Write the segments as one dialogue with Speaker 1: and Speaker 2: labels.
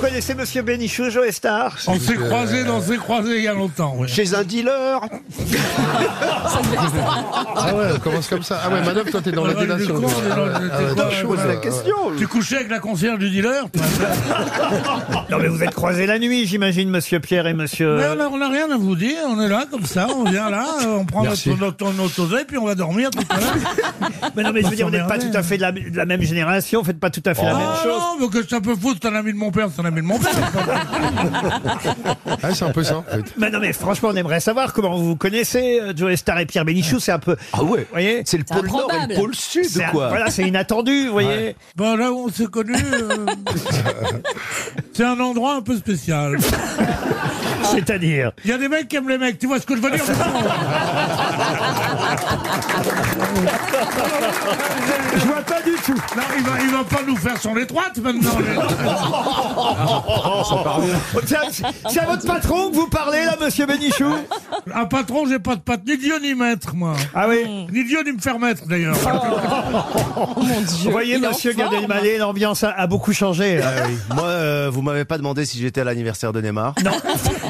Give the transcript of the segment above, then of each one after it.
Speaker 1: connaissez Monsieur Bénichou, Joe Star
Speaker 2: On s'est
Speaker 3: Euh,
Speaker 2: croisés, on s'est croisés il y a longtemps. ouais.
Speaker 1: Chez un dealer
Speaker 3: Ah ouais, on commence comme ça. Ah ouais, madame, toi, t'es dans la
Speaker 2: Ouais, du
Speaker 3: délation.
Speaker 2: coup, on est dans le-
Speaker 3: Ah
Speaker 2: t'es
Speaker 3: ouais,
Speaker 2: dans
Speaker 3: t'es
Speaker 2: le-
Speaker 3: chaud,
Speaker 1: Pose la
Speaker 3: là.
Speaker 1: question
Speaker 2: Tu couchais avec la concierge du dealer
Speaker 1: Non mais vous êtes croisés la nuit, j'imagine, Monsieur Pierre et
Speaker 3: Euh.
Speaker 1: Monsieur...
Speaker 2: Ouais, on a- on n'a rien à vous dire, on est là comme ça, on vient là, euh, on prend notre,
Speaker 3: Merci.
Speaker 2: notre, notre oseille, puis on va dormir tout à l'heure.
Speaker 1: mais non mais je veux dire, on n'est pas
Speaker 2: s'emmerder.
Speaker 1: tout à fait de la, de la même génération, faites pas tout à fait la même
Speaker 2: Ah
Speaker 1: chose.
Speaker 2: non, mais que ça peut foutre, c'est un ami de mon père, c'est un ami de mon père.
Speaker 3: Ah, c'est un peu ça, en fait.
Speaker 1: Mais non mais franchement, on aimerait savoir comment vous vous connaissez, euh, Joe Star et Pierre Bénichou, c'est un peu...
Speaker 4: Ah ouais
Speaker 1: Vous voyez
Speaker 4: C'est le pôle Nord et
Speaker 5: improbable.
Speaker 4: le pôle Sud,
Speaker 1: C'est un-
Speaker 4: quoi
Speaker 1: Voilà, c'est inattendu, vous voyez
Speaker 2: Ben là où on s'est connus, euh, c'est un endroit un peu spécial.
Speaker 1: C'est-à-dire
Speaker 2: Il y a des mecs qui aiment les mecs, tu vois ce que je veux dire
Speaker 1: Je vois pas du tout
Speaker 2: Non, il va, il va pas nous faire son étroite maintenant.
Speaker 1: C'est à- c'est à votre patron que vous parlez là, Monsieur Bénichou
Speaker 2: Un patron, j'ai pas de patte, ni Dieu ni maître, moi.
Speaker 1: Ah oui Oh
Speaker 2: Ni Dieu ni me faire maître, d'ailleurs.
Speaker 1: Vous voyez,
Speaker 5: il est en
Speaker 1: Monsieur
Speaker 5: forme.
Speaker 1: Gadelmalé, l'ambiance a, a beaucoup changé. là.
Speaker 4: Ah oui. Moi, euh, vous m'avez pas demandé si j'étais à l'anniversaire de Neymar.
Speaker 1: Non,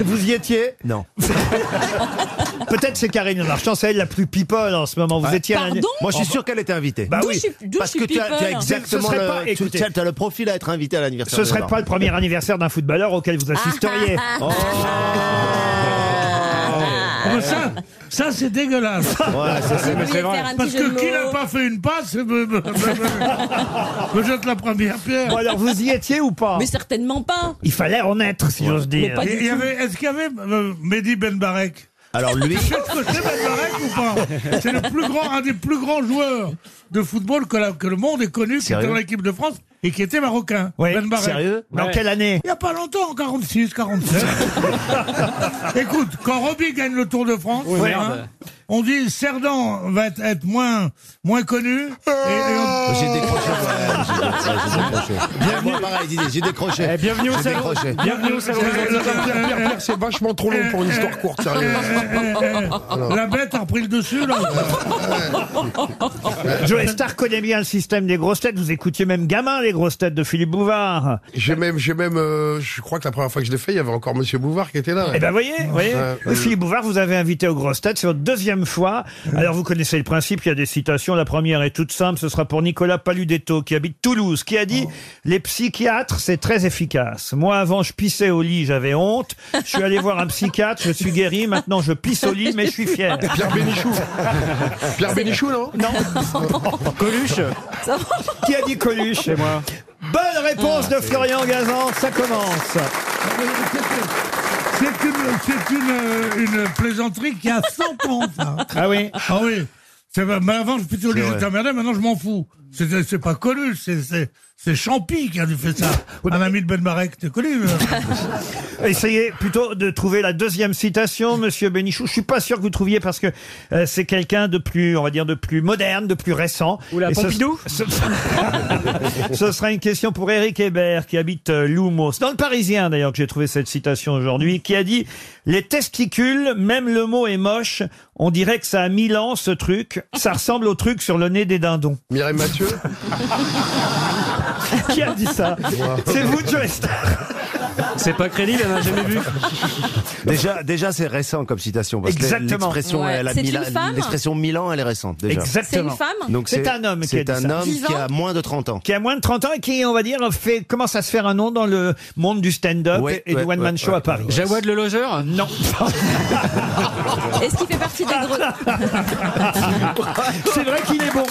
Speaker 1: vous y étiez
Speaker 4: Non.
Speaker 1: Peut-être c'est Karine Marchand, c'est elle la plus people en ce moment. Vous étiez à la-
Speaker 5: Pardon
Speaker 4: Moi, je suis sûr qu'elle était invitée.
Speaker 1: Bah
Speaker 5: D'où
Speaker 1: oui,
Speaker 5: je suis- d'où
Speaker 4: Parce
Speaker 5: je
Speaker 4: que
Speaker 5: suis
Speaker 4: tu as, tu as
Speaker 5: people.
Speaker 4: exactement
Speaker 1: Ce serait
Speaker 4: le,
Speaker 1: pas-
Speaker 4: tu-
Speaker 1: écoutez.
Speaker 4: tu as- tu as le profil à être invité à l'anniversaire
Speaker 1: ce
Speaker 4: de
Speaker 1: serait
Speaker 4: Neymar.
Speaker 1: pas le premier anniversaire d'un footballeur auquel vous assisteriez. Oh.
Speaker 2: Ah, ça, ça c'est dégueulasse.
Speaker 4: Ouais, ça, c'est-
Speaker 5: J'ai voulu faire un
Speaker 2: Parce
Speaker 5: petit jeu
Speaker 2: que
Speaker 5: de
Speaker 2: qui n'a
Speaker 5: mots.
Speaker 2: pas fait une passe me, me- me- me jette la première pierre.
Speaker 1: Bon, alors vous y étiez ou pas
Speaker 5: Mais certainement pas.
Speaker 1: Il fallait en être, si j'ose dire.
Speaker 5: pas
Speaker 2: Et il y avait- Est-ce qu'il y avait euh, Mehdi Benbarek
Speaker 4: Alors lui,
Speaker 2: Tu sais ce que c'est Benbarek ou pas C'est le plus grand, un des plus grands joueurs de football que, la- que le monde ait connu, qui était
Speaker 4: Sérieux
Speaker 2: dans l'équipe de France et qui était marocain.
Speaker 1: Oui,
Speaker 2: Benbarek.
Speaker 4: sérieux
Speaker 1: Dans quelle année
Speaker 2: Il n'y a pas longtemps, en 46, 47. Écoute, quand Roby gagne le Tour de France, hein, on dit Cerdan va être, être moins, moins connu. Et, et on-
Speaker 4: j'ai décroché. ouais, j'ai décroché, j'ai décroché. Moi, pareil, Didier, j'ai décroché.
Speaker 1: Eh,
Speaker 2: Eh,
Speaker 4: bienvenue au décroché.
Speaker 2: Bienvenue au salon des
Speaker 3: Pierre, Pierre, Pierre, c'est vachement trop long pour une histoire courte, sérieux.
Speaker 2: La bête a repris le dessus, là.
Speaker 1: Joe Star connaît bien le système des grosses têtes. Vous écoutiez même gamin les grosses têtes de Philippe Bouvard.
Speaker 3: J'ai même, j'ai même, euh, je crois que la première fois que je l'ai fait, il y avait encore Monsieur Bouvard qui était là.
Speaker 1: Eh ben voyez, voyez.
Speaker 3: Ouais,
Speaker 1: Oui, Philippe Bouvard, vous avez invité aux grosses têtes, c'est votre deuxième fois. Alors vous connaissez le principe, il y a des citations. La première est toute simple, ce sera pour Nicolas Paludetto qui habite Toulouse, qui a dit
Speaker 3: Oh.
Speaker 1: Les psychiatres, c'est très efficace. Moi avant, je pissais au lit, j'avais honte. Je suis allé voir un psychiatre, je suis guéri. Maintenant, je pisse au lit, mais je suis fier.
Speaker 3: Pierre Bénichou. Pierre Bénichou, non
Speaker 4: Coluche
Speaker 1: Qui a dit Coluche C'est moi. Bonne réponse de Florian Gazan, ça commence.
Speaker 2: C'est une, c'est une, une plaisanterie qui a 100 ans, ça.
Speaker 1: Ah oui
Speaker 2: Ah oui. C'est, vrai. mais avant, je plutôt au lit, j'étais emmerdé, maintenant je m'en fous. C'est, c'est pas Coluche, c'est, c'est, c'est Champy qui a dû faire ça. Un ami de Benbarek, t'es connu. hein.
Speaker 1: Essayez plutôt de trouver la deuxième citation, Monsieur Bénichou. Je suis pas sûr que vous trouviez parce que euh, c'est quelqu'un de plus, on va dire, de plus moderne, de plus récent. Ou la Pompidou. Ce, ce sera une question pour Éric Hébert qui habite euh, Loumos, dans le Parisien d'ailleurs que j'ai trouvé cette citation aujourd'hui, qui a dit les testicules, même le mot est moche. On dirait que ça a mille ans ce truc. Ça ressemble au truc sur le nez des dindons.
Speaker 3: Mireille Mathieu.
Speaker 1: Qui a dit ça C'est vous, Joe Star.
Speaker 6: C'est pas crédible, elle n'a jamais vu.
Speaker 4: Déjà, déjà c'est récent comme citation. Parce que
Speaker 1: Exactement.
Speaker 4: l'expression,
Speaker 5: Ouais.
Speaker 4: elle a
Speaker 5: C'est
Speaker 4: mis
Speaker 5: une
Speaker 4: la-
Speaker 5: femme
Speaker 4: L'expression Milan, elle est récente. Déjà.
Speaker 5: C'est une
Speaker 1: Exactement.
Speaker 5: femme
Speaker 4: Donc
Speaker 1: C'est un homme qui
Speaker 4: C'est
Speaker 1: a dit
Speaker 4: un
Speaker 1: ça.
Speaker 4: homme
Speaker 5: Dix
Speaker 4: qui
Speaker 5: ans
Speaker 4: a moins de 30 ans.
Speaker 1: qui a moins de 30 ans et qui, on va dire, fait, commence à se faire un nom dans le monde du stand-up
Speaker 4: Ouais,
Speaker 1: et du
Speaker 4: ouais,
Speaker 1: one-man
Speaker 4: ouais,
Speaker 1: show
Speaker 4: ouais.
Speaker 1: à Paris.
Speaker 6: Jawad le logeur
Speaker 1: Non.
Speaker 5: Est-ce qu'il fait partie des gros
Speaker 1: C'est vrai qu'il est bon.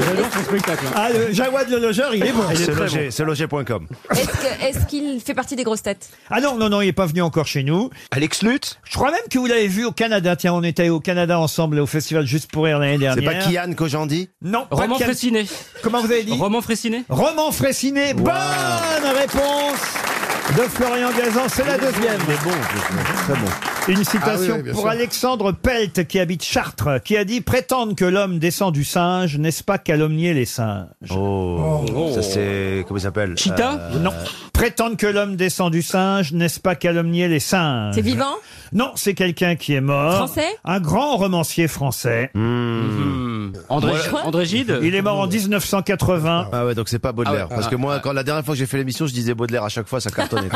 Speaker 6: J'adore son spectacle.
Speaker 3: hein.
Speaker 1: Ah, le Jawad le logeur, il est bon.
Speaker 4: C'est logé, c'est logé.com.
Speaker 5: Est-ce que- est-ce qu'il fait partie des grosses têtes
Speaker 1: Ah non, non, non, il n'est pas venu encore chez nous.
Speaker 4: Alex Lutz
Speaker 1: Je crois même que vous l'avez vu au Canada. Tiens, on était au Canada ensemble au festival Juste pour rire l'année
Speaker 4: C'est
Speaker 1: dernière.
Speaker 4: pas Kian Kojandi
Speaker 1: Non, pas
Speaker 6: Roman
Speaker 1: Kian-
Speaker 6: Fressinet.
Speaker 1: Comment vous avez dit
Speaker 6: Roman Fressinet.
Speaker 1: Roman Fressinet. Bonne réponse Eh, de Florian Gazan. C'est la deuxième.
Speaker 4: Il est bon, en plus, ouais. très bon.
Speaker 1: Une citation
Speaker 3: Ah oui, oui, bien
Speaker 1: pour
Speaker 3: sûr.
Speaker 1: Alexandre Pelt, qui habite Chartres, qui a dit Prétendre que l'homme descend du singe, n'est-ce pas calomnier les singes
Speaker 4: Oh, ça c'est. Comment il s'appelle
Speaker 6: Cheetah
Speaker 4: Euh,
Speaker 1: Non. Prétendre que l'homme descend du singe, n'est-ce pas calomnier les singes
Speaker 5: C'est vivant
Speaker 1: Non, c'est quelqu'un qui est mort.
Speaker 5: Français
Speaker 1: Un grand romancier français.
Speaker 4: Mmh.
Speaker 6: Mmh. André,
Speaker 5: Voilà. Mmh.
Speaker 6: André Gide
Speaker 1: Il est mort en 1980.
Speaker 4: Ah ouais, donc c'est pas Baudelaire. parce
Speaker 1: Ah.
Speaker 4: que moi, quand la dernière fois que j'ai fait l'émission, je disais Baudelaire à chaque fois, ça cartonnait.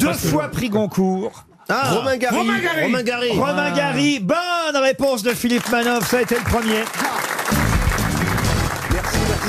Speaker 1: Deux fois pris Goncourt.
Speaker 4: Ah, Romain Gary.
Speaker 2: Romain Gary.
Speaker 4: Gary. Ah.
Speaker 1: Romain Gary, bonne réponse de Philippe Manoff, ça a été le premier.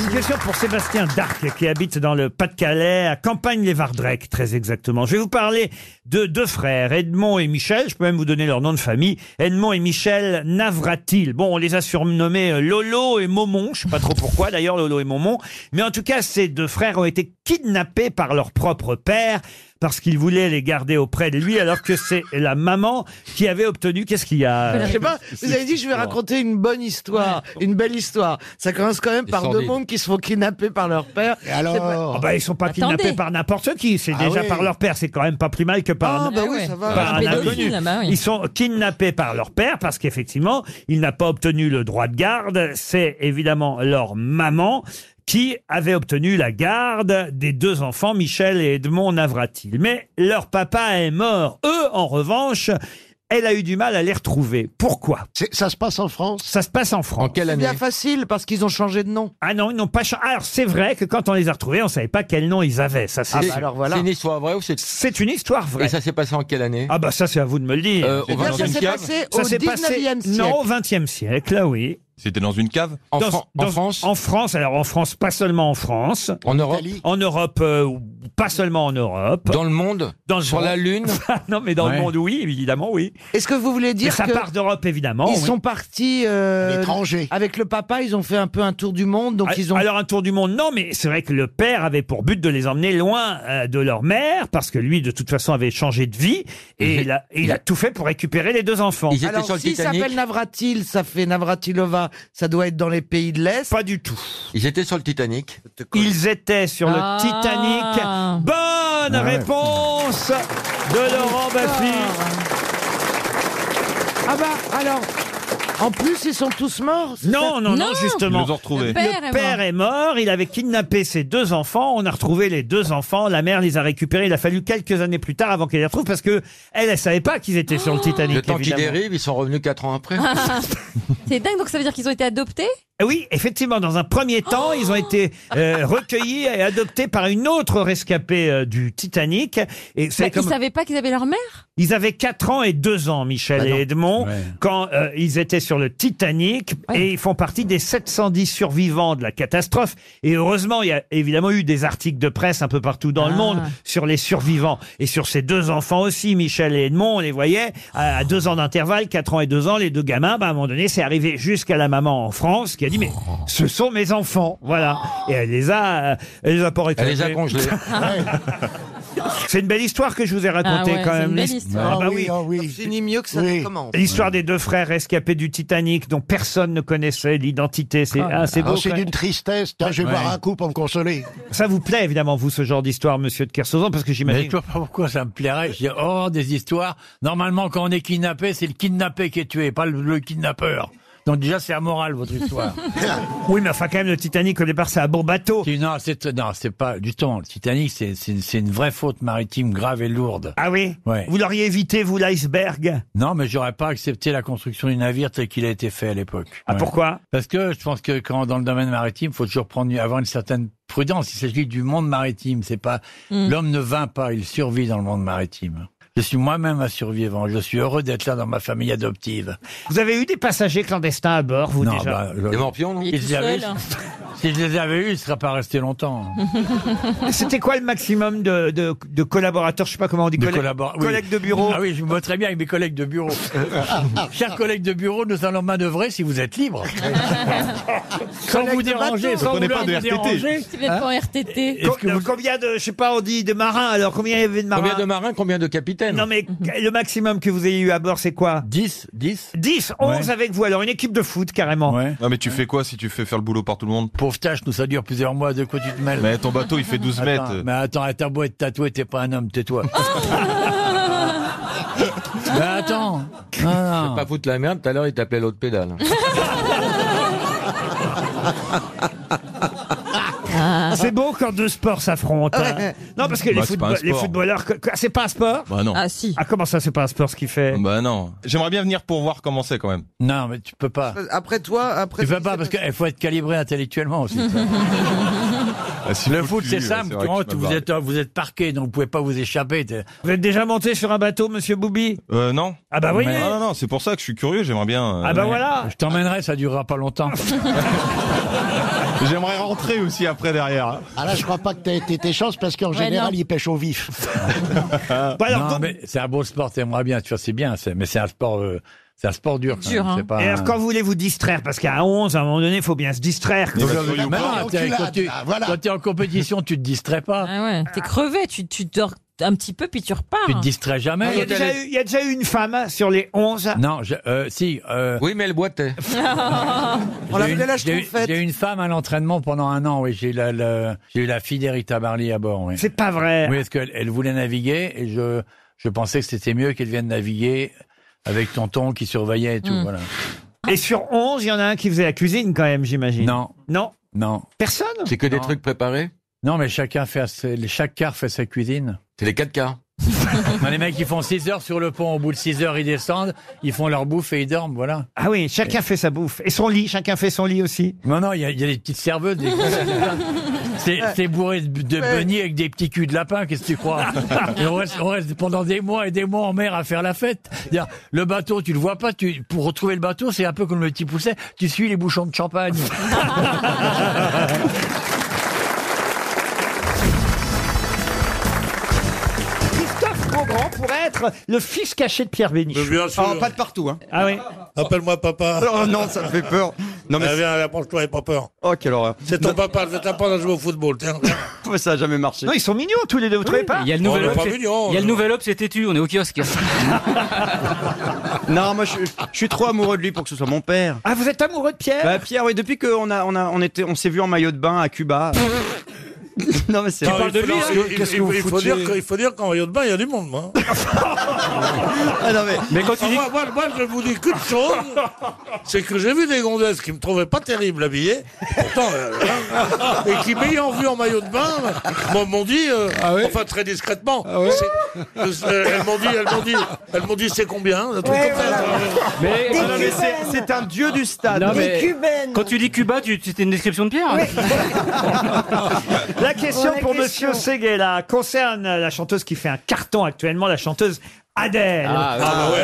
Speaker 1: Une question pour Sébastien Darc, qui habite dans le Pas-de-Calais, à Campagne-les-Vardrec, très exactement. Je vais vous parler de deux frères, Edmond et Michel. Je peux même vous donner leur nom de famille. Edmond et Michel Navratil. Bon, on les a surnommés euh, Lolo et Momon. Je sais pas trop pourquoi, d'ailleurs, Lolo et Momon. Mais en tout cas, ces deux frères ont été kidnappés par leur propre père parce qu'il voulait les garder auprès de lui, alors que c'est la maman qui avait obtenu... Qu'est-ce qu'il y a
Speaker 7: Je sais pas, vous avez dit je vais raconter une bonne histoire, une belle histoire. Ça commence quand même par deux mondes qui se font kidnapper par leur père.
Speaker 4: Et alors Ah
Speaker 1: Ah bah, ils sont pas
Speaker 5: Attendez.
Speaker 1: kidnappés par n'importe qui, c'est déjà
Speaker 4: oui.
Speaker 1: par leur père, c'est quand même pas plus mal que par un-
Speaker 7: Ah bah
Speaker 5: Ah
Speaker 7: oui,
Speaker 5: ouais.
Speaker 7: ça va.
Speaker 1: par
Speaker 5: Un
Speaker 1: un
Speaker 5: pédophile,
Speaker 1: inconnu.
Speaker 5: là-bas, oui.
Speaker 1: Ils sont kidnappés par leur père parce qu'effectivement, il n'a pas obtenu le droit de garde. C'est évidemment leur maman qui avait obtenu la garde des deux enfants, Michel et Edmond Navratil. Mais leur papa est mort. Eux, en revanche, elle a eu du mal à les retrouver. Pourquoi
Speaker 4: Ça se passe en France
Speaker 1: Ça se passe en France.
Speaker 7: C'est bien facile parce qu'ils ont changé de nom.
Speaker 1: Ah non, ils n'ont pas changé. Alors c'est vrai que quand on les a retrouvés, on savait pas quel nom ils avaient. Ça, c'est
Speaker 7: Ah bah alors voilà.
Speaker 8: C'est une histoire vraie ou c'est.
Speaker 1: c'est une histoire vraie.
Speaker 8: Et ça s'est passé en quelle année
Speaker 1: Ah bah ça c'est à vous de me le dire.
Speaker 8: Euh,
Speaker 7: C'est
Speaker 8: au
Speaker 7: bien, ça
Speaker 8: 20e
Speaker 7: s'est
Speaker 8: siècle
Speaker 7: passé au
Speaker 1: ça s'est
Speaker 7: 19e
Speaker 1: passé
Speaker 7: siècle.
Speaker 1: non au 20e siècle, là oui.
Speaker 9: C'était dans une cave
Speaker 8: En,
Speaker 1: Dans-
Speaker 8: Fran- en
Speaker 1: dans-
Speaker 8: France
Speaker 1: En France, alors en France, pas seulement en France.
Speaker 8: En Europe
Speaker 1: En Europe, euh, ou pas seulement en Europe.
Speaker 8: Dans le monde
Speaker 1: Dans le
Speaker 8: Sur
Speaker 1: monde.
Speaker 8: la
Speaker 1: Ah,
Speaker 8: Lune
Speaker 1: non mais dans le
Speaker 6: Ouais.
Speaker 1: monde oui, évidemment oui.
Speaker 7: Est-ce que vous voulez
Speaker 1: Et
Speaker 7: dire
Speaker 1: ça
Speaker 7: que
Speaker 1: part d'Europe évidemment.
Speaker 7: ils
Speaker 1: oui.
Speaker 7: sont partis euh,
Speaker 4: L'étranger.
Speaker 7: avec le papa, ils ont fait un peu un tour du monde, donc
Speaker 1: Ah,
Speaker 7: ils ont
Speaker 1: Alors un tour du monde, non, mais c'est vrai que le père avait pour but de les emmener loin euh, de leur mère, parce que lui, de toute façon, avait changé de vie, et
Speaker 8: Ils-
Speaker 1: il a, il a tout fait pour récupérer les deux enfants.
Speaker 8: Ils étaient
Speaker 7: Alors,
Speaker 8: sur le
Speaker 7: s'il s'appelle
Speaker 8: Titanic
Speaker 7: Navratil, ça fait Navratilova, ça doit être dans les pays de l'Est.
Speaker 1: Pas du tout.
Speaker 8: Ils étaient sur le Titanic.
Speaker 1: Ils étaient sur le
Speaker 5: Ah.
Speaker 7: Ah.
Speaker 1: Titanic.
Speaker 4: Ah
Speaker 10: Ah
Speaker 1: Bonne réponse de Laurent Baffy.
Speaker 7: Ah bah, alors, en plus, ils sont tous morts c'est
Speaker 1: Non, non, non,
Speaker 5: Non.
Speaker 9: Ils
Speaker 1: justement.
Speaker 9: nous ont retrouvés.
Speaker 5: Le père
Speaker 1: Le
Speaker 5: est
Speaker 1: père
Speaker 5: mort.
Speaker 1: est mort, il avait kidnappé ses deux enfants, on a retrouvé les deux enfants, la mère les a récupérés, il a fallu quelques années plus tard avant qu'elle les retrouve parce que elle, elle savait pas qu'ils étaient sur le Titanic.
Speaker 8: Le temps qu'ils
Speaker 1: évidemment.
Speaker 8: dérivent, ils sont revenus 4 ans après.
Speaker 5: C'est dingue, donc ça veut dire qu'ils ont été adoptés
Speaker 1: Ah Oui, effectivement, dans un premier temps, ils ont été euh, recueillis et adoptés par une autre rescapée euh, du Titanic. Et
Speaker 5: Bah,
Speaker 1: c'est comme
Speaker 5: Ils savaient pas qu'ils avaient leur mère
Speaker 1: ils avaient 4 ans et 2 ans, Michel
Speaker 4: Bah non.
Speaker 1: et Edmond,
Speaker 6: Ouais.
Speaker 1: quand euh, ils étaient sur le Titanic
Speaker 5: Ouais.
Speaker 1: et ils font partie des 710 survivants de la catastrophe. Et heureusement, il y a évidemment eu des articles de presse un peu partout dans le
Speaker 5: Ah.
Speaker 1: monde sur les survivants et sur ces deux enfants aussi, Michel et Edmond. On les voyait à, à deux ans d'intervalle, 4 ans et 2 ans, les deux gamins. Bah, à un moment donné, c'est arrivé jusqu'à la maman en France qui a dit mais ce sont mes enfants, voilà. Et elle les a, euh, elle les a pas
Speaker 8: Elle les a
Speaker 1: récupérés.
Speaker 8: congelés.
Speaker 1: C'est une belle histoire que je vous ai racontée
Speaker 5: Ah ouais,
Speaker 1: quand
Speaker 5: c'est
Speaker 1: même.
Speaker 5: une belle
Speaker 1: L'his-
Speaker 5: histoire.
Speaker 1: Ah bah oui.
Speaker 4: ah
Speaker 7: ça C'est ni mieux que ça
Speaker 4: Oui.
Speaker 7: ne commence.
Speaker 1: L'histoire des deux frères rescapés du Titanic dont personne ne connaissait l'identité. C'est ah, c'est
Speaker 4: Ah,
Speaker 1: beau.
Speaker 4: c'est
Speaker 1: quand même.
Speaker 4: d'une tristesse. Tiens, je vais boire un coup pour me consoler.
Speaker 1: Ça vous plaît évidemment vous ce genre d'histoire, Monsieur de Kersauzon, parce que
Speaker 11: Mais
Speaker 1: j'imagine.
Speaker 11: je vois pas pourquoi ça me plairait. Je dis, oh, des histoires. Normalement, quand on est kidnappé, c'est le kidnappé qui est tué, pas le, le kidnappeur. Donc déjà, c'est amoral, votre histoire.
Speaker 1: Oui, mais enfin quand même le Titanic au départ c'est un bon bateau.
Speaker 11: Puis non, c'est, non, c'est pas du temps. Le Titanic, c'est, c'est, c'est une vraie faute maritime grave et lourde.
Speaker 1: Ah oui.
Speaker 11: Ouais.
Speaker 1: Vous l'auriez évité vous l'iceberg.
Speaker 11: Non, mais j'aurais pas accepté la construction du navire tel qu'il a été fait à l'époque.
Speaker 1: Ah
Speaker 11: Ouais.
Speaker 1: pourquoi
Speaker 11: Parce que je pense que quand dans le domaine maritime, faut toujours prendre, avoir une certaine prudence. Il s'agit du monde maritime. C'est pas l'homme ne vint pas, il survit dans le monde maritime. Je suis moi-même un survivant. Je suis heureux d'être là dans ma famille adoptive.
Speaker 1: Vous avez eu des passagers clandestins à bord vous
Speaker 11: non,
Speaker 1: déjà
Speaker 11: bah, je-
Speaker 8: Des morpions, non
Speaker 11: Il est tout seul. hein. si je les avais eus, ils seraient pas restés longtemps.
Speaker 1: C'était quoi le maximum de, de, de collaborateurs Je sais pas comment on dit.
Speaker 11: De
Speaker 1: collègues-
Speaker 11: collabora- oui.
Speaker 1: collègues de bureau.
Speaker 11: Ah oui, je me vois très bien avec mes collègues de bureau. Chers collègues de bureau, nous allons manœuvrer si vous êtes libres. sans vous déranger, sans
Speaker 9: prenez
Speaker 11: vouloir
Speaker 9: pas de
Speaker 11: vous
Speaker 9: RTT.
Speaker 11: déranger.
Speaker 5: C'est peut-être pas en RTT.
Speaker 11: Est-ce Hein que
Speaker 1: Co-
Speaker 11: vous-
Speaker 1: Combien de je sais pas on dit de marins alors combien il y avait de marins
Speaker 8: Combien de marins, combien de capitaines
Speaker 1: Non mais le maximum que vous ayez eu à bord c'est quoi
Speaker 11: 10, 10
Speaker 1: 10, 11
Speaker 11: Ouais.
Speaker 1: avec vous alors une équipe de foot carrément.
Speaker 11: Ouais.
Speaker 9: Non mais tu fais quoi si tu fais faire le boulot par tout le monde
Speaker 11: Pauvre tâche, nous ça dure plusieurs mois, de quoi tu te mêles
Speaker 9: Mais ton bateau il fait 12
Speaker 11: Attends,
Speaker 9: mètres.
Speaker 11: mais attends,
Speaker 1: Bah,
Speaker 11: t'as beau être tatoué, t'es pas un homme, tais-toi. mais attends,
Speaker 7: Ah.
Speaker 12: Ah.
Speaker 8: va pas foutre la merde, tout à l'heure il t'appelait l'autre pédale.
Speaker 1: C'est beau quand deux sports s'affrontent. hein.
Speaker 7: Ouais.
Speaker 1: Non, parce que les,
Speaker 9: Bah, c'est pas
Speaker 1: footba-
Speaker 9: un
Speaker 1: les
Speaker 9: sport.
Speaker 1: footballeurs, que- que- c'est pas un sport
Speaker 9: Bah non.
Speaker 5: Ah si.
Speaker 1: Ah, comment ça, c'est pas un sport ce qu'il fait
Speaker 9: Bah non. J'aimerais bien venir pour voir comment c'est quand même.
Speaker 11: Non, mais tu peux pas.
Speaker 7: Après toi, après.
Speaker 11: Tu peux pas parce qu'il faut être calibré intellectuellement aussi.
Speaker 7: Hmm.
Speaker 12: Ah,
Speaker 11: Le foot, c'est simple. tu vois, vous êtes, vous êtes parqué, donc vous pouvez pas vous échapper. t'es-
Speaker 1: Vous êtes déjà monté sur un bateau, monsieur Boubi
Speaker 9: Euh, non.
Speaker 1: Ah bah oui
Speaker 9: Ah non, non, c'est pour ça que je suis curieux, j'aimerais bien. euh,
Speaker 1: Ah bah voilà
Speaker 11: Je t'emmènerai, ça durera pas longtemps.
Speaker 9: J'aimerais rentrer aussi après derrière. hein.
Speaker 4: Ah là, je crois pas que t'as été tes chances parce qu'en
Speaker 5: Ouais,
Speaker 4: général,
Speaker 5: non.
Speaker 4: ils pêchent au vif.
Speaker 1: Bah alors,
Speaker 11: non,
Speaker 1: donc-
Speaker 11: mais c'est un beau sport, t'aimerais bien, tu vois, c'est bien, c'est- mais c'est un sport, euh, c'est un sport dur. quand
Speaker 5: Dur,
Speaker 11: même,
Speaker 5: hein.
Speaker 11: c'est pas
Speaker 1: Et alors,
Speaker 11: un-
Speaker 1: quand vous voulez vous distraire, parce qu'à 11, à un moment donné, il faut bien se distraire.
Speaker 9: Il va sur
Speaker 11: Mais non,
Speaker 9: YouPorn.
Speaker 11: t'es-
Speaker 4: enculade,
Speaker 11: quand tu
Speaker 4: là, voilà.
Speaker 11: quand t'es en compétition, tu te distrais pas,
Speaker 5: Ah ouais. T'es crevé, tu, tu dors un petit peu puis tu repars.
Speaker 11: tu te distrais jamais.
Speaker 1: Ah, Il y, a déjà eu, il y a déjà eu une femme hein, sur les 11.
Speaker 11: Non, je- euh, si. euh,
Speaker 8: Oui, mais elle boitait.
Speaker 7: Oh, On l'a
Speaker 11: j'ai eu
Speaker 7: fait à
Speaker 11: une-
Speaker 7: l'âge
Speaker 11: j'ai eu-
Speaker 7: qu'on fête.
Speaker 11: j'ai eu une femme à l'entraînement pendant un an. Oui, j'ai eu la, la- j'ai eu la fille d'Erita Barley à bord. Oui,
Speaker 1: C'est pas vrai.
Speaker 11: oui parce qu'elle elle voulait naviguer et je je pensais que c'était mieux qu'elle vienne naviguer avec tonton qui surveillait et tout. Voilà.
Speaker 1: Hmm. Et sur 11, il y en a un qui faisait la cuisine quand même, j'imagine.
Speaker 11: Non,
Speaker 1: Non
Speaker 11: non,
Speaker 1: Personne
Speaker 8: C'est que des
Speaker 11: Non.
Speaker 8: trucs préparés.
Speaker 11: non, mais chacun fait ses- chaque quart fait sa cuisine.
Speaker 8: C'est les 4K.
Speaker 11: Non, les mecs, ils font 6 heures sur le pont. Au bout de 6 heures, ils descendent, ils font leur bouffe et ils dorment, voilà.
Speaker 1: Ah oui, chacun fait sa bouffe. Et son lit, chacun fait son lit aussi.
Speaker 11: Non, non, il y, a- il y a des petites serveuses. des- C'est c'est bourré de, de beignets avec des petits culs de lapin, qu'est-ce que tu crois Et on, reste, on reste pendant des mois et des mois en mer à faire la fête. C'est-à-dire, Le bateau, tu le vois pas. Tu, pour retrouver le bateau, c'est un peu comme le petit pousset. Tu suis les bouchons de champagne.
Speaker 1: Christophe Beaugrand pourrait être le fils caché de Pierre Bénichou.
Speaker 2: Bien sûr.
Speaker 12: pas de partout, hein.
Speaker 1: Ah oui
Speaker 2: Appelle-moi papa.
Speaker 12: Oh non, ça me fait peur. Non mais
Speaker 2: Ah, viens, là, penche-toi, et pas peur.
Speaker 12: oh quelle horreur.
Speaker 2: C'est ton papa, je vais t'apprendre à jouer au football. Tiens,
Speaker 12: Ça a jamais marché.
Speaker 1: Non, ils sont mignons tous les deux, vous trouvez pas
Speaker 6: Il y a le nouvel
Speaker 2: Oh,
Speaker 6: Obs,
Speaker 2: pas
Speaker 6: c'est-
Speaker 2: mignon,
Speaker 6: il y a le
Speaker 2: euh.
Speaker 6: nouvel Obs, c'est têtu, on est au kiosque.
Speaker 12: Non, moi je, je suis trop amoureux de lui pour que ce soit mon père.
Speaker 1: Ah, vous êtes amoureux de Pierre
Speaker 12: Bah Pierre, oui, depuis qu'on a, on a, on était, on s'est vu en maillot de bain à Cuba. non mais c'est.
Speaker 2: Non, il faut-
Speaker 12: hein.
Speaker 2: il- il-
Speaker 4: Qu'est-ce que
Speaker 2: il-
Speaker 4: vous
Speaker 2: il faut
Speaker 4: foutiez
Speaker 2: dire que- Il faut dire qu'en maillot de bain, il y a du monde, moi.
Speaker 12: Ah, non, mais-
Speaker 6: Mais quand tu
Speaker 2: Ah,
Speaker 6: dis
Speaker 2: moi, moi- moi, je vous dis qu'une chose, c'est que j'ai vu des gondesses qui me trouvaient pas terrible habillées, pourtant, euh, hein, et qui m'ayant vu en maillot de bain, m'ont- m'ont dit, euh,
Speaker 12: Ah
Speaker 2: enfin très discrètement, c'est- euh, elles m'ont dit, elles m'ont dit, elles m'ont dit c'est combien un truc comme ça.
Speaker 6: mais-
Speaker 12: Ah, non, mais c'est- c'est un dieu du stade.
Speaker 6: non, mais- quand tu dis Cuba, tu- c'était une description de Pierre.
Speaker 1: Oh, La question pour Monsieur Seguela concerne la chanteuse qui fait un carton actuellement, la chanteuse Adèle. bah
Speaker 2: Ah ouais,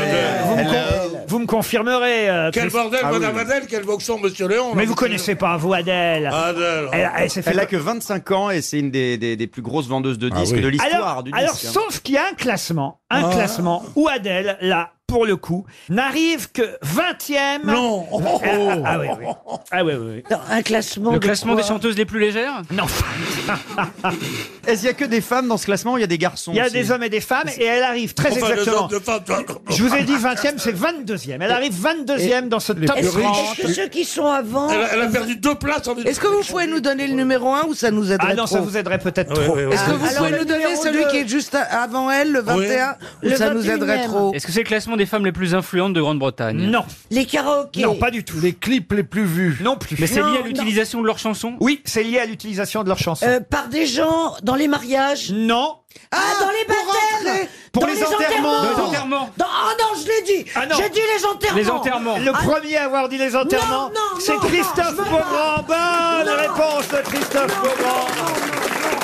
Speaker 1: vous, me con- vous me confirmerez. euh,
Speaker 2: Quel
Speaker 1: Christ-
Speaker 2: bordel,
Speaker 12: Ah
Speaker 2: madame Adèle, quel boxon, monsieur Léon.
Speaker 1: Mais
Speaker 2: là,
Speaker 1: vous
Speaker 2: monsieur-
Speaker 1: connaissez pas, vous, Adèle.
Speaker 2: Adèle.
Speaker 1: Elle, elle s'est fait-
Speaker 12: Elle a que 25 ans et c'est une des, des, des plus grosses vendeuses de
Speaker 10: Ah
Speaker 12: disques de l'histoire
Speaker 1: Alors,
Speaker 12: du
Speaker 1: alors,
Speaker 12: disque. hein.
Speaker 1: sauf qu'il y a un classement, un
Speaker 2: Ah.
Speaker 1: classement où Adèle, là, pour le coup, n'arrive que 20e.
Speaker 2: Non. Oh.
Speaker 1: Ah, ah, ah oui, oui. Ah oui, oui, oui.
Speaker 7: un classement.
Speaker 6: Le classement des chanteuses les plus légères
Speaker 1: Non.
Speaker 12: Est-ce qu'il y a que des femmes dans ce classement ou il y a des garçons
Speaker 1: Il y a
Speaker 12: aussi
Speaker 1: des hommes et des femmes et elle arrive très
Speaker 2: Enfin, les
Speaker 1: exactement.
Speaker 2: hommes de femme, toi.
Speaker 1: Je vous ai dit 20e, c'est 22e. Elle arrive 22e dans ce top 30.
Speaker 7: ceux qui sont avant.
Speaker 2: Elle a, elle a perdu deux places en une-
Speaker 7: Est-ce que vous pouvez nous donner le numéro 1 ou ça nous aiderait
Speaker 1: Ah non, ça
Speaker 7: trop
Speaker 1: vous aiderait peut-être
Speaker 2: Ouais,
Speaker 1: trop.
Speaker 2: ouais, ouais.
Speaker 7: Est-ce que vous pouvez nous donner celui qui est juste à- avant elle, le 21 ou ça nous aiderait trop
Speaker 6: Est-ce que c'est le classement des femmes les plus influentes de Grande-Bretagne
Speaker 1: Non,
Speaker 7: Les karaokés.
Speaker 1: non, pas du tout.
Speaker 4: Les clips les plus vus.
Speaker 1: Non plus.
Speaker 6: Mais c'est lié à
Speaker 7: Non,
Speaker 6: l'utilisation de leurs chansons
Speaker 1: Oui, c'est lié à l'utilisation de leurs chansons.
Speaker 13: Euh, par des gens dans les mariages.
Speaker 1: Non,
Speaker 13: Ah, dans les baptêmes
Speaker 1: pour
Speaker 13: Dans
Speaker 1: les enterrements.
Speaker 6: Les enterrements
Speaker 13: Dans- Ah non, je l'ai dit
Speaker 1: Ah non.
Speaker 13: J'ai dit les enterrements
Speaker 6: Les enterrements
Speaker 1: le
Speaker 13: Ah.
Speaker 1: premier à avoir dit les enterrements,
Speaker 13: Non, non,
Speaker 1: c'est
Speaker 13: non,
Speaker 1: Christophe
Speaker 13: non, je veux
Speaker 1: Beaugrand. Bonne
Speaker 13: Non.
Speaker 1: réponse de Christophe
Speaker 13: Non,
Speaker 1: Beaugrand.
Speaker 13: non, non,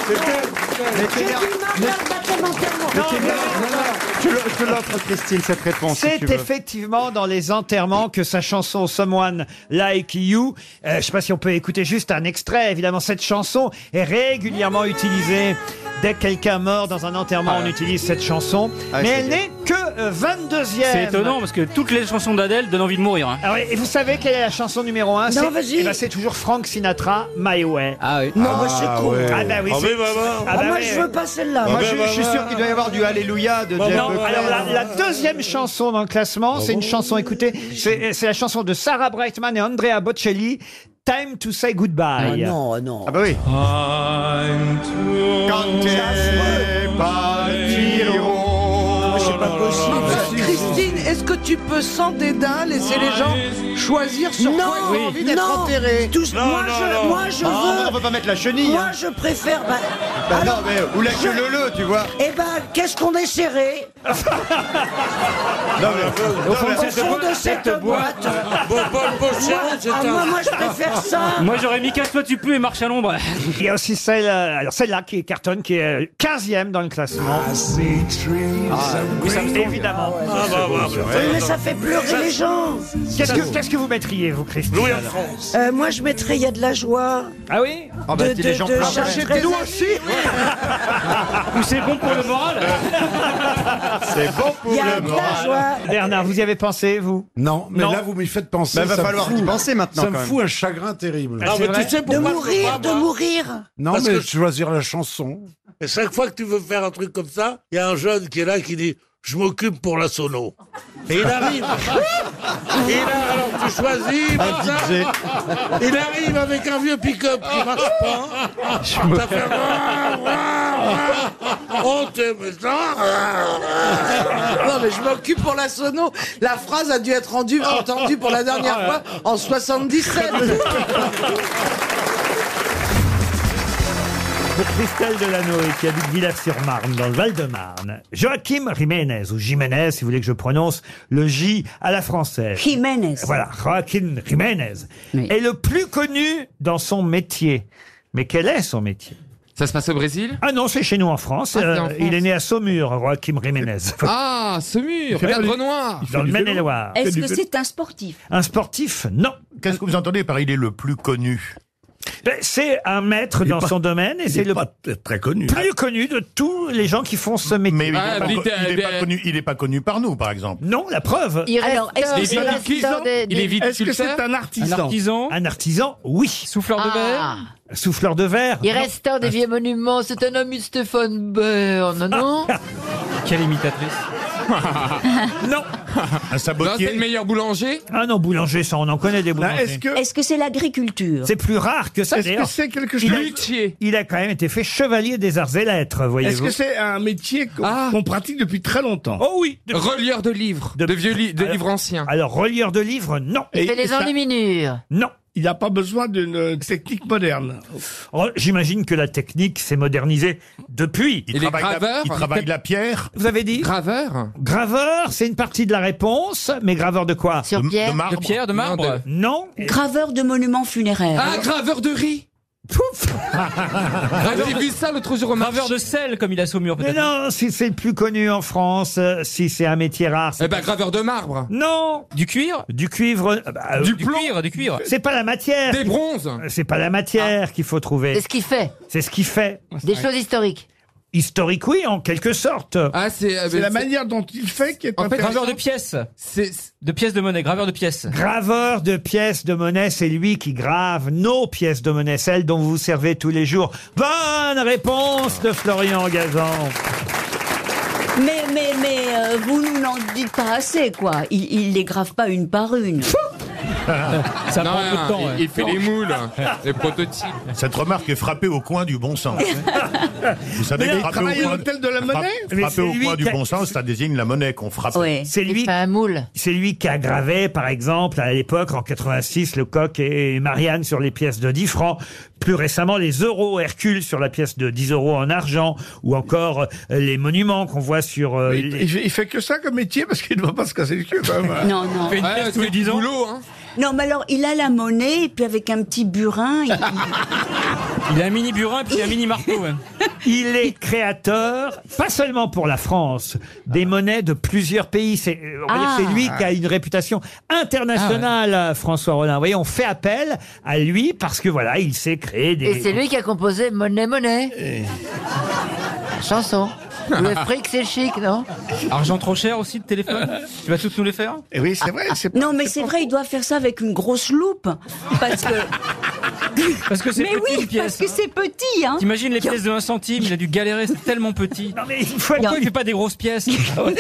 Speaker 13: J'ai dit mariage, baptême, enterrement
Speaker 1: Non, mais-
Speaker 12: Je le- je te l'offre, Christine, cette réponse. si
Speaker 1: C'est
Speaker 12: tu veux.
Speaker 1: effectivement dans les enterrements que sa chanson Someone Like You, euh, je sais pas si on peut écouter juste un extrait, évidemment cette chanson est régulièrement utilisée. Dès que quelqu'un meurt dans un enterrement, on utilise cette chanson.
Speaker 12: Ah,
Speaker 1: mais
Speaker 12: c'est
Speaker 1: elle
Speaker 12: bien.
Speaker 1: n'est que euh, 22e.
Speaker 6: C'est étonnant parce que toutes les chansons d'Adèle donnent envie de mourir. hein.
Speaker 1: Ah ouais, et vous savez quelle est la chanson numéro 1
Speaker 13: Non, vas-y.
Speaker 1: c'est toujours Frank Sinatra, My Way.
Speaker 6: Ah oui.
Speaker 13: Non, bah, c'est con
Speaker 12: hein.
Speaker 1: Ah bah oui,
Speaker 2: Ah
Speaker 1: c'est-
Speaker 2: oui, maman.
Speaker 1: ah
Speaker 13: Ah,
Speaker 1: bah
Speaker 13: moi,
Speaker 1: oui,
Speaker 13: je
Speaker 1: oui.
Speaker 13: veux pas celle-là
Speaker 12: Moi,
Speaker 2: Ah,
Speaker 12: je,
Speaker 2: bah,
Speaker 12: je suis
Speaker 2: bah,
Speaker 12: sûr
Speaker 2: bah,
Speaker 12: qu'il doit y avoir du Alléluia de
Speaker 2: Bah,
Speaker 12: Jeff
Speaker 2: non,
Speaker 1: Non,
Speaker 12: Buckley.
Speaker 1: alors la, la deuxième chanson dans le classement, c'est une chanson, écoutez, c'est c'est la chanson de Sarah Brightman et Andrea Bocelli, Time to Say
Speaker 13: Ah
Speaker 1: Goodbye.
Speaker 13: non, non
Speaker 12: Ah bah oui. Quand t'es
Speaker 13: C'est pas possible
Speaker 7: Christine, est-ce que tu peux sans dédain laisser les gens choisir sur
Speaker 13: non,
Speaker 7: quoi ils ont envie d'être
Speaker 13: non,
Speaker 7: enterrés
Speaker 13: tous- moi, je, moi, je
Speaker 4: Ah,
Speaker 13: veux.
Speaker 4: mais on peut pas mettre la chenille,
Speaker 13: Moi,
Speaker 4: hein.
Speaker 13: je préfère. Bah,
Speaker 4: Bah non, mais- ou la queue leu-leu, tu vois.
Speaker 13: Eh ben, qu'est-ce qu'on est serré
Speaker 4: Non, mais-
Speaker 13: Au
Speaker 4: non,
Speaker 13: fond,
Speaker 4: mais-
Speaker 13: de cette boîte. Ah, moi, moi, je préfère ça.
Speaker 6: Moi j'aurais mis casse-toi, tu pues et marche à l'ombre.
Speaker 1: Il y a aussi celle, euh, alors celle-là qui est cartonne, qui est euh, 15e dans le classement. Ah,
Speaker 2: Ah,
Speaker 13: oui, ça me semble.
Speaker 1: évidemment.
Speaker 13: Ah, ouais, Ah, bah, bah, bah, Oui, mais ça fait pleurer les gens.
Speaker 1: Qu'est-ce que, qu'est-ce que vous mettriez, vous, Christine
Speaker 13: Louis en
Speaker 1: alors
Speaker 13: Euh, moi, je mettrais il y a de la joie.
Speaker 1: Ah oui
Speaker 13: Ah bah, De- si les de- gens de pleurent, Charles ouais. Trenet.
Speaker 7: Nous aussi
Speaker 6: Ou c'est bon pour le moral
Speaker 4: C'est bon pour
Speaker 13: Il y a
Speaker 4: le
Speaker 13: de la
Speaker 4: moral.
Speaker 1: Bernard, vous y avez pensé, vous
Speaker 14: Non, mais
Speaker 1: Non.
Speaker 14: là, vous m'y faites penser.
Speaker 4: Bah, va
Speaker 14: ça me
Speaker 4: falloir
Speaker 14: fout-
Speaker 4: y penser maintenant,
Speaker 14: Ça
Speaker 4: quand
Speaker 14: me
Speaker 4: même.
Speaker 14: fout un chagrin terrible.
Speaker 2: Ah, mais tu sais
Speaker 13: De
Speaker 2: pourquoi je peux
Speaker 13: mourir,
Speaker 2: pas,
Speaker 13: de
Speaker 2: moi
Speaker 13: mourir.
Speaker 14: Non,
Speaker 2: Parce
Speaker 14: mais
Speaker 2: que-
Speaker 14: choisir la chanson.
Speaker 2: Et chaque fois que tu veux faire un truc comme ça, il y a un jeune qui est là qui dit Je m'occupe pour la sono. Et il arrive. Et là, alors tu choisis.
Speaker 13: Un
Speaker 2: machin.
Speaker 13: DJ.
Speaker 2: Il arrive avec un vieux pick-up qui marche pas. Ça fait. Oh, t'es
Speaker 7: Non, mais je m'occupe pour la sono. La phrase a dû être rendue, entendue pour la dernière fois en 77.
Speaker 1: De Christelle Delanoë, qui habite Villers-sur-Marne, dans le Val-de-Marne. Joachim Jiménez, ou Jiménez, si vous voulez que je prononce le J à la française.
Speaker 13: Jiménez.
Speaker 1: Voilà, Joaquin Jiménez. Est le plus connu dans son métier. Mais quel est son métier
Speaker 15: Ça se passe au Brésil
Speaker 1: Ah non, c'est chez nous en France.
Speaker 15: Ah, c'est en
Speaker 1: Euh,
Speaker 15: France.
Speaker 1: il est né à Saumur, Joachim Jiménez.
Speaker 15: Ah, Saumur,
Speaker 1: Il fait
Speaker 15: la
Speaker 1: du-
Speaker 15: Renoir.
Speaker 1: Dans le Maine-et-Loire.
Speaker 16: Est-ce que c'est un sportif
Speaker 1: Un sportif, non.
Speaker 17: Qu'est-ce que vous entendez par il est le plus connu
Speaker 1: Ben, C'est un maître
Speaker 17: Il est
Speaker 1: dans
Speaker 17: pas-
Speaker 1: son domaine et
Speaker 17: il
Speaker 1: c'est
Speaker 17: est
Speaker 1: le
Speaker 17: pas t- très connu.
Speaker 1: plus connu de tous les gens qui font ce métier.
Speaker 17: Mais Eh il n'est
Speaker 16: Ah,
Speaker 15: Ah,
Speaker 17: pas, co- il
Speaker 15: euh,
Speaker 17: est pas connu, il est pas connu par nous, par exemple.
Speaker 1: Non, la preuve.
Speaker 16: Il reste- euh, Alors, est-ce que Il c'est est un viticulteur artisan des- des- Il est viticulteur
Speaker 1: Un artisan Un artisan, oui. Souffleur
Speaker 16: de Ah.
Speaker 1: Souffleur de verre.
Speaker 16: Il
Speaker 1: Non.
Speaker 16: reste un des vieux monuments, c'est un homme de Stéphane Bern, non
Speaker 6: Quelle imitatrice
Speaker 1: Non
Speaker 17: Un sabotier
Speaker 15: Non, c'est le meilleur boulanger
Speaker 1: Ah non, boulanger, ça, on en connaît des boulangers.
Speaker 16: Est-ce que c'est l'agriculture
Speaker 1: C'est plus rare que ça.
Speaker 18: Est-ce que
Speaker 1: d'ailleurs.
Speaker 18: c'est quelque
Speaker 1: Il a-
Speaker 18: chose-
Speaker 1: Il a quand même été fait chevalier des arts et lettres,
Speaker 18: Est-ce
Speaker 1: voyez-vous.
Speaker 18: que c'est un métier qu'on qu'on pratique depuis très longtemps
Speaker 1: Oh oui
Speaker 15: Relieur de livres, de, vieux li- de livres anciens.
Speaker 1: Alors, relieur de livres, non.
Speaker 18: Et-
Speaker 16: Il fait
Speaker 18: et
Speaker 16: les
Speaker 18: ça-
Speaker 16: enluminures.
Speaker 1: Non.
Speaker 18: Il n'y a pas besoin d'une technique moderne.
Speaker 1: Oh, J'imagine que la technique s'est modernisée depuis.
Speaker 17: Il travaille la- il travaille la pierre.
Speaker 1: Vous avez dit
Speaker 15: Graveur
Speaker 1: Graveur, c'est une partie de la réponse, mais graveur de quoi
Speaker 16: Sur De- pierre de marbre. De pierre, de marbre
Speaker 1: Non.
Speaker 16: Graveur de monuments funéraires.
Speaker 15: Ah, graveur de riz Ah, J'ai vu ça l'autre jour au marché.
Speaker 6: Graveur de sel, comme il a Saumur
Speaker 1: Mais
Speaker 6: peut-être.
Speaker 1: non, si c'est le plus connu en France, euh, si c'est un métier rare. c'est-
Speaker 15: Eh ben, graveur de marbre.
Speaker 1: Non
Speaker 6: Du cuivre
Speaker 1: Du cuivre. euh, bah, euh,
Speaker 15: Du cuivre, du cuivre.
Speaker 1: C'est pas la matière.
Speaker 15: Des bronzes.
Speaker 1: C'est pas la matière qu'il faut trouver.
Speaker 16: Ah. C'est ce qu'il fait.
Speaker 1: C'est ce qu'il fait.
Speaker 16: Des choses historiques.
Speaker 1: Historique, oui, en quelque sorte.
Speaker 15: Ah, c'est. euh,
Speaker 18: C'est la
Speaker 15: c'est-
Speaker 18: manière dont il fait qui est
Speaker 6: En fait,
Speaker 18: intéressante.
Speaker 6: graveur de pièces.
Speaker 15: C'est.
Speaker 6: De pièces de monnaie, graveur de pièces.
Speaker 1: Graveur de pièces de monnaie, c'est lui qui grave nos pièces de monnaie, celles dont vous vous servez tous les jours. Bonne réponse de Florian Gazan.
Speaker 16: Mais, mais, mais, euh, vous nous n'en dites pas assez, quoi. Il, il les grave pas une par une.
Speaker 15: Euh,
Speaker 6: Ça
Speaker 15: Non, non, il- Il fait les moules, hein, les prototypes.
Speaker 17: Cette remarque est frappée au coin du bon sens. Vous savez,
Speaker 1: Mais il
Speaker 17: frapper
Speaker 1: travaille
Speaker 17: au
Speaker 1: à
Speaker 17: coin,
Speaker 1: l'hôtel de la
Speaker 17: frappe-
Speaker 1: monnaie Mais
Speaker 17: frapper
Speaker 1: c'est
Speaker 17: au
Speaker 1: lui
Speaker 17: coin du
Speaker 1: qui a-
Speaker 17: bon sens, ça désigne la monnaie qu'on frappe.
Speaker 16: Ouais.
Speaker 1: C'est lui-
Speaker 16: Il fait un moule.
Speaker 1: C'est lui qui a gravé, par exemple, à l'époque, en 86, le coq et Marianne sur les pièces de 10 francs. Plus récemment, les euros Hercule sur la pièce de 10 euros en argent. Ou encore euh, les monuments qu'on voit sur... euh,
Speaker 18: Mais
Speaker 1: les-
Speaker 18: il, il fait, il fait que ça comme métier parce qu'il ne va pas se casser le cul quand même.
Speaker 16: Non, non.
Speaker 6: Une pièce tous les 10 ans.
Speaker 15: hein.
Speaker 16: Non, mais alors, il a la monnaie, et puis avec un petit burin, il-
Speaker 6: Il a un mini burin, puis un mini marteau. ouais.
Speaker 1: Il est créateur, pas seulement pour la France, des monnaies de plusieurs pays. C'est euh, on va dire que c'est
Speaker 16: Ah.
Speaker 1: lui qui a une réputation internationale, euh, François Rollin. Vous voyez, on fait appel à lui parce que voilà, il sait créer des...
Speaker 16: Et c'est lui qui a composé Monnaie Monnaie. Chanson. Le fric, c'est chic, non
Speaker 6: Argent trop cher aussi, de téléphone. tu vas toutes nous les faire
Speaker 18: Et oui, c'est vrai. c'est pas-
Speaker 16: Non, mais c'est vrai, il doit faire ça avec une grosse loupe. Parce que
Speaker 6: Parce que c'est
Speaker 16: Mais
Speaker 6: petit,
Speaker 16: oui,
Speaker 6: une pièce,
Speaker 16: parce que
Speaker 6: hein.
Speaker 16: c'est petit. Hein.
Speaker 6: T'imagines les pièces de 1 centime, il a dû galérer, c'est tellement petit. Pourquoi il fait pas des grosses pièces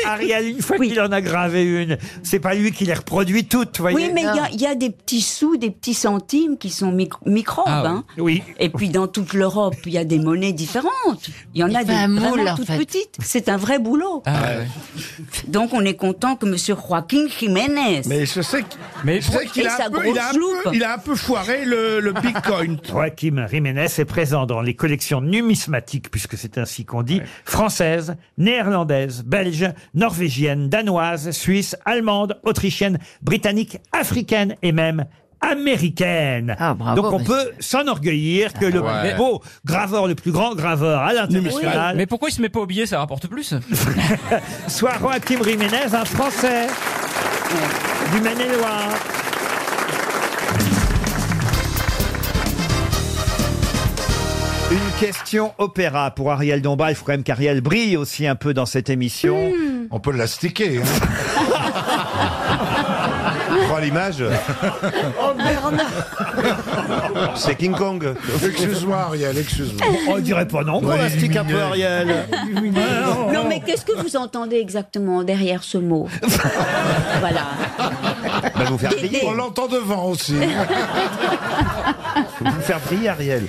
Speaker 1: Ah Ariel, une fois qu'il en a gravé une, c'est pas lui qui les reproduit toutes, voyez.
Speaker 16: Oui, mais il y a- il y, a des petits sous, des petits centimes qui sont mic- microbes.
Speaker 1: Ah
Speaker 16: hein.
Speaker 1: oui. Oui.
Speaker 16: Et puis dans toute l'Europe, il y a des monnaies différentes. Il y en
Speaker 10: Il
Speaker 16: a
Speaker 10: fait
Speaker 16: des
Speaker 10: un
Speaker 16: vraiment
Speaker 10: moule, en
Speaker 16: toutes
Speaker 10: fait.
Speaker 16: petites. C'est un vrai boulot.
Speaker 6: Ah
Speaker 16: Donc on est content que Monsieur Joaquin Jiménez.
Speaker 18: Mais je sais que-
Speaker 16: Mais
Speaker 18: je sais qu'il a un peu- il a un peu- il a un peu foiré le, le Bitcoin.
Speaker 1: Joachim Jiménez est présent dans les collections numismatiques, puisque c'est ainsi qu'on dit, françaises, néerlandaises, belges, norvégiennes, danoises, suisses, allemandes, autrichiennes, britanniques, africaines et même américaines. Donc on peut s'enorgueillir que le
Speaker 6: ouais.
Speaker 1: plus beau graveur, le plus grand graveur à l'international,
Speaker 6: Mais pourquoi il se met pas au billet, ça rapporte plus
Speaker 1: soit Joachim Jiménez, un Français du Maine-et-Loire. Une question opéra pour Ariel Dombal. Il faut quand même qu'Ariel brille aussi un peu dans cette émission. On peut l'astiquer.
Speaker 17: Prends l'image.
Speaker 13: Oh Bernard
Speaker 17: C'est King Kong.
Speaker 18: Excuse-moi, Ariel, excuse-moi.
Speaker 1: on dirait pas non
Speaker 18: qu'on Ouais, l'astique un peu, lumineux. Ariel.
Speaker 16: Non, mais qu'est-ce que vous entendez exactement derrière ce mot Voilà.
Speaker 17: vous faire
Speaker 16: Dédé.
Speaker 17: briller.
Speaker 16: On
Speaker 17: l'entend devant aussi.
Speaker 1: vous faire briller, Ariel.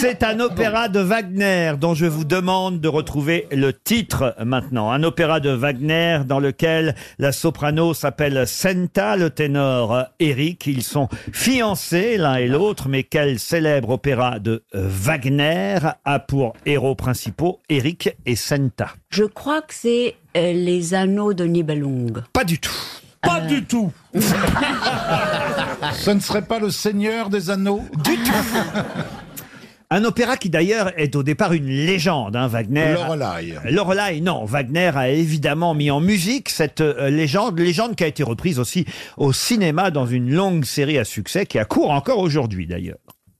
Speaker 1: C'est un opéra de Wagner dont je vous demande de retrouver le titre maintenant. Un opéra de Wagner dans lequel la soprano s'appelle Senta, le ténor euh, Eric. Ils sont fiancés l'un et l'autre, mais quel célèbre opéra de euh, Wagner a pour héros principaux Eric et Senta
Speaker 16: Je crois que c'est euh, les anneaux de Nibelung.
Speaker 1: Pas du tout.
Speaker 16: Pas du
Speaker 18: tout.
Speaker 14: Ce ne serait pas le Seigneur des Anneaux
Speaker 1: Du tout. Un opéra qui d'ailleurs est au départ une légende, hein, Wagner.
Speaker 14: Lorelai.
Speaker 1: Lorelai, non. Wagner a évidemment mis en musique cette euh, légende, légende qui a été reprise aussi au cinéma dans une longue série à succès qui a cours encore aujourd'hui d'ailleurs.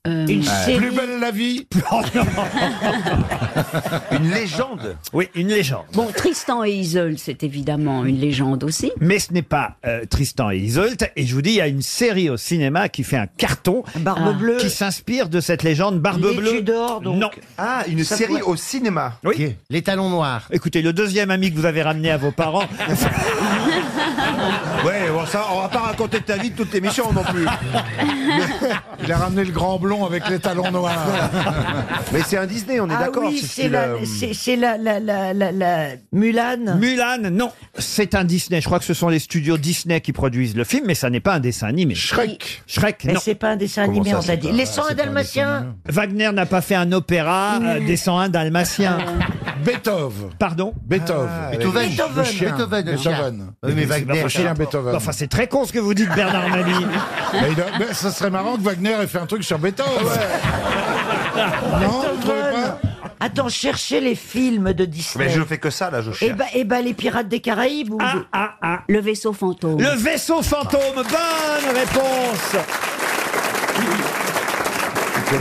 Speaker 10: Euh,
Speaker 14: Une
Speaker 1: série-
Speaker 14: Plus belle la vie
Speaker 1: Une légende Oui, une légende.
Speaker 16: Bon, Tristan et Isolde, c'est évidemment une légende aussi.
Speaker 1: Mais ce n'est pas euh, Tristan et Isolde. Et je vous dis, il y a une série au cinéma qui fait un carton.
Speaker 7: Barbe Ah. bleue.
Speaker 1: Qui s'inspire de cette légende Barbe
Speaker 7: Les
Speaker 1: bleue.
Speaker 7: Tudors, donc.
Speaker 1: Non.
Speaker 7: Ah, une Ça série pourrait- au
Speaker 1: cinéma. Oui. Les talons noirs. Écoutez, le deuxième ami que vous avez ramené à vos parents.
Speaker 17: Ouais, bon, ça, on va pas raconter ta vie de toute l'émission non plus.
Speaker 14: Il a ramené le grand blond avec les talons noirs.
Speaker 17: Mais c'est un Disney, on est
Speaker 7: Ah
Speaker 17: d'accord.
Speaker 7: oui,
Speaker 17: ce
Speaker 7: c'est
Speaker 17: style,
Speaker 7: la,
Speaker 17: euh,
Speaker 7: c'est- c'est la, la, la, la, la Mulan.
Speaker 1: Mulan, non, c'est un Disney. Je crois que ce sont les studios Disney qui produisent le film, mais ça n'est pas un dessin animé. Shrek. Shrek,
Speaker 7: Mais
Speaker 1: non.
Speaker 7: c'est pas un dessin animé, on t'a dit. Les 101 Dalmatiens.
Speaker 1: Wagner n'a pas fait un opéra euh, des 101 Dalmatiens.
Speaker 7: Ah.
Speaker 14: Beethoven.
Speaker 1: Pardon
Speaker 14: Beethoven.
Speaker 18: Beethoven.
Speaker 14: Le chien.
Speaker 18: Beethoven, le chien.
Speaker 14: Beethoven.
Speaker 18: Oui, mais
Speaker 14: C'est
Speaker 18: Wagner,
Speaker 14: pas possible,
Speaker 18: ça.
Speaker 14: Beethoven.
Speaker 1: Enfin, c'est très con ce que vous dites, Bernard Mabille.
Speaker 14: Mais il a- mais ça serait marrant que Wagner ait fait un truc sur Beethoven. Non, vous trouvez pas
Speaker 7: Attends, cherchez les films de Disney.
Speaker 17: Mais je fais que ça, là, je
Speaker 7: Eh
Speaker 17: cherche.
Speaker 7: ben, eh ben, les Pirates des Caraïbes. ou-
Speaker 1: Ah,
Speaker 16: Le vaisseau fantôme.
Speaker 1: Le vaisseau fantôme, bonne réponse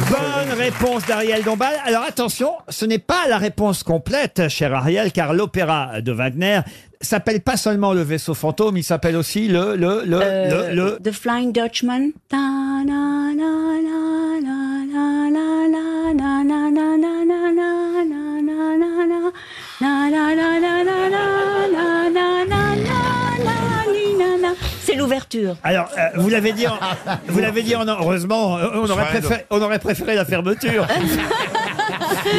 Speaker 1: Bonne réponse d'Ariel Dombal. Alors attention, ce n'est pas la réponse complète, cher Ariel, car l'opéra de Wagner s'appelle pas seulement le vaisseau fantôme, il s'appelle aussi le le le
Speaker 16: Euh,
Speaker 1: le, le-
Speaker 16: The Flying Dutchman. Ta na na na na na na na na na na na na na na na na na. Na na na na na na na na na na na ni na na. C'est l'ouverture.
Speaker 1: Alors euh, vous l'avez dit en- vous l'avez dit en heureusement euh, on aurait
Speaker 17: Fred.
Speaker 1: préféré on aurait préféré la fermeture.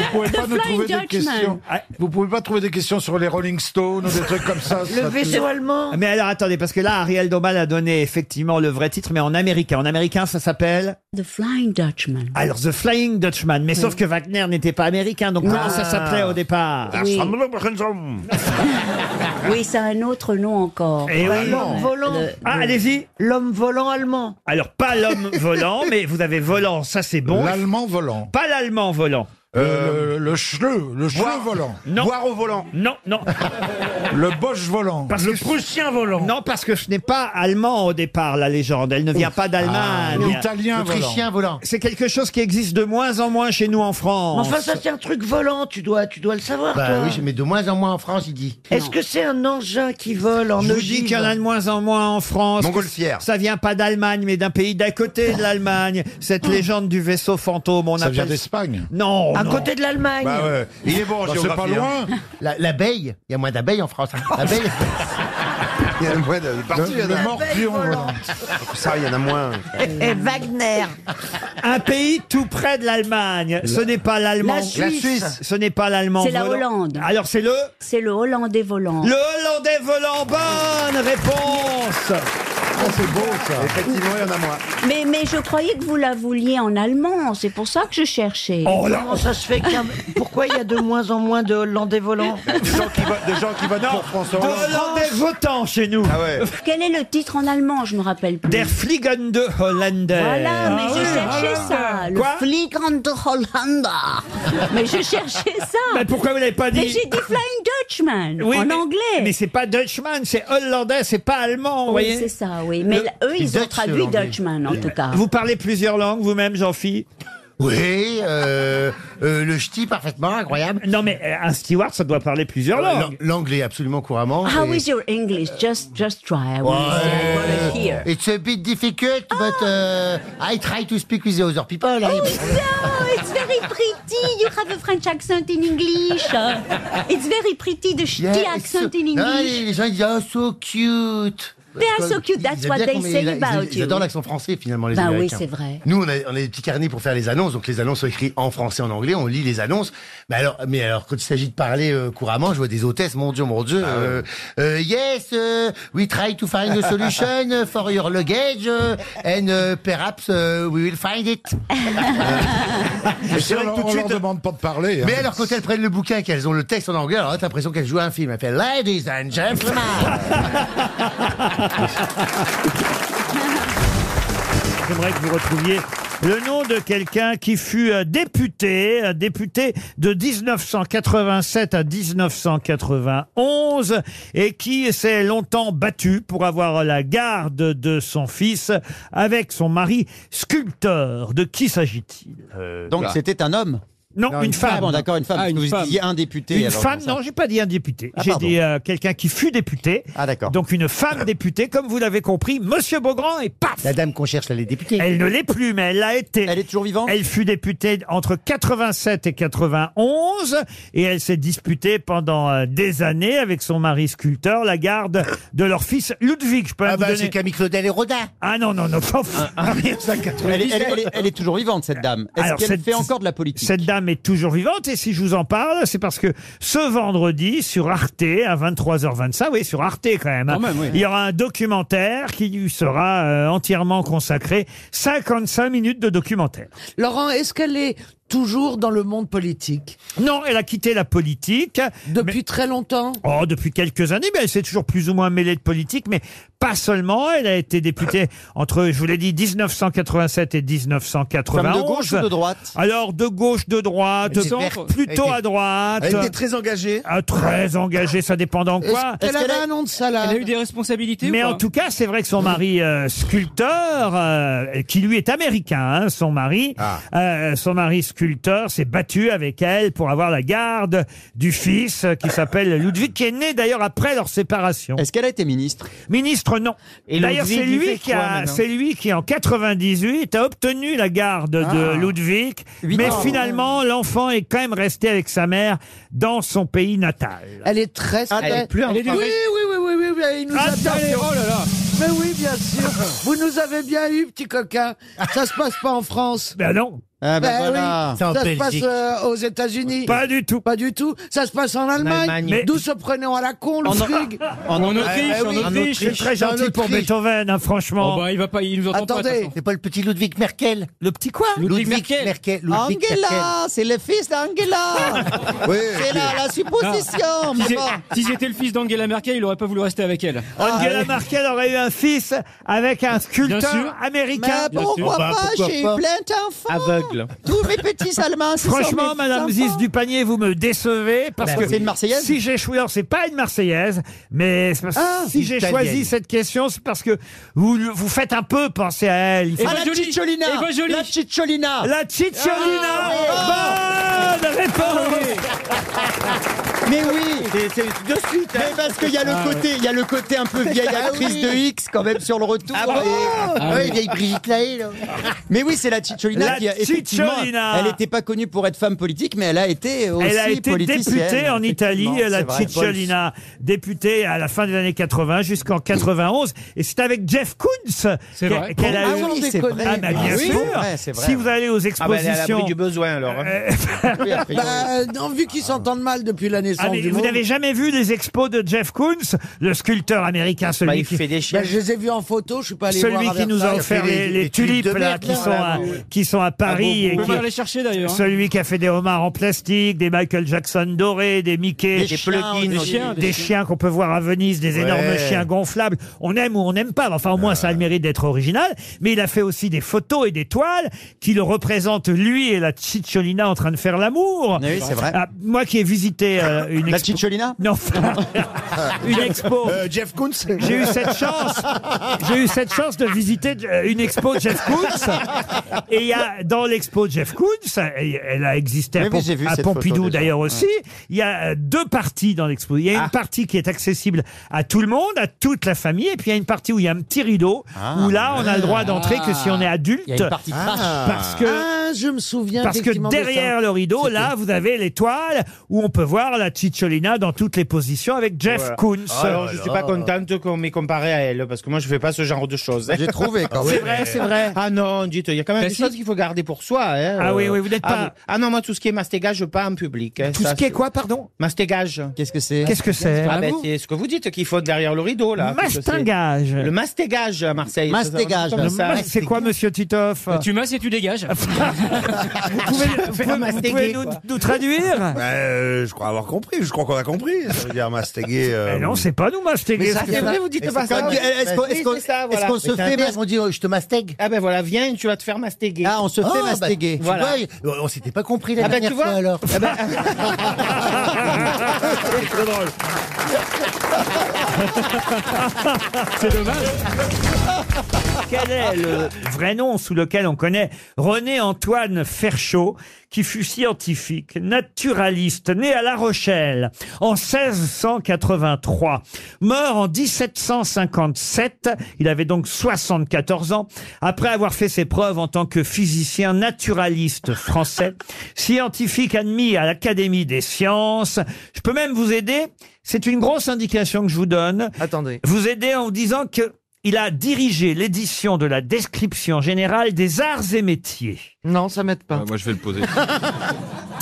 Speaker 14: Vous pouvez pas
Speaker 16: The
Speaker 14: nous
Speaker 16: Flying
Speaker 14: trouver des
Speaker 16: Dutchman.
Speaker 14: questions.
Speaker 10: Ah.
Speaker 14: Vous pouvez pas trouver des questions sur les Rolling Stones ou des trucs comme ça. ça-
Speaker 7: allemand.
Speaker 1: Ah, Mais alors attendez parce que là Ariel Dombal a donné effectivement le vrai titre mais en américain. En américain ça s'appelle
Speaker 16: The Flying
Speaker 14: Mm.
Speaker 16: Dutchman.
Speaker 1: Alors, The Flying Dutchman, mais sauf que Wagner n'était pas américain, donc comment ça s'appelait au départ
Speaker 14: Ah,
Speaker 16: Oui. Oui, c'est un autre nom encore.
Speaker 1: Eh oui.
Speaker 7: L'homme volant.
Speaker 1: Le- Ah, allez-y.
Speaker 7: L'homme volant allemand.
Speaker 1: Alors, pas l'homme volant, mais vous avez volant, ça c'est bon.
Speaker 14: L'allemand volant.
Speaker 1: Pas l'allemand volant.
Speaker 14: Euh, le chleu, le chleu
Speaker 1: Boire-
Speaker 14: volant.
Speaker 1: Non.
Speaker 14: Boire au volant.
Speaker 1: Non, non.
Speaker 14: Le boche volant.
Speaker 1: Parce que- Non, parce que ce n'est pas allemand au départ, la légende. Elle ne vient pas d'Allemagne.
Speaker 14: Ah, l'italien L'autrichien
Speaker 1: volant. C'est quelque chose qui existe de moins en moins chez nous en
Speaker 13: Mais
Speaker 1: France.
Speaker 13: Enfin, ça c'est un truc volant, tu dois, tu dois le savoir,
Speaker 1: Bah
Speaker 13: toi.
Speaker 1: oui,
Speaker 4: mais de moins en moins en France, il dit.
Speaker 13: Est-ce que c'est un engin qui vole en
Speaker 1: Je vous
Speaker 13: ogive
Speaker 1: dis qu'il y en a de moins en moins en France.
Speaker 4: Montgolfière.
Speaker 1: Ça vient pas d'Allemagne, mais d'un pays d'à côté de l'Allemagne. Cette légende du vaisseau fantôme, on
Speaker 14: Ah. Ça
Speaker 1: appelle...
Speaker 14: vient d'Espagne.
Speaker 1: Non,
Speaker 13: À
Speaker 1: non.
Speaker 13: côté de
Speaker 1: Ah,
Speaker 13: l'Allemagne.
Speaker 14: Bah ouais. Il est bon en Bah, c'est géographie, pas loin. hein.
Speaker 4: La- L'abeille, il y a moins d'abeilles en France. hein. L'abeille. Il y en a moins de
Speaker 14: partout, il y en a. Le
Speaker 13: morpion, voilà.
Speaker 4: Ça, il y en a moins.
Speaker 16: Eh,
Speaker 13: Et Wagner.
Speaker 1: Un pays tout près de l'Allemagne. Ce n'est pas l'Allemand.
Speaker 13: La Suisse. La Suisse.
Speaker 1: Ce n'est pas l'Allemand.
Speaker 16: C'est la
Speaker 1: volant.
Speaker 16: Hollande.
Speaker 1: Alors c'est le
Speaker 16: C'est le Hollandais volant.
Speaker 1: Le Hollandais volant. Bonne réponse.
Speaker 14: Ah, c'est beau ça.
Speaker 4: Effectivement, il y en a moins.
Speaker 16: Mais, mais je croyais que vous la vouliez en allemand, c'est pour ça que je cherchais.
Speaker 1: Oh,
Speaker 13: Comment ça se fait qu'il y a- Pourquoi il y a de moins en moins de Hollandais volants
Speaker 10: Bah,
Speaker 14: Des gens qui votent, des gens qui votent pour François
Speaker 1: De
Speaker 14: Hollande.
Speaker 1: Hollandais votant chez nous.
Speaker 14: Ah ouais.
Speaker 16: Quel est le titre en allemand Je me rappelle plus.
Speaker 1: Der Fliegende Holländer. Ah
Speaker 16: Voilà, mais je cherchais ça. Le
Speaker 1: Quoi
Speaker 16: Fliegende Hollander. mais je cherchais ça.
Speaker 1: Mais pourquoi vous l'avez pas dit
Speaker 16: Mais j'ai dit Flying Dutchman
Speaker 1: Oui,
Speaker 16: en
Speaker 1: mais-
Speaker 16: anglais.
Speaker 1: Mais c'est pas Dutchman, c'est hollandais, c'est pas allemand, vous
Speaker 16: oui,
Speaker 1: voyez
Speaker 16: c'est ça, oui. Mais
Speaker 1: Le-
Speaker 16: là, eux, ils ont traduit
Speaker 1: Hollandais.
Speaker 16: Dutchman, en tout cas.
Speaker 1: Vous parlez plusieurs langues vous-même, Jean-Phi
Speaker 4: Oui, euh, euh, le ch'ti parfaitement, incroyable. Euh,
Speaker 1: Non, mais euh, un steward, ça doit parler plusieurs langues.
Speaker 4: L'anglais absolument couramment.
Speaker 16: How
Speaker 4: et-
Speaker 16: is your Ah English? Just, just try. I
Speaker 4: Ouais,
Speaker 16: want I wanna hear. Ah.
Speaker 4: It's a bit difficult, but uh, I try to speak with the other people. hein.
Speaker 16: Oh, No, it's very pretty. You have a French accent in English. It's very pretty, the
Speaker 4: Yeah,
Speaker 16: shitty
Speaker 4: it's so-
Speaker 16: accent in
Speaker 4: Ah,
Speaker 16: English.
Speaker 4: les gens disent oh so cute.
Speaker 16: They are so cute,
Speaker 4: Ils
Speaker 16: that's
Speaker 4: aiment
Speaker 16: what
Speaker 4: bien
Speaker 16: they
Speaker 4: qu'on met-
Speaker 16: say
Speaker 4: ils- ils-
Speaker 16: about
Speaker 4: Ils
Speaker 16: you.
Speaker 4: adorent l'accent français finalement les
Speaker 16: Bah oui,
Speaker 4: Américains.
Speaker 16: c'est vrai.
Speaker 4: Nous on a, on a des petits carnets pour faire les annonces, donc les annonces sont écrites en français, en anglais, on lit les annonces. Mais alors, mais alors quand il s'agit de parler euh, couramment, je vois des hôtesses, mon dieu, mon dieu. euh, euh, yes, euh, we try to find a solution for your luggage euh, and euh, perhaps euh, we will find it.
Speaker 14: Mais
Speaker 4: C'est
Speaker 14: si
Speaker 4: vrai
Speaker 14: on
Speaker 4: que tout
Speaker 14: on
Speaker 4: de
Speaker 14: leur
Speaker 4: suite-
Speaker 14: demande pas de parler. hein.
Speaker 4: mais alors, quand elles prennent le bouquin et qu'elles ont le texte en anglais, alors là, t'as l'impression qu'elles jouent à un film. Elles fait Ladies and Gentlemen.
Speaker 1: J'aimerais que vous retrouviez le nom de quelqu'un qui fut euh, député, euh, député de 1987 à 1991 et qui s'est longtemps battu pour avoir la garde de son fils avec son mari sculpteur. De qui s'agit-il
Speaker 11: Euh, bah.
Speaker 10: Donc c'était un homme
Speaker 1: Euh, ah. Non, une femme.
Speaker 10: Ah bon, d'accord, une femme. parce que vous disiez un député.
Speaker 1: Une
Speaker 10: alors,
Speaker 1: femme,
Speaker 10: comme ça.
Speaker 1: non, j'ai pas dit un député.
Speaker 10: Ah,
Speaker 1: j'ai
Speaker 10: pardon.
Speaker 1: dit euh, quelqu'un qui fut député. Ah, d'accord. Donc une femme députée, comme vous l'avez compris, Monsieur Beaugrand, et paf
Speaker 4: La dame qu'on cherche, elle est députée.
Speaker 1: Elle ne l'est plus, mais elle l'a été. Elle est
Speaker 10: toujours vivante
Speaker 1: Elle fut députée entre 87 et 91, et elle s'est disputée pendant euh, des années avec son mari sculpteur la garde de leur fils Ludwig. Je peux
Speaker 4: Ah
Speaker 1: vous
Speaker 4: bah,
Speaker 1: donner-
Speaker 4: c'est Camille Claudel et Rodin.
Speaker 1: Ah non, non, non.
Speaker 10: Elle, est- elle est- elle est- elle est toujours vivante, cette dame. Est-ce
Speaker 1: Alors,
Speaker 10: qu'elle
Speaker 1: cette-
Speaker 10: fait encore de la politique
Speaker 1: Cette dame est toujours vivante et si je vous en parle, c'est parce que ce vendredi sur Arte à 23h25, oui, sur Arte quand même, hein,
Speaker 10: Quand même, oui.
Speaker 1: il y aura un documentaire qui lui sera euh, entièrement consacré, 55 minutes de documentaire.
Speaker 7: Laurent, est-ce qu'elle est toujours dans le monde politique
Speaker 1: Non, elle a quitté la politique.
Speaker 7: Depuis très longtemps
Speaker 1: Oh, depuis quelques années, mais elle s'est toujours plus ou moins mêlée de politique, mais pas seulement. Elle a été députée entre, je vous l'ai dit, 1987 et 1991.
Speaker 10: Femme de gauche ou de droite
Speaker 1: Alors, de gauche, de droite,
Speaker 10: Elle était verte.
Speaker 1: plutôt
Speaker 10: Elle était-
Speaker 1: à droite.
Speaker 10: elle était
Speaker 1: très engagée. très engagée, ça dépend dans quoi.
Speaker 7: Est-ce qu'elle avait un nom de salade
Speaker 6: Elle a eu des responsabilités
Speaker 1: Mais
Speaker 6: ou
Speaker 1: en
Speaker 6: pas
Speaker 1: tout cas, c'est vrai que son mari euh, sculpteur, euh, qui lui est américain, hein, son mari, euh, son mari sculpteur s'est battu avec elle pour avoir la garde du fils euh, qui s'appelle Ludwig, qui est né d'ailleurs après leur séparation.
Speaker 10: Est-ce qu'elle a été ministre
Speaker 1: Ministre, non.
Speaker 10: Et
Speaker 1: D'ailleurs,
Speaker 10: Ludwig,
Speaker 1: c'est
Speaker 10: il
Speaker 1: lui
Speaker 10: fait
Speaker 1: qui
Speaker 10: quoi,
Speaker 1: a,
Speaker 10: maintenant
Speaker 1: c'est lui qui en 98 a obtenu la garde de
Speaker 10: Ah.
Speaker 1: Ludwig,
Speaker 10: Huit
Speaker 1: mais
Speaker 10: ans.
Speaker 1: finalement l'enfant est quand même resté avec sa mère dans son pays natal.
Speaker 7: Elle est très...
Speaker 1: Ah, elle est plus
Speaker 7: oui, oui,
Speaker 1: en-
Speaker 7: oui, oui, oui, oui, oui, il nous
Speaker 1: Attends,
Speaker 7: a tapé.
Speaker 1: oh là là.
Speaker 7: Mais oui, bien sûr Vous nous avez bien eu, petit coquin Ça se passe pas en France
Speaker 1: Ben non
Speaker 10: Ah ben
Speaker 7: oui.
Speaker 10: voilà. C'est en
Speaker 7: Ça se passe
Speaker 10: Belgique.
Speaker 7: euh, aux États-Unis
Speaker 1: Pas du tout
Speaker 7: Pas du tout Ça se passe en Allemagne,
Speaker 10: Allemagne. Mais-
Speaker 7: D'où se prenons à la con le
Speaker 10: En-
Speaker 7: frig
Speaker 10: en- en Autriche,
Speaker 7: Eh, eh oui.
Speaker 10: en Autriche.
Speaker 1: C'est très
Speaker 10: C'est un
Speaker 1: gentil pour
Speaker 10: Autriche.
Speaker 1: Beethoven, hein, franchement.
Speaker 6: Oh bah, il va pas, il nous entend pas. de toute
Speaker 4: Attendez,
Speaker 6: façon.
Speaker 4: c'est pas le petit Ludwig Merkel.
Speaker 1: Le petit quoi
Speaker 6: Ludwig Merkel.
Speaker 4: Ludwig
Speaker 10: Angela, c'est le fils d'Angela.
Speaker 4: Oui.
Speaker 10: C'est la, la supposition.
Speaker 6: Si
Speaker 10: mais
Speaker 6: c'est-
Speaker 10: bon.
Speaker 6: Si c'était le fils d'Angela Merkel, il aurait pas voulu rester avec elle.
Speaker 1: Angela Merkel aurait eu un fils avec un
Speaker 6: Bien sûr. Bah,
Speaker 1: sculpteur américain.
Speaker 10: Mais pourquoi pas J'ai eu plein d'enfants.
Speaker 1: Aveugle.
Speaker 9: Gilles.
Speaker 10: Tous mes petits Salmins. ce sont
Speaker 1: Franchement,
Speaker 10: mes
Speaker 1: Madame
Speaker 10: enfants.
Speaker 1: Ziz du panier, vous me décevez parce
Speaker 10: Bah,
Speaker 1: que
Speaker 10: c'est une Marseillaise
Speaker 1: Si j'ai choisi, alors c'est pas une Marseillaise, mais c'est parce-
Speaker 10: Ah,
Speaker 1: si j'ai
Speaker 10: italienne.
Speaker 1: choisi cette question, c'est parce que vous vous faites un peu penser à elle. Il faut-
Speaker 10: Ah, la Cicciolina La Cicciolina
Speaker 1: La Cicciolina
Speaker 10: Ah,
Speaker 1: Bonne réponse
Speaker 10: Mais oui de suite Mais parce qu'il y a
Speaker 13: Ah,
Speaker 10: le côté, il y a le côté un peu vieille
Speaker 13: Ah,
Speaker 10: actrice
Speaker 13: oui.
Speaker 10: de X quand même sur le retour.
Speaker 13: Ah, bravo.
Speaker 10: Et-
Speaker 13: Ah, oui.
Speaker 10: Lahaye, là. Mais oui, c'est la Cicciolina
Speaker 1: La
Speaker 10: qui a effectivement,
Speaker 1: Cicciolina.
Speaker 10: elle n'était pas connue pour être femme politique, mais elle a été aussi
Speaker 1: Elle a été
Speaker 10: politicienne.
Speaker 1: députée en Italie,
Speaker 10: Effectivement,
Speaker 1: la
Speaker 10: c'est vrai.
Speaker 1: Cicciolina, députée à la fin des années 80 jusqu'en 91. Et c'est avec Jeff Koons
Speaker 19: C'est
Speaker 1: qu'elle-
Speaker 19: vrai.
Speaker 1: qu'elle a
Speaker 19: Ah
Speaker 1: eu-
Speaker 19: oui, c'est vrai.
Speaker 1: Ah, bah, bien
Speaker 19: Ah oui,
Speaker 1: sûr.
Speaker 19: c'est vrai, c'est vrai.
Speaker 1: Si vous allez aux
Speaker 19: Ah bah, elle est à l'abri
Speaker 1: expositions. euh,
Speaker 19: du besoin, alors. hein.
Speaker 7: Bah, non, vu qu'ils s'entendent mal depuis la naissance
Speaker 1: Ah, mais
Speaker 7: du
Speaker 1: vous
Speaker 7: monde.
Speaker 1: n'avez jamais vu les expos de Jeff Koons, le sculpteur américain, celui qui
Speaker 7: Bah, je les ai vus en photo, je suis pas allé
Speaker 1: Celui
Speaker 7: voir
Speaker 1: qui
Speaker 7: à
Speaker 1: nous a
Speaker 7: Versailles.
Speaker 1: offert les, les tulipes
Speaker 7: de
Speaker 1: là,
Speaker 7: merde,
Speaker 1: qui,
Speaker 7: là, Ah,
Speaker 1: sont euh, à,
Speaker 7: là,
Speaker 1: qui sont à Paris.
Speaker 7: bon, on peut
Speaker 1: et qui-
Speaker 7: pas aller chercher, d'ailleurs, hein.
Speaker 1: Celui qui a fait des homards en plastique, des Michael Jackson dorés, des Mickey,
Speaker 19: Des Des chiens, plugins,
Speaker 1: des
Speaker 19: des
Speaker 1: chiens,
Speaker 19: chiens,
Speaker 1: des chiens qu'on peut voir à Venise, des
Speaker 19: Ouais.
Speaker 1: énormes chiens gonflables. On aime ou on n'aime pas, mais enfin au moins ça a le mérite d'être original. Mais il a fait aussi des photos et des toiles qui le représentent lui et la Cicciolina en train de faire l'amour.
Speaker 10: Oui, c'est vrai.
Speaker 1: Ah, moi qui ai visité euh, une
Speaker 10: La
Speaker 1: expo-
Speaker 10: Cicciolina
Speaker 1: Non, une expo.
Speaker 7: euh,
Speaker 10: Jeff Koons
Speaker 1: J'ai eu cette chance. J'ai eu cette chance de visiter euh, une expo de Jeff Koons. Et il y a dans l'expo de Jeff Koons, elle elle a existé à,
Speaker 10: Mais oui,
Speaker 1: Pom-
Speaker 10: j'ai vu
Speaker 1: à
Speaker 10: cette photo
Speaker 1: Pompidou
Speaker 10: déjà.
Speaker 1: d'ailleurs
Speaker 10: Ouais. Ah.
Speaker 1: aussi. Il y a euh, deux parties dans l'expo. Il y a une partie qui est accessible à tout le monde, à toute la famille, et puis il y a une partie où il y a un petit rideau
Speaker 10: Ah.
Speaker 1: où là on a le droit d'entrer que si on est adulte.
Speaker 7: Ah. Il y a une partie trash.
Speaker 1: parce que
Speaker 7: Ah, je me souviens
Speaker 1: parce que
Speaker 7: effectivement de
Speaker 1: derrière
Speaker 7: ça.
Speaker 1: le rideau, là, vous avez l'étoile où on peut voir la Cicciolina dans toutes les positions avec Jeff
Speaker 19: Voilà. Ah,
Speaker 1: Koons.
Speaker 19: Alors, je suis
Speaker 10: Oh
Speaker 19: pas contente qu'on m'ait comparé à elle, parce que moi, je fais pas ce genre de choses.
Speaker 10: J'ai trouvé, quand
Speaker 19: C'est
Speaker 10: même.
Speaker 19: vrai,
Speaker 10: Mais-
Speaker 19: c'est vrai. Ah non, dites, il y a quand même
Speaker 10: Ben
Speaker 19: des
Speaker 10: si.
Speaker 19: choses qu'il faut garder pour soi. hein.
Speaker 10: Ah
Speaker 19: Euh,
Speaker 10: oui, oui, vous n'êtes
Speaker 19: ah
Speaker 10: pas-
Speaker 19: oui. Ah non, moi, tout ce qui est mastigage, pas en public. hein.
Speaker 10: Tout
Speaker 19: Ça,
Speaker 10: ce qui est
Speaker 19: c'est-
Speaker 1: quoi, pardon
Speaker 19: Mastigage.
Speaker 10: Qu'est-ce que c'est
Speaker 1: Qu'est-ce que c'est
Speaker 19: Ah ben, c'est ce que vous dites qu'il faut derrière le rideau, là. parce que c'est-
Speaker 1: Mastingage.
Speaker 19: Le mastigage à Marseille. ça s'appelle comme
Speaker 1: Le
Speaker 19: ça.
Speaker 1: mas- C'est quoi, monsieur Titoff
Speaker 6: Tu masses et tu dégages.
Speaker 1: Vous pouvez, vous pouvez- vous
Speaker 19: mastéguer,
Speaker 1: pouvez nous,
Speaker 19: quoi.
Speaker 1: nous traduire
Speaker 17: Ben, euh, je crois avoir compris. Je crois qu'on a compris. Ça veut dire mastéguer. euh,
Speaker 1: Eh Non, c'est pas nous mastéguer.
Speaker 19: Mais ça, c'est vrai, Ah vous dites pas ça.
Speaker 10: Est-ce qu'on- est-ce qu'on-
Speaker 19: Oui, c'est ça,
Speaker 10: est-ce
Speaker 19: voilà.
Speaker 10: qu'on se
Speaker 19: Mais c'est
Speaker 10: fait
Speaker 19: un terme.
Speaker 10: mas- On dit oh, je te mastègue
Speaker 19: Ah ben voilà, viens, tu vas te faire mastéguer.
Speaker 10: Ah, on se fait
Speaker 19: Ah, bah,
Speaker 10: mastéguer. Tu
Speaker 19: voilà.
Speaker 10: vois, on s'était pas compris la
Speaker 19: Ah bah,
Speaker 10: dernière
Speaker 19: tu vois.
Speaker 10: fois alors.
Speaker 19: Ah bah,
Speaker 17: C'est très drôle.
Speaker 1: C'est dommage. Quel est le vrai nom sous lequel on connaît René-Antoine Ferchaud, qui fut scientifique, naturaliste, né à La Rochelle en 1683, mort en 1757, il avait donc 74 ans, après avoir fait ses preuves en tant que physicien naturaliste français, scientifique admis à l'Académie des sciences. Je peux même vous aider, c'est une grosse indication que je vous donne.
Speaker 7: Attendez.
Speaker 1: Vous aider en vous disant que il a dirigé l'édition de la description générale des arts et métiers.
Speaker 7: Non, ça m'aide pas.
Speaker 9: Euh, Moi, je vais le poser.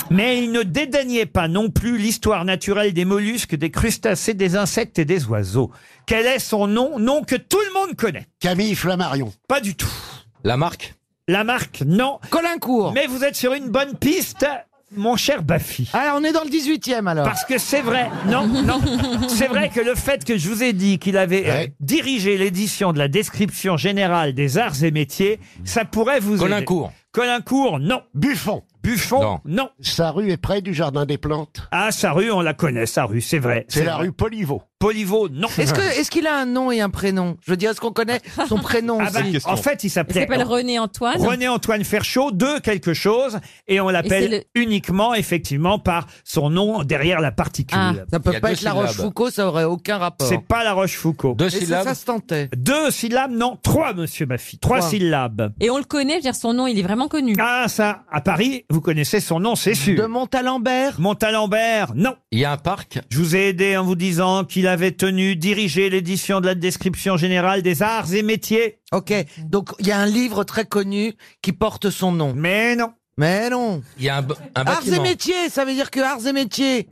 Speaker 1: Mais il ne dédaignait pas non plus l'histoire naturelle des mollusques, des crustacés, des insectes et des oiseaux. Quel est son nom Nom que tout le monde connaît. Camille Flammarion. Pas du tout. La marque La marque, non. Colincourt. Mais vous êtes sur une bonne piste, mon cher Baffy.
Speaker 7: Ah, on est dans le 18e alors.
Speaker 1: Parce que c'est vrai, non, non, c'est vrai que le fait que je vous ai dit qu'il avait euh, dirigé l'édition de la description générale des arts et métiers, ça pourrait vous
Speaker 8: Caulaincourt.
Speaker 1: aider. Colincourt, non. Buffon. Buffon, non.
Speaker 20: Sa rue est près du jardin des plantes.
Speaker 1: Ah, sa rue, on la connaît, sa rue, c'est vrai.
Speaker 20: C'est la
Speaker 1: vrai.
Speaker 20: rue Poliveau.
Speaker 1: Poliveau, non.
Speaker 7: Est-ce que- est-ce qu'il a un nom et un prénom Je veux dire, est-ce qu'on connaît son prénom
Speaker 1: Ah bah,
Speaker 7: aussi
Speaker 1: en fait, il
Speaker 5: Il
Speaker 1: s'appelait
Speaker 5: s'appelle René Antoine.
Speaker 1: René-Antoine Ferchaud de quelque chose et on
Speaker 5: Et
Speaker 1: l'appelle
Speaker 5: c'est
Speaker 1: uniquement, effectivement, par son nom derrière la particule.
Speaker 7: Ah. Ça peut pas être La Rochefoucauld, ça aurait aucun rapport.
Speaker 1: C'est pas la Rochefoucauld.
Speaker 7: Deux Et ça, syllabes. ça se tentait.
Speaker 1: Deux syllabes, non, trois, monsieur Baffy. Trois,
Speaker 5: Trois.
Speaker 1: syllabes.
Speaker 5: Et on le connaît, je veux dire, son nom, il est vraiment connu.
Speaker 1: Ah, ça, à Paris, vous connaissez son nom, c'est sûr. De
Speaker 7: Montalembert
Speaker 1: Montalembert, non.
Speaker 8: Il y a un parc.
Speaker 1: Je vous ai aidé en vous disant qu'il avait tenu, dirigé l'édition de la description générale des arts et métiers.
Speaker 7: Ok, donc il y a un livre très connu qui porte son nom.
Speaker 1: Mais non.
Speaker 7: Mais non.
Speaker 8: Il y a un, b- un
Speaker 7: Arts et
Speaker 8: bâtiment.
Speaker 7: métiers, ça veut dire que Arts et métiers,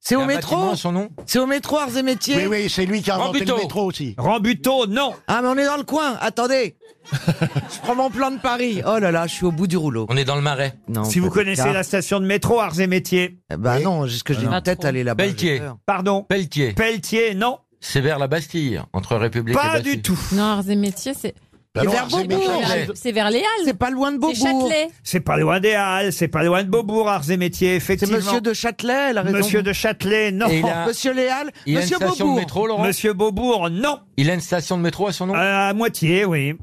Speaker 7: c'est
Speaker 8: un
Speaker 7: au métro
Speaker 8: bâtiment, son nom
Speaker 7: C'est au métro Arts et
Speaker 20: Oui,
Speaker 7: métiers
Speaker 20: oui, c'est lui qui a inventé
Speaker 7: Rambuteau.
Speaker 20: le métro aussi.
Speaker 1: Rambuteau, non.
Speaker 7: Ah, mais on est dans le coin, attendez. je prends mon plan de Paris. Oh là là, je suis au bout du rouleau.
Speaker 8: On est dans le marais.
Speaker 7: Non,
Speaker 1: si vous
Speaker 7: peut-être
Speaker 1: connaissez
Speaker 7: pas.
Speaker 1: la station de métro Arts et métiers. Ben,
Speaker 7: Bah non, c'est ce que j'ai
Speaker 8: non.
Speaker 7: en tête, aller là-bas. j'ai
Speaker 8: Pelletier.
Speaker 7: peur.
Speaker 1: Pardon
Speaker 8: Pelletier.
Speaker 1: Pelletier, non.
Speaker 8: C'est vers la Bastille, entre République et
Speaker 1: Pas
Speaker 8: Bastille.
Speaker 1: du tout.
Speaker 5: Non, arts et métiers, c'est. C'est vers Beaubourg. C'est vers les Halles. C'est
Speaker 7: pas loin de
Speaker 5: C'est Châtelet.
Speaker 1: C'est pas loin des Halles, c'est pas loin de Beaubourg, Arts et Métiers, effectivement.
Speaker 7: monsieur de Châtelet, elle a raison.
Speaker 1: Monsieur de Châtelet, non.
Speaker 7: Et il a- Monsieur Léal,
Speaker 8: il a une Monsieur station de Beaubourg. métro, Laurent
Speaker 1: Monsieur Beaubourg, non.
Speaker 8: Il a une station de métro à son nom
Speaker 1: À moitié, oui.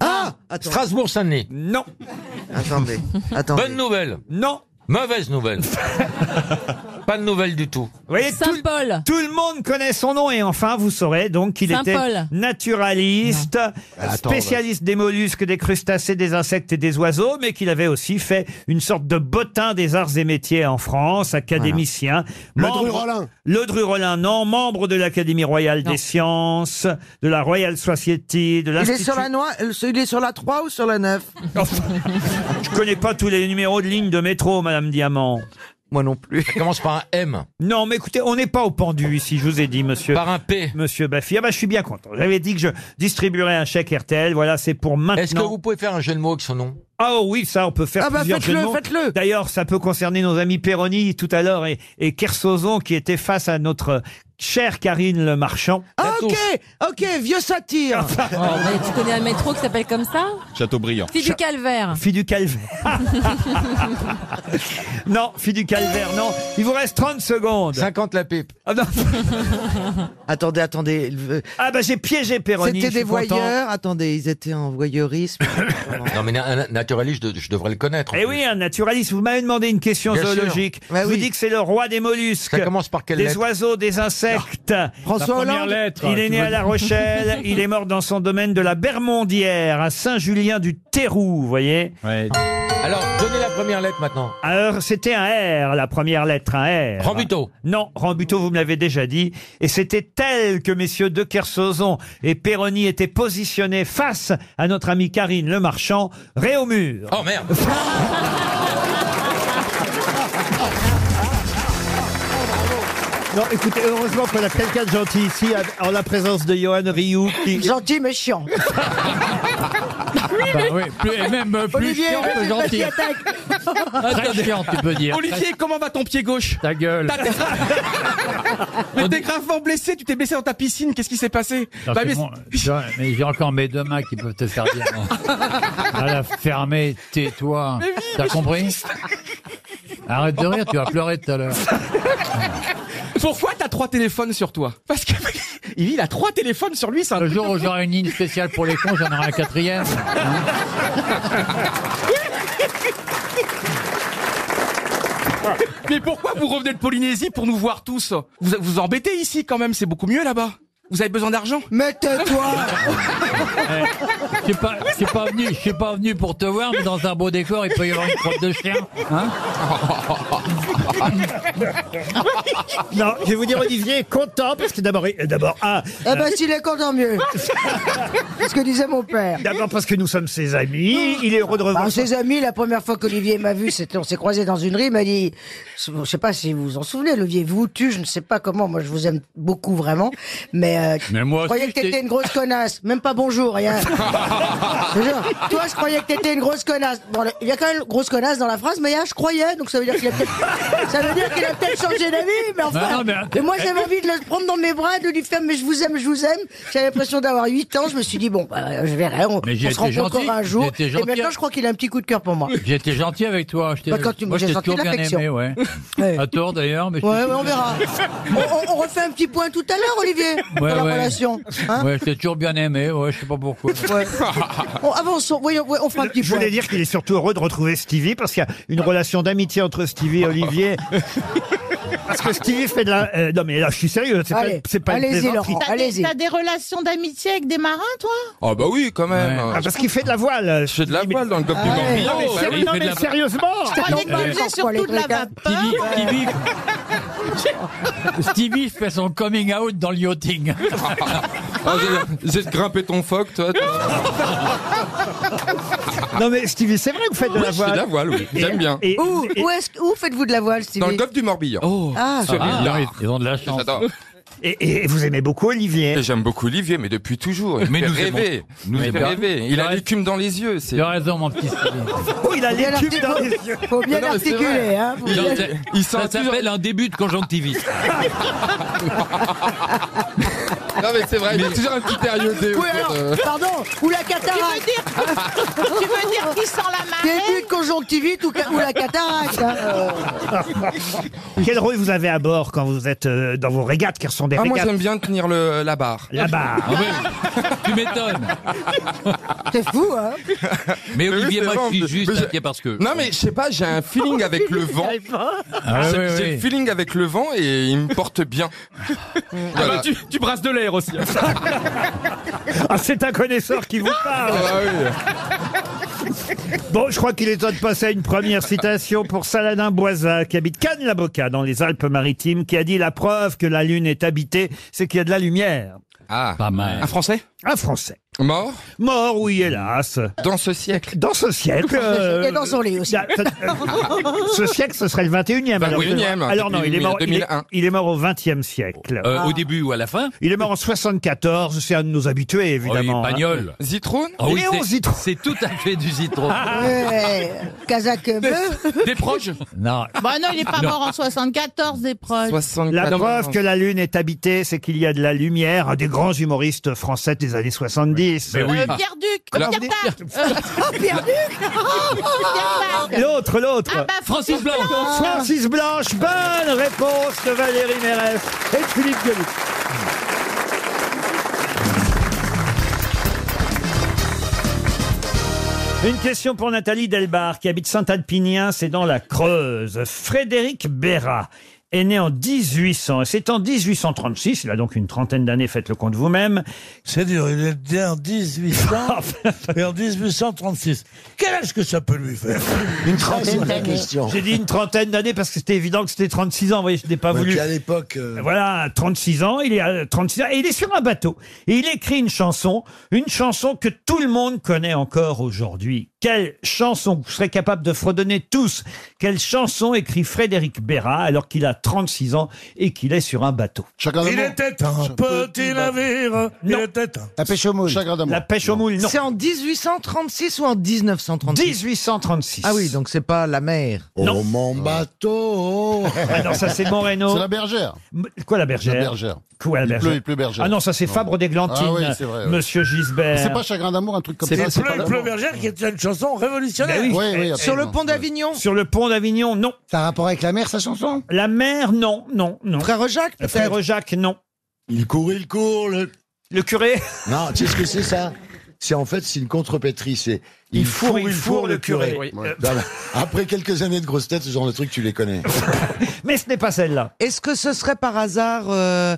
Speaker 8: Ah Strasbourg-Saint-Denis
Speaker 1: Non.
Speaker 7: Attendez,
Speaker 8: Bonne nouvelle
Speaker 1: Non.
Speaker 8: Mauvaise nouvelle. Pas de nouvelles du tout.
Speaker 1: Vous voyez, tout,
Speaker 5: le-
Speaker 1: tout le monde connaît son nom et enfin vous saurez donc qu'il était
Speaker 5: Saint-Paul.
Speaker 1: naturaliste,
Speaker 4: attends,
Speaker 1: spécialiste des mollusques, des crustacés, des insectes et des oiseaux, mais qu'il avait aussi fait une sorte de bottin des arts et métiers en France, académicien.
Speaker 10: Le
Speaker 1: membre-
Speaker 10: Dru-Rollin.
Speaker 1: Le Dru-Rollin, non, membre de l'Académie royale des sciences, de la Royal Society, de
Speaker 7: Il
Speaker 1: l'Institut.
Speaker 7: est, sur la noi- euh, il est sur la 3 ou sur la 9
Speaker 1: Je connais pas tous les numéros de ligne de métro, Madame Diamant.
Speaker 7: Moi non plus.
Speaker 1: Ça commence par un M. Non, mais écoutez, on n'est pas au pendu ici, je vous ai dit, monsieur. Par
Speaker 8: un P.
Speaker 1: Monsieur Baffy. Ah bah, je suis bien content. J'avais dit que je distribuerais un chèque RTL. Voilà, c'est pour maintenant.
Speaker 8: Est-ce que vous pouvez faire un jeu de mots avec son nom
Speaker 1: Ah oh oui, ça, on peut faire
Speaker 8: Ah bah,
Speaker 1: plusieurs jeux de
Speaker 8: faites-le,
Speaker 1: mots. D'ailleurs, ça peut concerner nos amis Perroni tout à l'heure et, et Kersozon qui étaient face à notre chère Karine Le Marchand.
Speaker 7: Ah, ok, ok, vieux satire.
Speaker 1: Oh,
Speaker 5: Oh, Mais tu connais un métro qui s'appelle comme ça
Speaker 9: Châteaubriand.
Speaker 5: C'est du calvaire.
Speaker 1: Fille du calvaire. Non, fille du calvaire, non. Il vous reste 30 secondes.
Speaker 8: 50 la pipe.
Speaker 1: Ah, non.
Speaker 7: attendez, attendez. euh,
Speaker 1: Ah bah j'ai piégé Perroni.
Speaker 7: C'était
Speaker 1: je suis
Speaker 7: des
Speaker 1: content.
Speaker 7: voyeurs. Attendez, ils étaient en voyeurisme.
Speaker 8: Non, mais na- un naturaliste, je, je devrais le connaître.
Speaker 1: Eh oui, un naturaliste. Vous m'avez demandé une question
Speaker 8: Bien sûr.
Speaker 1: zoologique.
Speaker 8: Ouais,
Speaker 1: je vous
Speaker 8: Bah oui.
Speaker 1: dis que c'est le roi des mollusques.
Speaker 8: Ça commence par quelle
Speaker 1: Des
Speaker 8: lettre
Speaker 1: oiseaux, des insectes.
Speaker 7: François La première Hollande lettre,
Speaker 8: Ah,
Speaker 1: Il est
Speaker 7: tu
Speaker 1: né
Speaker 7: veux
Speaker 1: à La
Speaker 7: dire.
Speaker 1: Rochelle. il est mort dans son domaine de la Bermondière, à Saint-Julien du Térou, vous voyez.
Speaker 8: Alors, donnez la première lettre maintenant.
Speaker 1: Alors, c'était un R, la première lettre, un R.
Speaker 8: Rambuteau.
Speaker 1: Non, Rambuteau, vous me l'avez déjà dit. Et c'était tel que messieurs De Kersozon et Perroni étaient positionnés face à notre amie Karine Le Marchand, ré au mur.
Speaker 8: Oh merde
Speaker 1: Non, écoutez, heureusement qu'on a quelqu'un de gentil ici, à- en la présence de Johan Rioux. Qui...
Speaker 13: Gentil mais chiant.
Speaker 8: Ah,
Speaker 1: Bah oui, plus- et
Speaker 6: même plus chiant que gentil. Très chiant, tu peux dire.
Speaker 15: Olivier, comment va ton pied gauche
Speaker 6: Ta gueule.
Speaker 15: Mais t'es gravement blessé, tu t'es blessé dans ta piscine, qu'est-ce qui s'est passé
Speaker 11: Non,
Speaker 15: Bah,
Speaker 11: c'est
Speaker 15: mais-
Speaker 11: bon, tu vois, mais j'ai encore mes deux mains qui peuvent te faire bien. Voilà, fermé, tais-toi.
Speaker 15: Mais oui, mais
Speaker 11: T'as
Speaker 15: je suis
Speaker 11: compris
Speaker 15: triste.
Speaker 11: Arrête de rire, tu vas pleurer tout à l'heure.
Speaker 15: Pourquoi t'as trois téléphones sur toi Parce que il il a trois téléphones sur lui, c'est un
Speaker 11: Le jour où j'aurai une ligne spéciale pour les cons, j'en aurai un quatrième.
Speaker 15: Mais pourquoi vous revenez de Polynésie pour nous voir tous Vous vous embêtez ici quand même, c'est beaucoup mieux là-bas. Vous avez besoin d'argent
Speaker 13: Mais tais-toi
Speaker 11: Eh, Je suis pas, je suis pas venu, je suis pas venu pour te voir, mais dans un beau décor, il peut y avoir une crotte de chien, hein
Speaker 1: Non, je vais vous dire, Olivier est content parce que d'abord, il- d'abord, ah,
Speaker 13: Eh ben s'il est content mieux. C'est ce que disait mon père.
Speaker 1: d'abord parce que nous sommes ses amis, il est heureux de revoir.
Speaker 13: Par ses amis, la première fois qu'Olivier m'a vu, c'était on s'est croisé dans une rue, il m'a dit, je sais pas si vous vous en souvenez, Olivier, vous tu, je ne sais pas comment, moi je vous aime beaucoup vraiment, mais, euh,
Speaker 11: Mais moi
Speaker 13: je croyais
Speaker 11: aussi,
Speaker 13: que
Speaker 11: j'étais-
Speaker 13: t'étais une grosse connasse, même pas bonjour, rien. Je te jure, toi je croyais que t'étais une grosse connasse. Bon, le- il y a quand même grosse connasse dans la phrase, mais il y a je croyais, donc ça veut dire qu'il a peut-être, ça veut dire qu'il a peut-être changé d'avis, mais enfin.
Speaker 11: Non, non, mais- eh,
Speaker 13: Et moi j'avais envie de le prendre dans mes bras, de lui faire, mais je vous aime, je vous aime. J'avais l'impression d'avoir 8 ans, je me suis dit, bon, bah, je verrai, on,
Speaker 11: Mais j'ai
Speaker 13: on se
Speaker 11: été
Speaker 13: rencontrera
Speaker 11: gentil,
Speaker 13: un jour.
Speaker 11: j'ai été
Speaker 13: Et
Speaker 11: gentil.
Speaker 13: maintenant je crois qu'il a un petit coup de cœur pour moi.
Speaker 11: J'ai été gentil avec toi. Je t'ai-
Speaker 13: Bah, quand tu-
Speaker 11: moi, je
Speaker 13: j'ai
Speaker 11: t'ai
Speaker 13: senti
Speaker 11: toujours
Speaker 13: de
Speaker 11: bien
Speaker 13: l'affection.
Speaker 11: aimé, ouais. À tort d'ailleurs, mais je t'ai
Speaker 13: Ouais, ouais,
Speaker 11: toujours
Speaker 13: on
Speaker 11: bien
Speaker 13: verra.
Speaker 11: aimé.
Speaker 13: On, on- on refait un petit point tout à l'heure, Olivier, dans
Speaker 11: Ouais,
Speaker 13: la
Speaker 11: ouais.
Speaker 13: relation. hein.
Speaker 11: ouais, je t'ai toujours bien aimé, ouais, je sais pas pourquoi.
Speaker 13: Bon, avançons, voyons, voyons, on fera un petit
Speaker 1: Je
Speaker 13: point.
Speaker 1: voulais dire qu'il est surtout heureux de retrouver Stevie parce qu'il y a une relation d'amitié entre Stevie et Olivier. Parce que Stevie fait de la. euh, non, mais là, je suis sérieux, c'est pas,
Speaker 13: Allez,
Speaker 1: c'est pas une
Speaker 13: allez-y,
Speaker 1: plaisanterie.
Speaker 13: Laurent,
Speaker 21: T'as des,
Speaker 13: allez-y.
Speaker 21: t'as des relations d'amitié avec des marins, toi
Speaker 15: Ah bah oui, quand même.
Speaker 1: Ah, parce qu'il fait de la voile.
Speaker 15: C'est de la voile dans le golfe du
Speaker 1: Non,
Speaker 15: Morbihan.
Speaker 1: mais,
Speaker 15: ouais.
Speaker 1: sérieux- non, mais sérieusement
Speaker 21: Je croyais que tu faisais
Speaker 13: quoi, les
Speaker 21: surtout de la
Speaker 13: trucs, hein
Speaker 21: vapeur.
Speaker 11: Stevie, Stevie- Stevie fait son coming out dans le yachting.
Speaker 15: Ah, j'ai- J'ai grimpé ton phoque, toi.
Speaker 1: Non, mais Stevie, c'est vrai que vous faites de
Speaker 15: Oui,
Speaker 1: la
Speaker 15: je fais
Speaker 1: voile.
Speaker 15: de la voile, oui.
Speaker 1: Et-
Speaker 15: J'aime bien.
Speaker 1: et-
Speaker 13: Où,
Speaker 1: et-
Speaker 13: où, est-ce- où faites-vous de la voile, Stevie
Speaker 15: Dans le golfe du Morbihan. Oh,
Speaker 13: Ah.
Speaker 15: sur
Speaker 11: Ah,
Speaker 15: l'île d'Arc.
Speaker 11: ils- ils ont de la chance.
Speaker 15: J'adore.
Speaker 1: et- et vous aimez beaucoup Olivier.
Speaker 15: Et J'aime beaucoup Olivier, mais depuis toujours. Il
Speaker 9: Mais
Speaker 15: mais
Speaker 9: nous
Speaker 15: nous
Speaker 9: aimons-
Speaker 15: rêver.
Speaker 9: nous
Speaker 15: Nous
Speaker 9: aimons.
Speaker 15: rêver. Il a l'écume dans les yeux. C'est.
Speaker 11: Tu as raison, mon petit Stevie.
Speaker 1: Oh, il a
Speaker 13: Bien
Speaker 1: l'équipe
Speaker 13: articulé.
Speaker 1: dans les yeux.
Speaker 13: Faut bien
Speaker 15: Non, mais c'est
Speaker 13: l'articuler,
Speaker 15: vrai.
Speaker 13: hein. faut
Speaker 15: Il
Speaker 13: bien-
Speaker 15: est- il sent
Speaker 6: Ça
Speaker 15: toujours-
Speaker 6: s'appelle un début de conjonctivite.
Speaker 8: Non, mais c'est vrai, il y a toujours un petit air
Speaker 13: Oui,
Speaker 8: iodé autour
Speaker 13: alors,
Speaker 8: de-
Speaker 13: pardon, ou la cataracte. Tu veux dire, qu'il sent la marée Début conjonctivite ou, ca- ou la
Speaker 7: Ah,
Speaker 13: cataracte. hein, euh.
Speaker 1: Quel rôle vous avez à bord quand vous êtes euh, dans vos régates, car ce sont des
Speaker 8: Ah, moi,
Speaker 1: régates
Speaker 8: j'aime bien tenir le, la barre.
Speaker 1: La barre.
Speaker 12: Ah
Speaker 3: Tu m'étonnes.
Speaker 13: C'est fou, hein
Speaker 3: Mais
Speaker 8: oui,
Speaker 3: Olivier,
Speaker 8: c'est
Speaker 3: moi,
Speaker 8: vrai,
Speaker 3: je suis
Speaker 8: mais-
Speaker 3: juste
Speaker 8: mais je-
Speaker 3: inquiet parce que. Oh,
Speaker 8: Non, mais je sais pas, j'ai un feeling avec le vent.
Speaker 3: Ah,
Speaker 8: j'ai
Speaker 3: oui,
Speaker 8: j'ai
Speaker 3: oui.
Speaker 8: le feeling avec le vent et il me porte bien. Voilà.
Speaker 15: Ah bah, tu, tu brasses de l'air aussi. hein.
Speaker 1: Ah, c'est un connaisseur qui vous parle. Bon, je crois qu'il est temps de passer à une première citation pour Saladin Boisa, qui habite Cannes-la-Boca, dans les Alpes-Maritimes, qui a dit La preuve que la Lune est habitée, c'est qu'il y a de la lumière.
Speaker 8: Ah,
Speaker 3: pas mal.
Speaker 8: Un Français
Speaker 1: Un Français.
Speaker 8: Mort
Speaker 1: Mort, oui, hélas.
Speaker 8: Dans ce siècle.
Speaker 1: Dans ce siècle. euh,
Speaker 13: Et dans son lit aussi.
Speaker 1: ce siècle, ce serait le 21e. alors,
Speaker 8: 21e,
Speaker 1: alors non, il est, mort, il, est,
Speaker 8: 2001.
Speaker 1: il est mort au 20e siècle.
Speaker 3: Euh, Au début ou à la fin
Speaker 1: Il est mort en 74, c'est un de nos habitués, évidemment. hein.
Speaker 3: Bagnole.
Speaker 8: Zitrone
Speaker 3: Ah oui,
Speaker 1: Léon
Speaker 3: c'est- C'est tout à fait du citron.
Speaker 13: Ouais, Kazakh bleu.
Speaker 15: Des proches
Speaker 3: Non.
Speaker 21: Bah non, il est pas
Speaker 3: Non.
Speaker 21: mort en 74, des proches.
Speaker 1: La preuve que la Lune est habitée, c'est qu'il y a de la lumière. Un des grands humoristes français des années 70.
Speaker 21: Euh, Pierre Duc,
Speaker 1: Alors-
Speaker 21: Pierre Dac. Euh,
Speaker 10: Oh,
Speaker 13: Pierre Duc
Speaker 21: Pierre Dac.
Speaker 1: L'autre, l'autre.
Speaker 21: Ah bah, Francis Blanc.
Speaker 1: Francis Blanche, bonne réponse de Valérie Mérès et de Philippe Gueluc. Une question pour Nathalie Delbar, qui habite Saint-Alpinien, c'est dans la Creuse. Frédéric Béra est né en 1800. et C'est en 1836, il a donc une trentaine d'années, faites le compte vous-même.
Speaker 22: C'est dur, il est né en 1800 et en 1836. Quel âge que ça peut lui faire
Speaker 1: Une
Speaker 22: trentaine d'années.
Speaker 1: J'ai dit une trentaine d'années parce que c'était évident que c'était 36 ans. Vous voyez, je n'ai pas
Speaker 22: Ouais,
Speaker 1: Ah, voulu.
Speaker 22: puis à l'époque, euh,
Speaker 1: Voilà, 36 ans. Il est à 36 ans et il est sur un bateau. Et il écrit une chanson, une chanson que tout le monde connaît encore aujourd'hui. Quelle chanson Vous serez capable de fredonner tous. Quelle chanson écrit Frédéric Béra alors qu'il a 36 ans et qu'il est sur un bateau
Speaker 17: Il était un petit navire. Il était un.
Speaker 1: La pêche aux moules. La pêche aux moules, non.
Speaker 7: C'est en 1836 ou en 1936
Speaker 1: 1836.
Speaker 7: Ah oui, donc c'est pas la mer.
Speaker 1: Non.
Speaker 7: mon bateau
Speaker 1: Ah non, ça c'est Moreno.
Speaker 7: C'est la
Speaker 1: bergère. Quoi la bergère
Speaker 7: La bergère.
Speaker 1: Quoi la
Speaker 7: Il
Speaker 1: bergère
Speaker 7: pleut, il pleut bergère.
Speaker 1: Ah non, ça c'est
Speaker 7: Non.
Speaker 1: Fabre d'Églantine.
Speaker 7: Ah oui, c'est vrai, oui.
Speaker 1: Monsieur Gisbert.
Speaker 7: C'est pas
Speaker 1: Chagrin d'amour, un truc
Speaker 7: comme
Speaker 17: C'est Ben Pleu et Pleu Bergère qui était une chanson
Speaker 1: Ben
Speaker 17: révolutionnaire.
Speaker 7: Euh, Eh, Sur le pont d'Avignon
Speaker 1: Sur le pont d'Avignon, non.
Speaker 22: Ça a rapport avec la mer, sa chanson
Speaker 1: La mer, non, non, non. Euh,
Speaker 7: Frère Jacques, peut-être
Speaker 1: Frère Jacques, non.
Speaker 22: Il court, il court, le...
Speaker 1: Le curé
Speaker 22: Non, tu sais ce que c'est, ça C'est en fait, c'est une contrepétrie, c'est... Il, fourre, il fourre, le curé.
Speaker 1: Oui. Euh,
Speaker 22: Non, mais Après quelques années de grosses têtes, ce genre de truc, tu les connais.
Speaker 1: Mais ce n'est pas celle-là.
Speaker 7: Est-ce que ce serait par hasard euh,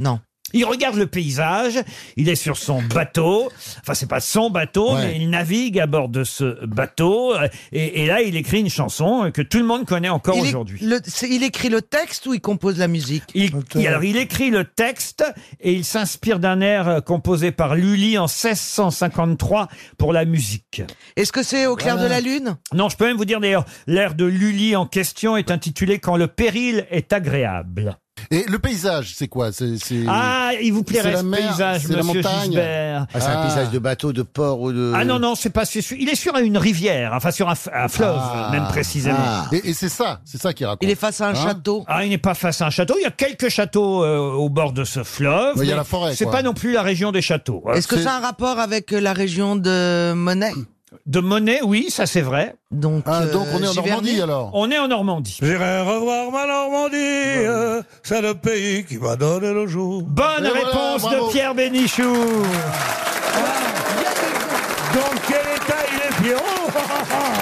Speaker 7: Non.
Speaker 1: Il regarde le paysage, il est sur son bateau, enfin c'est pas son bateau, mais il navigue à bord de ce bateau, euh, et, et là il écrit une chanson que tout le monde connaît encore
Speaker 7: Il, é-
Speaker 1: aujourd'hui.
Speaker 7: le- c'est- il écrit le texte ou il compose la musique
Speaker 1: Il, Et alors,
Speaker 23: euh,
Speaker 1: il écrit le texte et il s'inspire d'un air euh, composé par Lully en 1653 pour la musique.
Speaker 7: Est-ce que c'est au clair
Speaker 1: Voilà.
Speaker 7: de la lune
Speaker 1: Non, je peux même vous dire d'ailleurs, l'air de Lully en question est intitulé Quand le péril est agréable.
Speaker 23: Et le paysage, c'est quoi C'est c'est-
Speaker 1: Ah, il vous plairait
Speaker 23: c'est la
Speaker 1: ce
Speaker 23: mer,
Speaker 1: paysage,
Speaker 23: c'est la
Speaker 1: monsieur
Speaker 23: montagne.
Speaker 1: Gisbert.
Speaker 22: Ah, c'est un paysage de bateau, de port ou de...
Speaker 1: Ah non, non, c'est pas c'est sur- Il est sur une rivière, enfin sur un, f- un fleuve,
Speaker 23: Ah.
Speaker 1: même précisément.
Speaker 23: Ah. Et, et c'est ça, c'est ça qui raconte.
Speaker 7: Il est face à un
Speaker 1: Hein
Speaker 7: château.
Speaker 1: Ah, il n'est pas face à un château. Il y a quelques châteaux euh, au bord de ce fleuve.
Speaker 23: Mais il y a
Speaker 1: mais
Speaker 23: la forêt,
Speaker 1: C'est
Speaker 23: quoi.
Speaker 1: pas non plus la région des châteaux. hein.
Speaker 7: Est-ce que ça a un rapport avec euh, la région de Monet
Speaker 1: De Monet, oui, ça c'est vrai.
Speaker 7: Donc,
Speaker 23: Ah,
Speaker 1: Ah,
Speaker 7: euh,
Speaker 23: donc on est en Normandie alors.
Speaker 1: On est en Normandie.
Speaker 17: J'irai revoir ma Normandie, euh, c'est le pays qui m'a donné le jour.
Speaker 1: Bonne
Speaker 17: Et voilà,
Speaker 1: réponse
Speaker 17: bravo.
Speaker 1: de Pierre Bénichou.
Speaker 7: Ah,
Speaker 17: Dans quel état il est Pierrot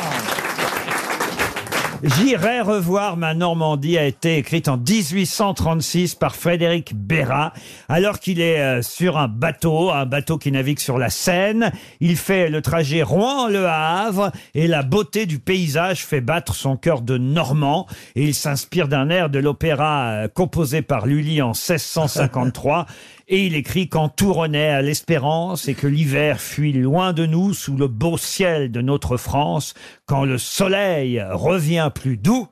Speaker 1: J'irai revoir ma Normandie a été écrite en 1836 par Frédéric Béra. Alors qu'il est euh, sur un bateau, un bateau qui navigue sur la Seine, il fait le trajet Rouen-Le Havre et la beauté du paysage fait battre son cœur de Normand. Et il s'inspire d'un air de l'opéra euh, composé par Lully en 1653. Et il écrit quand tout renaît à l'espérance et que l'hiver fuit loin de nous sous le beau ciel de notre France, quand le soleil revient plus doux,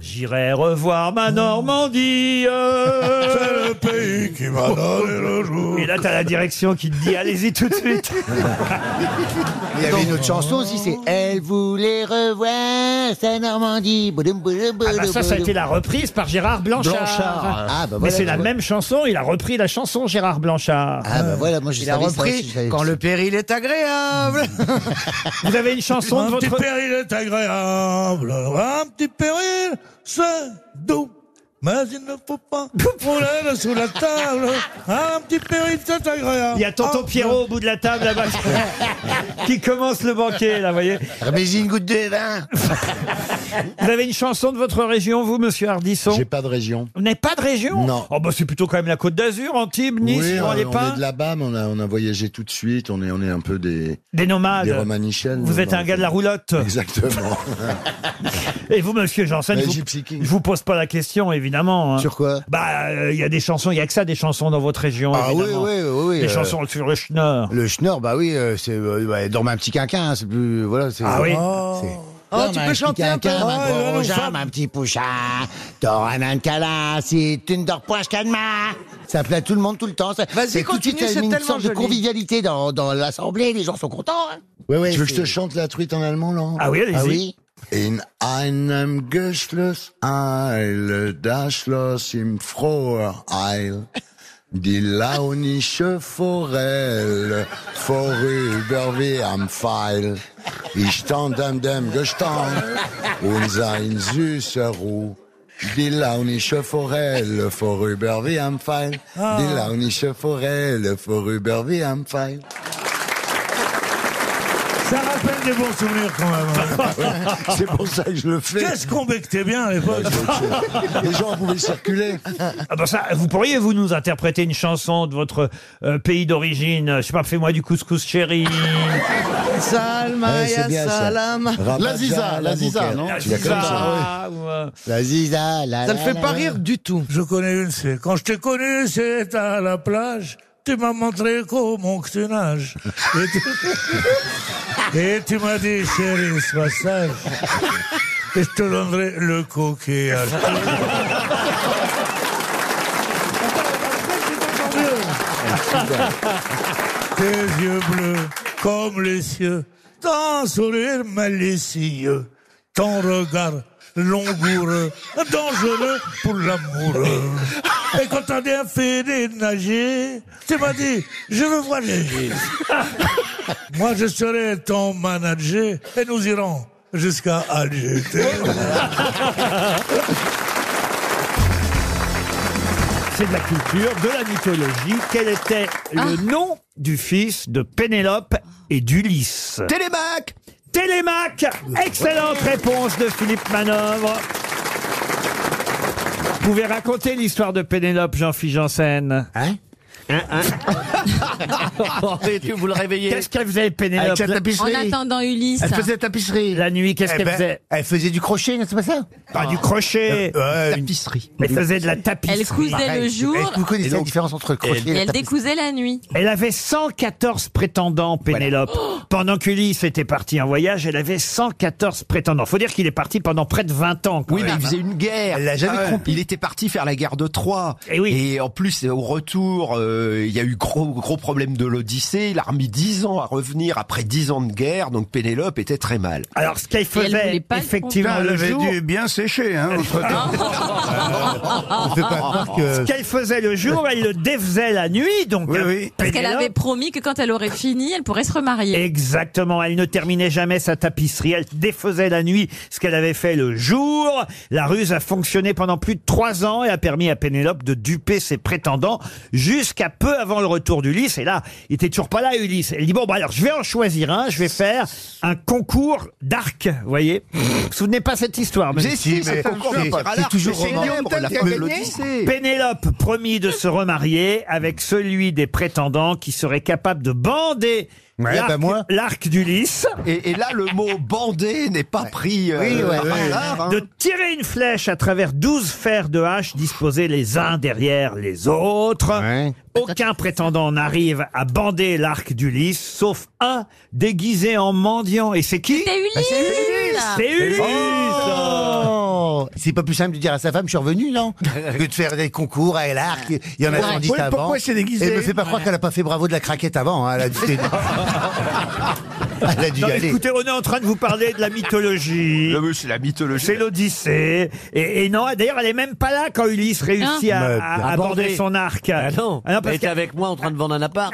Speaker 1: J'irai revoir ma Normandie. Mmh. C'est le pays qui m'a donné le jour. Et là, t'as la direction qui te dit allez-y tout de suite.
Speaker 4: Il y avait une autre chanson aussi, c'est Elle voulait revoir sa Normandie. Boudoum, boudoum,
Speaker 1: Ah bah ça, ça a
Speaker 4: boudoum.
Speaker 1: été la reprise par Gérard Blanchard.
Speaker 4: Blanchard. Ah, bah
Speaker 1: Mais
Speaker 4: voilà,
Speaker 1: c'est la
Speaker 4: je vois.
Speaker 1: même chanson, il a repris la chanson Gérard Blanchard.
Speaker 4: Ah bah voilà, moi je
Speaker 7: Il a
Speaker 4: savais ça
Speaker 7: repris
Speaker 4: aussi, j'avais-
Speaker 7: quand le péril est agréable.
Speaker 1: Vous avez une chanson
Speaker 2: un
Speaker 1: de
Speaker 2: petit
Speaker 1: votre-
Speaker 2: péril est agréable, un petit péril, c'est doux. Mais il ne faut pas rouler sous la table. Un petit péril, c'est agréable.
Speaker 1: Il y a tonton
Speaker 2: Ah,
Speaker 1: Pierrot au bout de la table là-bas qui commence le banquet, là, vous voyez.
Speaker 4: Remettez une goutte de vin.
Speaker 1: Vous avez une chanson de votre région, vous, monsieur Hardisson J'ai
Speaker 23: pas de région.
Speaker 1: Vous n'avez pas de région
Speaker 23: Non.
Speaker 1: Oh, bah c'est plutôt quand même la Côte d'Azur, Antibes, Nice,
Speaker 23: oui,
Speaker 1: vous
Speaker 23: on,
Speaker 1: n'allez
Speaker 23: on
Speaker 1: pas
Speaker 23: est de là-bas, mais on a, on a voyagé tout de suite. On est, on est un peu des,
Speaker 1: Des nomades.
Speaker 23: des Romanichels.
Speaker 1: Vous êtes un gars de la roulotte.
Speaker 23: Exactement.
Speaker 1: Et vous, monsieur Janssen,
Speaker 23: Mais
Speaker 1: je vous,
Speaker 23: Gypsy King.
Speaker 1: je vous pose pas la question, évidemment. hein.
Speaker 23: Sur quoi
Speaker 1: Bah, euh, il y a des chansons, il y a que ça, des chansons dans votre région.
Speaker 4: Ah oui,
Speaker 1: évidemment.
Speaker 4: oui, oui, oui.
Speaker 1: Des
Speaker 4: euh,
Speaker 1: chansons sur le schnorr.
Speaker 4: Le schnorr, bah oui, euh, c'est euh, ouais, dormez un petit quinquin, hein, c'est plus voilà, c'est.
Speaker 1: Ah oui.
Speaker 4: c'est-
Speaker 7: Oh,
Speaker 4: Dormez
Speaker 7: tu
Speaker 4: un
Speaker 7: peux
Speaker 4: petit
Speaker 7: chanter un peu.
Speaker 4: quinquin,
Speaker 7: Oh,
Speaker 4: ma
Speaker 7: là,
Speaker 4: gros
Speaker 7: nous
Speaker 4: Jean,
Speaker 7: sommes-
Speaker 4: un petit pouchin. T'auras un ancala si tu ne dors pas jusqu'à demain. Ça plaît à tout le monde tout le temps. ça-
Speaker 7: Vas-y,
Speaker 4: c'est tout de
Speaker 7: continue,
Speaker 4: suite, il y a
Speaker 7: c'est
Speaker 4: une
Speaker 7: tellement
Speaker 4: sorte de
Speaker 7: joli.
Speaker 4: convivialité dans, dans l'assemblée. Les gens sont contents. hein.
Speaker 23: tu veux que je
Speaker 4: c'est-
Speaker 23: te chante la truite en allemand, là
Speaker 1: Ah oui, allez-y.
Speaker 23: In einem Geschloss Eil, das Schloss im Frohe Eil, die launische Forelle vorüber wie am Pfeil. Ich stand an dem Gestand und sah in süßer Ruhe die launische Forelle vorüber wie am Pfeil,
Speaker 1: Ah.
Speaker 23: die launische Forelle vorüber wie am Pfeil.
Speaker 2: Ça rappelle des bons souvenirs quand même. hein.
Speaker 23: C'est pour ça que je le fais.
Speaker 2: Qu'est-ce qu'on bectait
Speaker 23: bah,
Speaker 2: bien à l'époque
Speaker 23: Les gens pouvaient circuler.
Speaker 1: Ah bah ça, vous pourriez vous nous interpréter une chanson de votre euh, pays d'origine. Je sais pas, fais-moi du couscous chéri.
Speaker 7: Salma
Speaker 23: Ouais,
Speaker 7: ya
Speaker 23: c'est bien, ça.
Speaker 7: salam.
Speaker 23: Rapatia, La Ziza, la Ziza, non
Speaker 1: La
Speaker 23: Tu la connais, ça
Speaker 1: Ziza, ou, euh,
Speaker 23: La Ziza, la
Speaker 7: Ça le fait pas rire du tout.
Speaker 2: Je connais une, c'est quand je t'ai connu, c'est à la plage. Tu m'as montré comment que tu nages. Et tu, et tu m'as dit, chérie, sois sage. Et je te donnerai le coquillage. Tes yeux bleus comme les cieux, ton sourire malicieux, ton regard langoureux, dangereux pour l'amoureux. Et quand t'as bien fait de nager, tu m'as dit, je veux voir nager. Moi, je serai ton manager et nous irons jusqu'à Alger.
Speaker 1: C'est de la culture, de la mythologie. Quel était le nom du fils de Pénélope et d'Ulysse
Speaker 10: Télémac
Speaker 1: Télémaque Excellente réponse de Philippe Manœuvre. Vous pouvez raconter l'histoire de Pénélope, Jean-Philippe Janssen Hein
Speaker 10: hein. tu vous le réveillez
Speaker 1: Qu'est-ce qu'elle faisait, Pénélope
Speaker 4: Avec sa
Speaker 5: En
Speaker 4: tapisserie.
Speaker 5: attendant Ulysse.
Speaker 4: Elle faisait tapisserie.
Speaker 1: La nuit, qu'est-ce
Speaker 4: Eh
Speaker 1: qu'elle
Speaker 4: ben,
Speaker 1: faisait
Speaker 4: Elle faisait du crochet, n'est-ce pas ça Euh,
Speaker 1: Pas du crochet Euh,
Speaker 4: Tapisserie.
Speaker 1: Elle faisait de la tapisserie.
Speaker 5: Elle cousait le jour
Speaker 4: Est-ce que vous connaissez
Speaker 1: Et donc-
Speaker 4: la différence entre le crochet
Speaker 5: et
Speaker 4: et, la
Speaker 5: elle
Speaker 4: tapisserie
Speaker 5: décousait la nuit.
Speaker 1: Elle avait 114 prétendants, Pénélope.
Speaker 5: Oh
Speaker 1: Pendant qu'Ulysse était parti en voyage, elle avait 114 prétendants. Faut dire qu'il est parti pendant près de 20 ans. quand
Speaker 10: Oui, mais
Speaker 1: même. hein.
Speaker 10: il faisait une guerre. Ah
Speaker 4: Elle l'a jamais trompé.
Speaker 10: Il était parti faire la guerre de Troie.
Speaker 1: Et, Eh oui.
Speaker 10: en plus, au retour, euh, il y a eu gros, gros problème de l'Odyssée. Il a remis 10 ans à revenir après 10 ans de guerre. Donc Pénélope était très mal.
Speaker 1: Alors, ce qu'elle
Speaker 5: elle voulait
Speaker 1: faisait,
Speaker 5: pas le
Speaker 1: effectivement, le jour...
Speaker 23: bien sécher, hein,
Speaker 4: On peut pas croire
Speaker 1: Ce
Speaker 4: que.
Speaker 1: qu'elle faisait le jour, elle le défaisait la nuit, donc.
Speaker 23: Oui,
Speaker 1: euh,
Speaker 23: oui.
Speaker 5: Parce qu'elle
Speaker 1: Pénélope-
Speaker 5: avait promis que quand elle aurait fini, elle pourrait se remarier.
Speaker 1: Exactement, elle ne terminait jamais sa tapisserie, elle défaisait la nuit ce qu'elle avait fait le jour. La ruse a fonctionné pendant plus de trois ans et a permis à Pénélope de duper ses prétendants jusqu'à peu avant le retour d'Ulysse. Et là, il était toujours pas là, Ulysse. Elle dit, bon, bah alors je vais en choisir un, je vais faire un concours d'arc, vous voyez. Vous vous souvenez pas cette histoire mais-
Speaker 4: J'ai si, Ah, mais c'est- c'est toujours remembre la fin de l'Odyssée.
Speaker 1: Pénélope promit de se remarier avec celui des prétendants qui serait capable de bander
Speaker 4: Ouais,
Speaker 1: l'arc-
Speaker 4: bah moi.
Speaker 1: l'arc d'Ulysse,
Speaker 10: Et, et là, le mot bandé n'est pas pris euh,
Speaker 4: Oui, ouais,
Speaker 10: par
Speaker 4: ouais.
Speaker 10: hasard, hein.
Speaker 1: de tirer une flèche à travers 12 fers de hache disposés les uns derrière les autres. Aucun prétendant n'arrive à bander l'arc d'Ulysse, sauf un déguisé en mendiant. Et Ah, c'est qui
Speaker 5: C'était Ulysse
Speaker 1: C'est Ulysse
Speaker 4: attends, Oh c'est pas plus simple de dire à sa femme, je suis revenu, non Que de faire des concours à l'arc, il y en a
Speaker 24: Ouais.
Speaker 4: 110
Speaker 24: Ouais,
Speaker 4: avant.
Speaker 24: pourquoi elle s'est déguisée
Speaker 4: Elle me fait pas croire
Speaker 24: Ouais.
Speaker 4: qu'elle a pas fait bravo de la craquette avant, hein, elle a dû, elle a Ah, dû
Speaker 1: Non,
Speaker 4: y aller.
Speaker 1: écoutez, on est en train de vous parler de la mythologie.
Speaker 8: c'est la mythologie.
Speaker 1: C'est l'Odyssée. Et, et non, d'ailleurs, elle est même pas là quand Ulysse réussit à,
Speaker 16: Mais
Speaker 1: à- à aborder
Speaker 16: aborder.
Speaker 1: son arc.
Speaker 16: Ah non,
Speaker 1: Ah non, parce
Speaker 16: elle était
Speaker 1: qu'elle-
Speaker 16: avec moi en train de vendre un appart.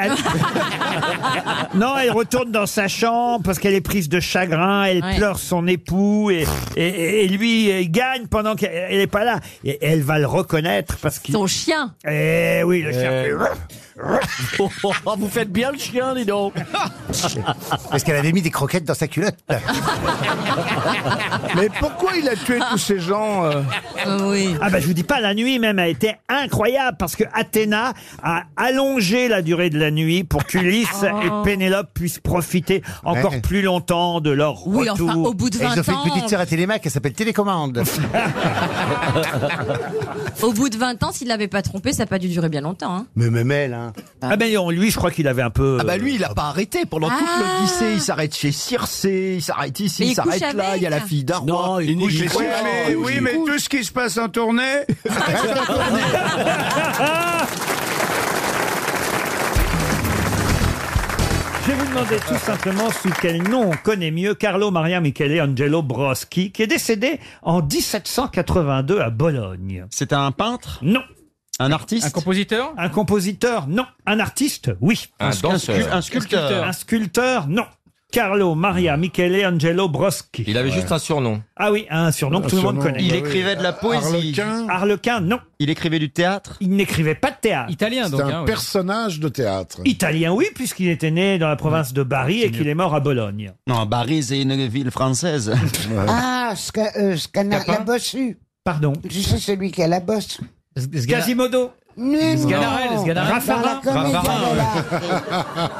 Speaker 1: Non, elle retourne dans sa chambre parce qu'elle est prise de chagrin, elle
Speaker 16: Ouais.
Speaker 1: pleure son époux et, et- et lui il gagne pendant qu'elle n'est pas là. Et elle va le reconnaître parce qu'il... Son
Speaker 5: chien
Speaker 1: Eh oui, le chien.
Speaker 16: Vous faites bien le chien, dis donc.
Speaker 4: Parce qu'elle avait mis des croquettes dans sa culotte.
Speaker 1: Mais pourquoi il a tué tous ces gens
Speaker 5: Euh, Oui.
Speaker 1: Ah bah je vous dis pas, la nuit même a été incroyable parce que Athéna a allongé la durée de la nuit pour qu'Ulysse
Speaker 5: Oh.
Speaker 1: et Pénélope puissent profiter encore
Speaker 4: Ouais.
Speaker 1: plus longtemps de leur
Speaker 5: Oui,
Speaker 1: retour.
Speaker 5: enfin, au bout de
Speaker 4: Et ils ont
Speaker 5: 20
Speaker 4: fait
Speaker 5: ans.
Speaker 4: une petite sœur à Télémac, elle s'appelle Télécommande.
Speaker 5: Au bout de 20 ans, s'il l'avait pas trompé, ça n'a pas dû durer bien longtemps. hein.
Speaker 4: Mais même elle, hein.
Speaker 1: Ah ben on- lui, je crois qu'il avait un peu. euh,
Speaker 8: Ah bah lui, il a pas arrêté pendant toute l'Odyssée. Il s'arrête chez Circé, il s'arrête
Speaker 2: Ah.
Speaker 8: ici,
Speaker 2: Mais il
Speaker 8: il s'arrête
Speaker 2: couche
Speaker 8: là. Il y a la
Speaker 2: avec.
Speaker 8: fille d'un roi.
Speaker 2: Il nique les
Speaker 8: Ouais,
Speaker 2: chiens.
Speaker 8: il
Speaker 2: mais,
Speaker 8: couche,
Speaker 2: oui,
Speaker 8: il
Speaker 2: mais
Speaker 8: couche.
Speaker 2: tout ce qui se passe en tournée. reste en tournée.
Speaker 1: Je vais vous demander tout simplement sous quel nom on connaît mieux Carlo Maria Michele Angelo Broschi, qui est décédé en 1782 à Bologne. C'est un peintre Non. Un artiste Un compositeur Un compositeur, non. Un artiste, oui.
Speaker 10: Un Un scu- danseur. un scu- un sculpteur.
Speaker 1: Un sculpteur, non. Carlo Maria Michele Angelo Broschi.
Speaker 10: Il avait juste un surnom.
Speaker 1: Ah oui, un surnom que tout le monde connaît.
Speaker 10: Il écrivait de la poésie.
Speaker 1: Harlequin, non.
Speaker 10: Il écrivait du théâtre.
Speaker 1: Il n'écrivait pas de théâtre.
Speaker 10: Italien,
Speaker 23: C'est
Speaker 1: hein,
Speaker 23: un personnage de théâtre.
Speaker 1: Italien, oui, puisqu'il était né dans la province de Bari et qu'il est mort à Bologne.
Speaker 16: Non, Paris, c'est une ville française.
Speaker 7: Ah, ce qu'a- euh, ce qu'a- la bossue.
Speaker 1: Pardon.
Speaker 7: Tu sais, celui qui a la bosse.
Speaker 1: Quasimodo.
Speaker 7: Mais non.
Speaker 1: Sganarelle, Sganarelle.
Speaker 7: Dans la comédie,
Speaker 1: Ah,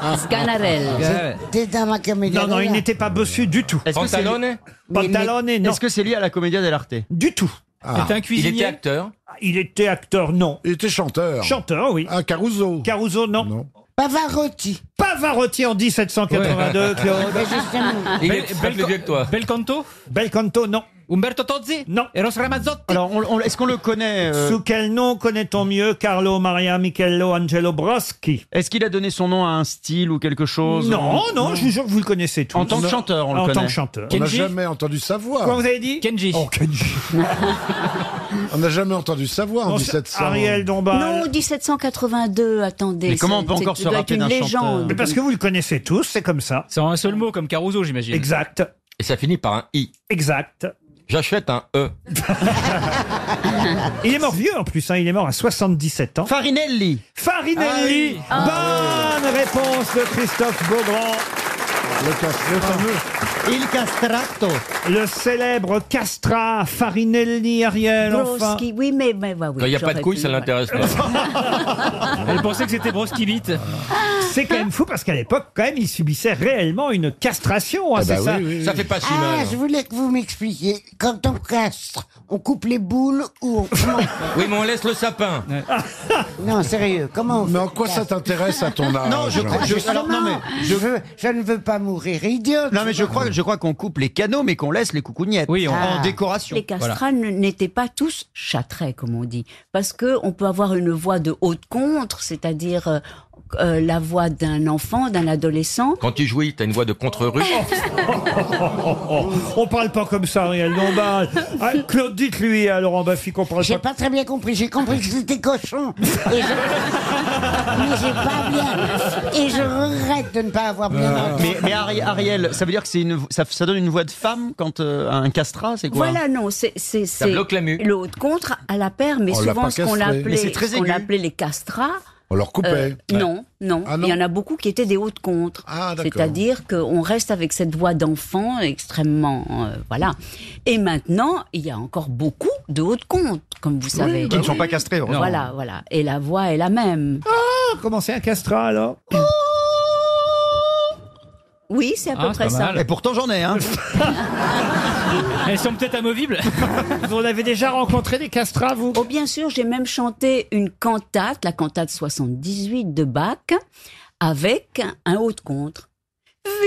Speaker 7: voilà.
Speaker 1: Sganarelle.
Speaker 7: C'était dans ma comédie.
Speaker 1: Non, non, il
Speaker 7: voilà.
Speaker 1: n'était pas bossu du tout.
Speaker 7: Est-ce que c'est- Pantalone
Speaker 1: Pantalone,
Speaker 10: Mais- mais-
Speaker 1: non.
Speaker 10: Est-ce que c'est lié à la Commedia dell'arte
Speaker 1: Du tout.
Speaker 10: C'est un cuisinier. Il était acteur.
Speaker 1: Il était acteur, non.
Speaker 23: Il était chanteur.
Speaker 1: Chanteur, oui.
Speaker 23: Ah, Caruso.
Speaker 1: Caruso, non.
Speaker 7: Pavarotti.
Speaker 1: Pavarotti en 1782,
Speaker 7: Ouais.
Speaker 1: Claude.
Speaker 7: Ben, justement.
Speaker 10: Il est très plus vieux que toi.
Speaker 25: Belcanto
Speaker 1: Belcanto, non.
Speaker 25: Umberto Tozzi
Speaker 1: Non.
Speaker 25: Eros Ramazzotti
Speaker 10: Alors, on- on- est-ce qu'on le connaît euh,
Speaker 1: Sous quel nom connaît-on mieux Carlo Maria Michello Angelo Broschi
Speaker 10: Est-ce qu'il a donné son nom à un style ou quelque chose
Speaker 1: Non, non, je vous jure que vous le connaissez tous.
Speaker 10: En tant que
Speaker 1: Non.
Speaker 10: chanteur, on le
Speaker 1: En
Speaker 10: connaît.
Speaker 1: tant que chanteur.
Speaker 23: On n'a
Speaker 1: Kenji
Speaker 23: jamais entendu sa voix.
Speaker 1: Quoi vous avez dit Kenji.
Speaker 23: Oh, Kenji. on n'a jamais entendu sa voix en 1700.
Speaker 16: Non, 1782, attendez. c'est- c'est- ça doit être une légende.
Speaker 1: Mais Parce que vous le connaissez tous, c'est comme ça.
Speaker 25: C'est en un seul mot, comme Caruso, j'imagine.
Speaker 1: Exact.
Speaker 10: Et ça finit par un I.
Speaker 1: Exact.
Speaker 10: J'achète un E.
Speaker 1: Il est mort vieux en plus, hein, il est mort à 77 ans.
Speaker 10: Farinelli. Ah
Speaker 1: Farinelli Bonne réponse de Christophe Beaugrand. Le,
Speaker 8: Il castrato.
Speaker 1: célèbre Castra, Farinelli, Ariel, enfin.
Speaker 16: Broski, oui, mais, mais bah, oui.
Speaker 1: Quand il y a pas de
Speaker 16: j'aurais
Speaker 1: couilles,
Speaker 16: pu,
Speaker 1: ça
Speaker 16: ouais.
Speaker 1: l'intéresse pas.
Speaker 25: Elle pensait que c'était Broski Beat.
Speaker 1: C'est quand même fou parce qu'à l'époque, quand même, il subissait réellement une castration. hein,
Speaker 23: Ah bah
Speaker 1: c'est
Speaker 23: oui,
Speaker 1: ça.
Speaker 23: oui, oui. Ça fait pas si
Speaker 4: hein.
Speaker 23: hein.
Speaker 7: Ah, je voulais que vous m'expliquiez. Quand on castre, on coupe les boules ou on...
Speaker 10: Oui, mais on laisse le sapin.
Speaker 1: Ah.
Speaker 7: non, sérieux, comment on
Speaker 23: Mais en quoi ça t'intéresse à ton âge
Speaker 7: Non, je crois- je- alors, non, mais-
Speaker 8: je
Speaker 7: veux, je ne veux pas mourir idiot.
Speaker 8: Non mais je crois, je crois qu'on coupe les canaux, mais qu'on laisse les coucougnettes
Speaker 16: Oui, on-
Speaker 7: Ah.
Speaker 8: en décoration.
Speaker 16: Ah. Les castrats ne- n'étaient pas tous châtraits, comme on dit. Parce que on peut avoir une voix de haute contre, c'est-à-dire euh, euh, la voix d'un enfant, d'un adolescent.
Speaker 10: Quand tu jouis, t'as une voix de contre-ruche.
Speaker 8: Oh,
Speaker 1: Oh, On parle pas comme ça, Ariel Dombal. Ah, Claude, dites-lui à Laurent Baffy qu'on parle
Speaker 7: J'ai pas très bien compris. J'ai compris que c'était cochon. Et je- Mais j'ai pas bien. Et je regrette de ne pas avoir bien
Speaker 8: Euh,
Speaker 23: Ah.
Speaker 7: entendu.
Speaker 10: Mais, mais Ari- Ariel, ça veut dire que c'est une, ça, ça donne une voix de femme quand euh, un castrat, c'est quoi hein
Speaker 16: Voilà, non, c'est c'est
Speaker 10: Ça
Speaker 16: c'est
Speaker 10: bloque la mue.
Speaker 16: le haute contre à la paire, mais
Speaker 10: On l'a
Speaker 16: souvent
Speaker 10: pas
Speaker 16: ce qu'on
Speaker 10: castré. Mais
Speaker 16: appelait,
Speaker 10: c'est très
Speaker 16: ce qu'on
Speaker 10: aigu.
Speaker 16: appelait les castrats.
Speaker 23: On leur coupait.
Speaker 16: euh,
Speaker 23: Ouais.
Speaker 16: Non, non,
Speaker 23: Ah, non.
Speaker 16: Il y en a beaucoup qui étaient des hautes contre.
Speaker 23: d'accord.
Speaker 16: C'est-à-dire qu'on reste avec cette voix d'enfant extrêmement. euh, voilà. Et maintenant, il y a encore beaucoup de hautes contre, comme vous savez.
Speaker 8: qui ne sont pas castrés. heureusement.
Speaker 16: Voilà, voilà. Et la voix est la même.
Speaker 1: Ah, comment c'est un castrat alors
Speaker 16: Oui, c'est à peu
Speaker 25: Ah, c'est
Speaker 16: près
Speaker 25: pas
Speaker 16: ça.
Speaker 25: mal. Et
Speaker 8: pourtant, j'en ai, hein.
Speaker 25: Elles sont peut-être amovibles.
Speaker 1: Vous en avez déjà rencontré des castrats, vous
Speaker 16: Oh, bien sûr, j'ai même chanté une cantate, la cantate 78 de Bach, avec un haut de contre.
Speaker 6: Viruren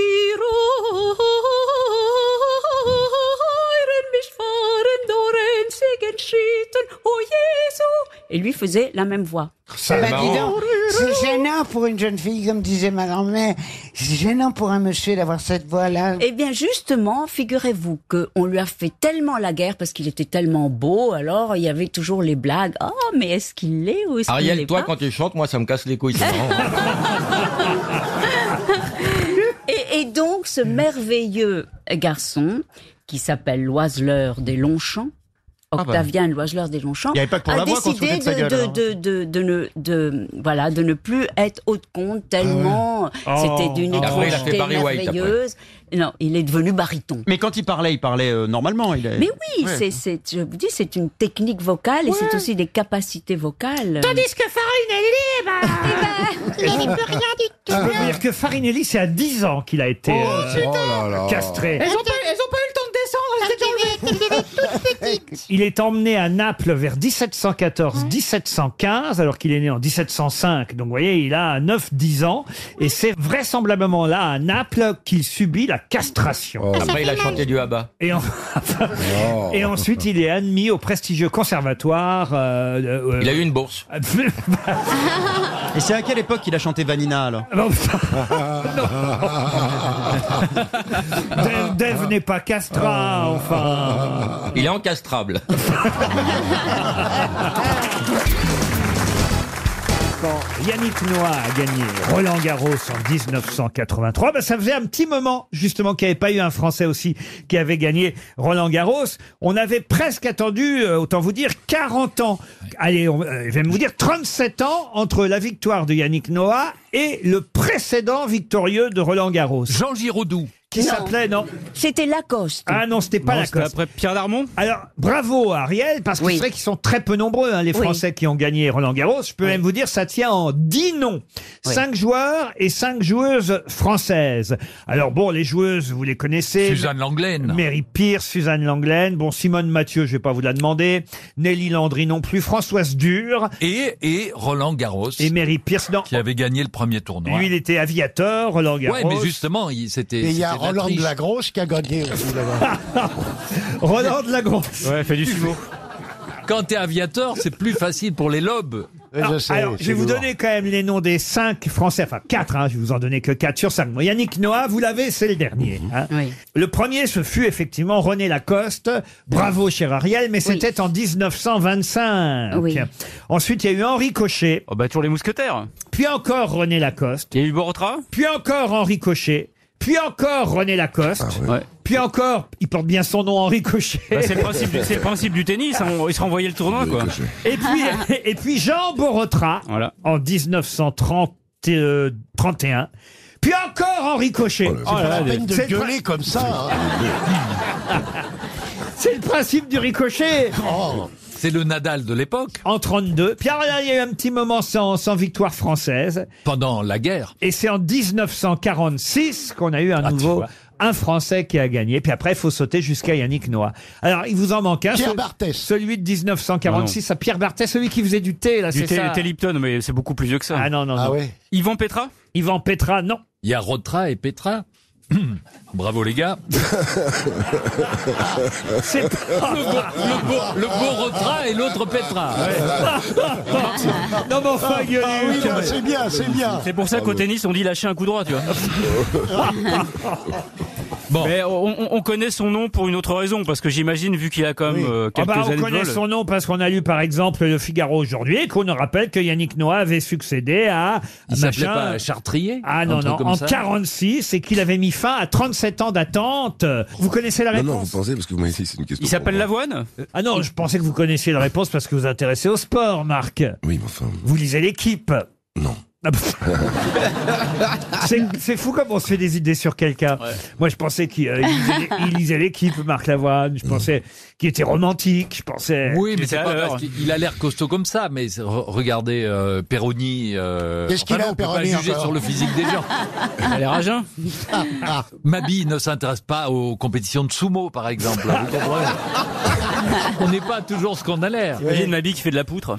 Speaker 6: mich fahren Dorenz
Speaker 16: Geschichten, oh Jésus. Et lui faisait la même voix.
Speaker 2: Eh ben, dis donc, C'est gênant pour une jeune fille, comme disait ma grand-mère. C'est gênant pour un monsieur d'avoir cette voix-là.
Speaker 16: Eh bien, justement, figurez-vous qu'on lui a fait tellement la guerre parce qu'il était tellement beau, alors il y avait toujours les blagues. Oh, mais est-ce qu'il l'est ou est-ce qu'il l'est
Speaker 3: Ariel, toi,
Speaker 16: pas
Speaker 3: quand tu chantes, moi, ça me casse les couilles. c'est marrant.
Speaker 16: et, et donc,
Speaker 15: Mm.
Speaker 16: ce merveilleux garçon, qui s'appelle Loiseleur des Longchamps,
Speaker 15: bah.
Speaker 16: Octavien Loiseleur des Longchamps,
Speaker 15: Il y avait pas que pour
Speaker 16: a
Speaker 15: la voix qu'on se
Speaker 16: décidé
Speaker 15: foutait de sa
Speaker 16: de,
Speaker 15: gueule, hein.
Speaker 16: de- de- de- de ne, de- voilà, de ne plus être haut de compte tellement
Speaker 7: Ah ouais.
Speaker 16: c'était d'une
Speaker 7: Oh. Après, il a fait
Speaker 16: étrangeté
Speaker 7: Barry White, après.
Speaker 16: merveilleuse. Non, il est devenu baryton.
Speaker 7: Mais quand il parlait, il parlait euh, normalement. Il est-
Speaker 16: Mais oui,
Speaker 7: Ouais.
Speaker 16: c'est, c'est- je vous dis, c'est une technique vocale et c'est aussi des capacités vocales.
Speaker 15: Tandis que Farine
Speaker 1: Eh ben,
Speaker 15: est libre Elle Eh ben, n'y peut rien du tout
Speaker 1: Je peux vous dire que Farinelli, c'est à 10 ans qu'il a été
Speaker 15: Oh,
Speaker 1: euh,
Speaker 15: putain
Speaker 1: castré.
Speaker 15: ont pas, eu le temps de descendre, elles
Speaker 1: Il est emmené à Naples vers 1714-1715, alors qu'il est né en 1705. Donc, vous voyez, il a 9-10 ans. Et c'est vraisemblablement là, à Naples, qu'il subit la castration.
Speaker 23: Oh
Speaker 7: Ah,
Speaker 3: Après, il a chanté du Abba.
Speaker 1: Et, en- et ensuite, il est admis au prestigieux conservatoire. euh,
Speaker 3: Il a eu une bourse.
Speaker 7: Et c'est à quelle époque qu'il a chanté Vanina alors
Speaker 1: Ah, Dave, Dave n'est pas
Speaker 10: Ah.
Speaker 1: castrat, enfin.
Speaker 3: Il est encastrable.
Speaker 1: Quand Yannick Noah a gagné Roland Garros en 1983, ben, ça faisait un petit moment justement qu'il n'y avait pas eu un Français aussi qui avait gagné Roland Garros. On avait presque attendu, euh, autant vous dire, 40 ans. Allez, on, euh, je vais même vous dire 37 ans entre la victoire de Yannick Noah et le précédent victorieux de Roland Garros. Jean Giraudoux. Qui
Speaker 16: Non.
Speaker 1: s'appelait, non
Speaker 16: C'était Lacoste.
Speaker 1: Ah non, c'était pas
Speaker 16: Non, c'était
Speaker 1: Lacoste.
Speaker 16: après
Speaker 1: Pierre Darmon Alors, bravo à Ariel, parce que
Speaker 16: Oui.
Speaker 1: c'est vrai qu'ils sont très peu nombreux, hein, les
Speaker 16: Oui.
Speaker 1: Français qui ont gagné Roland Garros. Je peux même vous dire, ça tient en 10 noms. 5 joueurs et 5 joueuses françaises. Alors bon, les joueuses, vous les connaissez.
Speaker 26: Suzanne Langlaine.
Speaker 1: Mary Pierce, Suzanne Langlaine. Bon, Simone Mathieu, je vais pas vous la demander. Nelly Landry non plus. Françoise Dur.
Speaker 3: Et, et Roland Garros.
Speaker 1: Et Mary Pierce, non.
Speaker 3: Qui avait gagné le premier tournoi.
Speaker 1: Lui, il était aviateur, Roland Garros.
Speaker 3: Ouais, mais justement, il- c'était.
Speaker 8: Et il y a
Speaker 3: c'était de la
Speaker 8: Roland
Speaker 3: triche.
Speaker 8: de la Grosse qui a gagné aussi là-bas.
Speaker 1: Roland de la Grosse.
Speaker 8: Ouais, fait du sumo.
Speaker 3: Quand t'es aviateur, c'est plus facile pour les lobes.
Speaker 1: Ah, alors, je vais vous donner quand même les noms des cinq Français, enfin quatre, hein, je vais vous en donner que quatre sur cinq. Bon, Yannick Noah, vous l'avez, c'est le dernier.
Speaker 3: Mhm.
Speaker 1: hein. Le premier, ce fut effectivement René Lacoste. Bravo, cher Ariel, mais c'était en 1925.
Speaker 16: Oui.
Speaker 1: Ensuite, il y a eu Henri Cochet.
Speaker 3: Oh bah, toujours les mousquetaires.
Speaker 1: Puis encore René Lacoste.
Speaker 3: Il y a eu Borotra.
Speaker 1: Puis encore Henri Cochet. Puis encore René Lacoste.
Speaker 3: Ah,
Speaker 1: Puis encore, il porte bien son nom, Henri Cochet.
Speaker 6: Bah, c'est le principe du- c'est le principe du tennis, hein, on- il se renvoyait le tournoi quoi.
Speaker 1: Et puis, et puis Jean Borotra en euh, 1931. Puis encore Henri Cochet.
Speaker 8: Oh C'est pas la peine de
Speaker 1: C'est le
Speaker 8: gueuler comme ça. hein.
Speaker 1: prin- C'est le principe du ricochet.
Speaker 3: Oh. C'est le Nadal de l'époque.
Speaker 1: En 32. Puis alors là, il y a eu un petit moment sans, sans victoire française.
Speaker 3: Pendant la guerre. Ah,
Speaker 1: Et c'est en 1946 qu'on a eu un nouveau, un Français qui a gagné. Puis après, il faut sauter jusqu'à Yannick Noah. Alors, il vous en manque un.
Speaker 8: Pierre
Speaker 1: ce- Celui de 1946 à Pierre Barthès, celui qui faisait du thé, là,
Speaker 6: Du
Speaker 1: c'est
Speaker 6: thé,
Speaker 1: ça.
Speaker 6: thé Lipton, mais c'est beaucoup plus vieux que ça.
Speaker 1: Ah non, non, non.
Speaker 6: Yvan Petra
Speaker 1: Yvan Petra, non.
Speaker 3: Il y a Rotra et Petra. Bravo les gars.
Speaker 1: C'est
Speaker 3: le, beau, le, beau, le beau Rotra et l'autre Petra.
Speaker 1: Non mais enfin,
Speaker 8: Ah,
Speaker 1: Gueluc.
Speaker 8: c'est bien, c'est bien. Ah
Speaker 6: C'est pour ça qu'au tennis, on dit lâcher un coup droit, tu vois. Bon. Mais on, on- on connaît son nom pour une autre raison, parce que j'imagine, vu qu'il a quand même euh,
Speaker 1: Ah
Speaker 6: quelques
Speaker 1: bah, on
Speaker 6: années de
Speaker 1: connaît
Speaker 6: vol.
Speaker 1: son nom parce qu'on a lu par exemple le Figaro aujourd'hui et qu'on nous rappelle que Yannick Noah avait succédé à
Speaker 3: Il s'appelait
Speaker 1: machin.
Speaker 3: pas Chartrier
Speaker 1: Ah
Speaker 3: Un
Speaker 1: non
Speaker 3: truc
Speaker 1: non
Speaker 3: comme
Speaker 1: en
Speaker 3: ça
Speaker 1: 46 et qu'il avait mis fin à 37 ans d'attente. Vous connaissez la
Speaker 10: Non,
Speaker 1: réponse
Speaker 10: non, vous pensez, parce que vous m'avez dit c'est une question.
Speaker 1: Il s'appelle
Speaker 6: Lavoine
Speaker 1: Ah non, je pensais que vous connaissiez la réponse parce que vous vous intéressez au sport, Marc.
Speaker 10: Oui, mais enfin.
Speaker 1: Vous lisez l'équipe.
Speaker 10: Non.
Speaker 1: Ah, pff. C'est c'est fou comme on se fait des idées sur quelqu'un. Moi, je pensais qu'il euh, il lisait- il lisait l'équipe, Marc Lavoine. Je pensais qu'il était romantique. Je pensais.
Speaker 3: Oui, mais c'est pas parce qu'il a l'air costaud comme ça. Mais c'est- re- regardez euh, Perroni. euh,
Speaker 8: Qu'est-ce qu'il
Speaker 3: enfin
Speaker 8: a,
Speaker 3: non, on peut
Speaker 8: Perroni,
Speaker 3: pas juger
Speaker 8: encore
Speaker 3: sur le physique des gens.
Speaker 6: Elle est rageun.
Speaker 16: hein
Speaker 3: Mabi ne s'intéresse pas aux compétitions de sumo, par exemple. Vous comprenez On n'est pas toujours ce qu'on a l'air. Euh,
Speaker 6: Imagine Mabi qui fait de la poutre.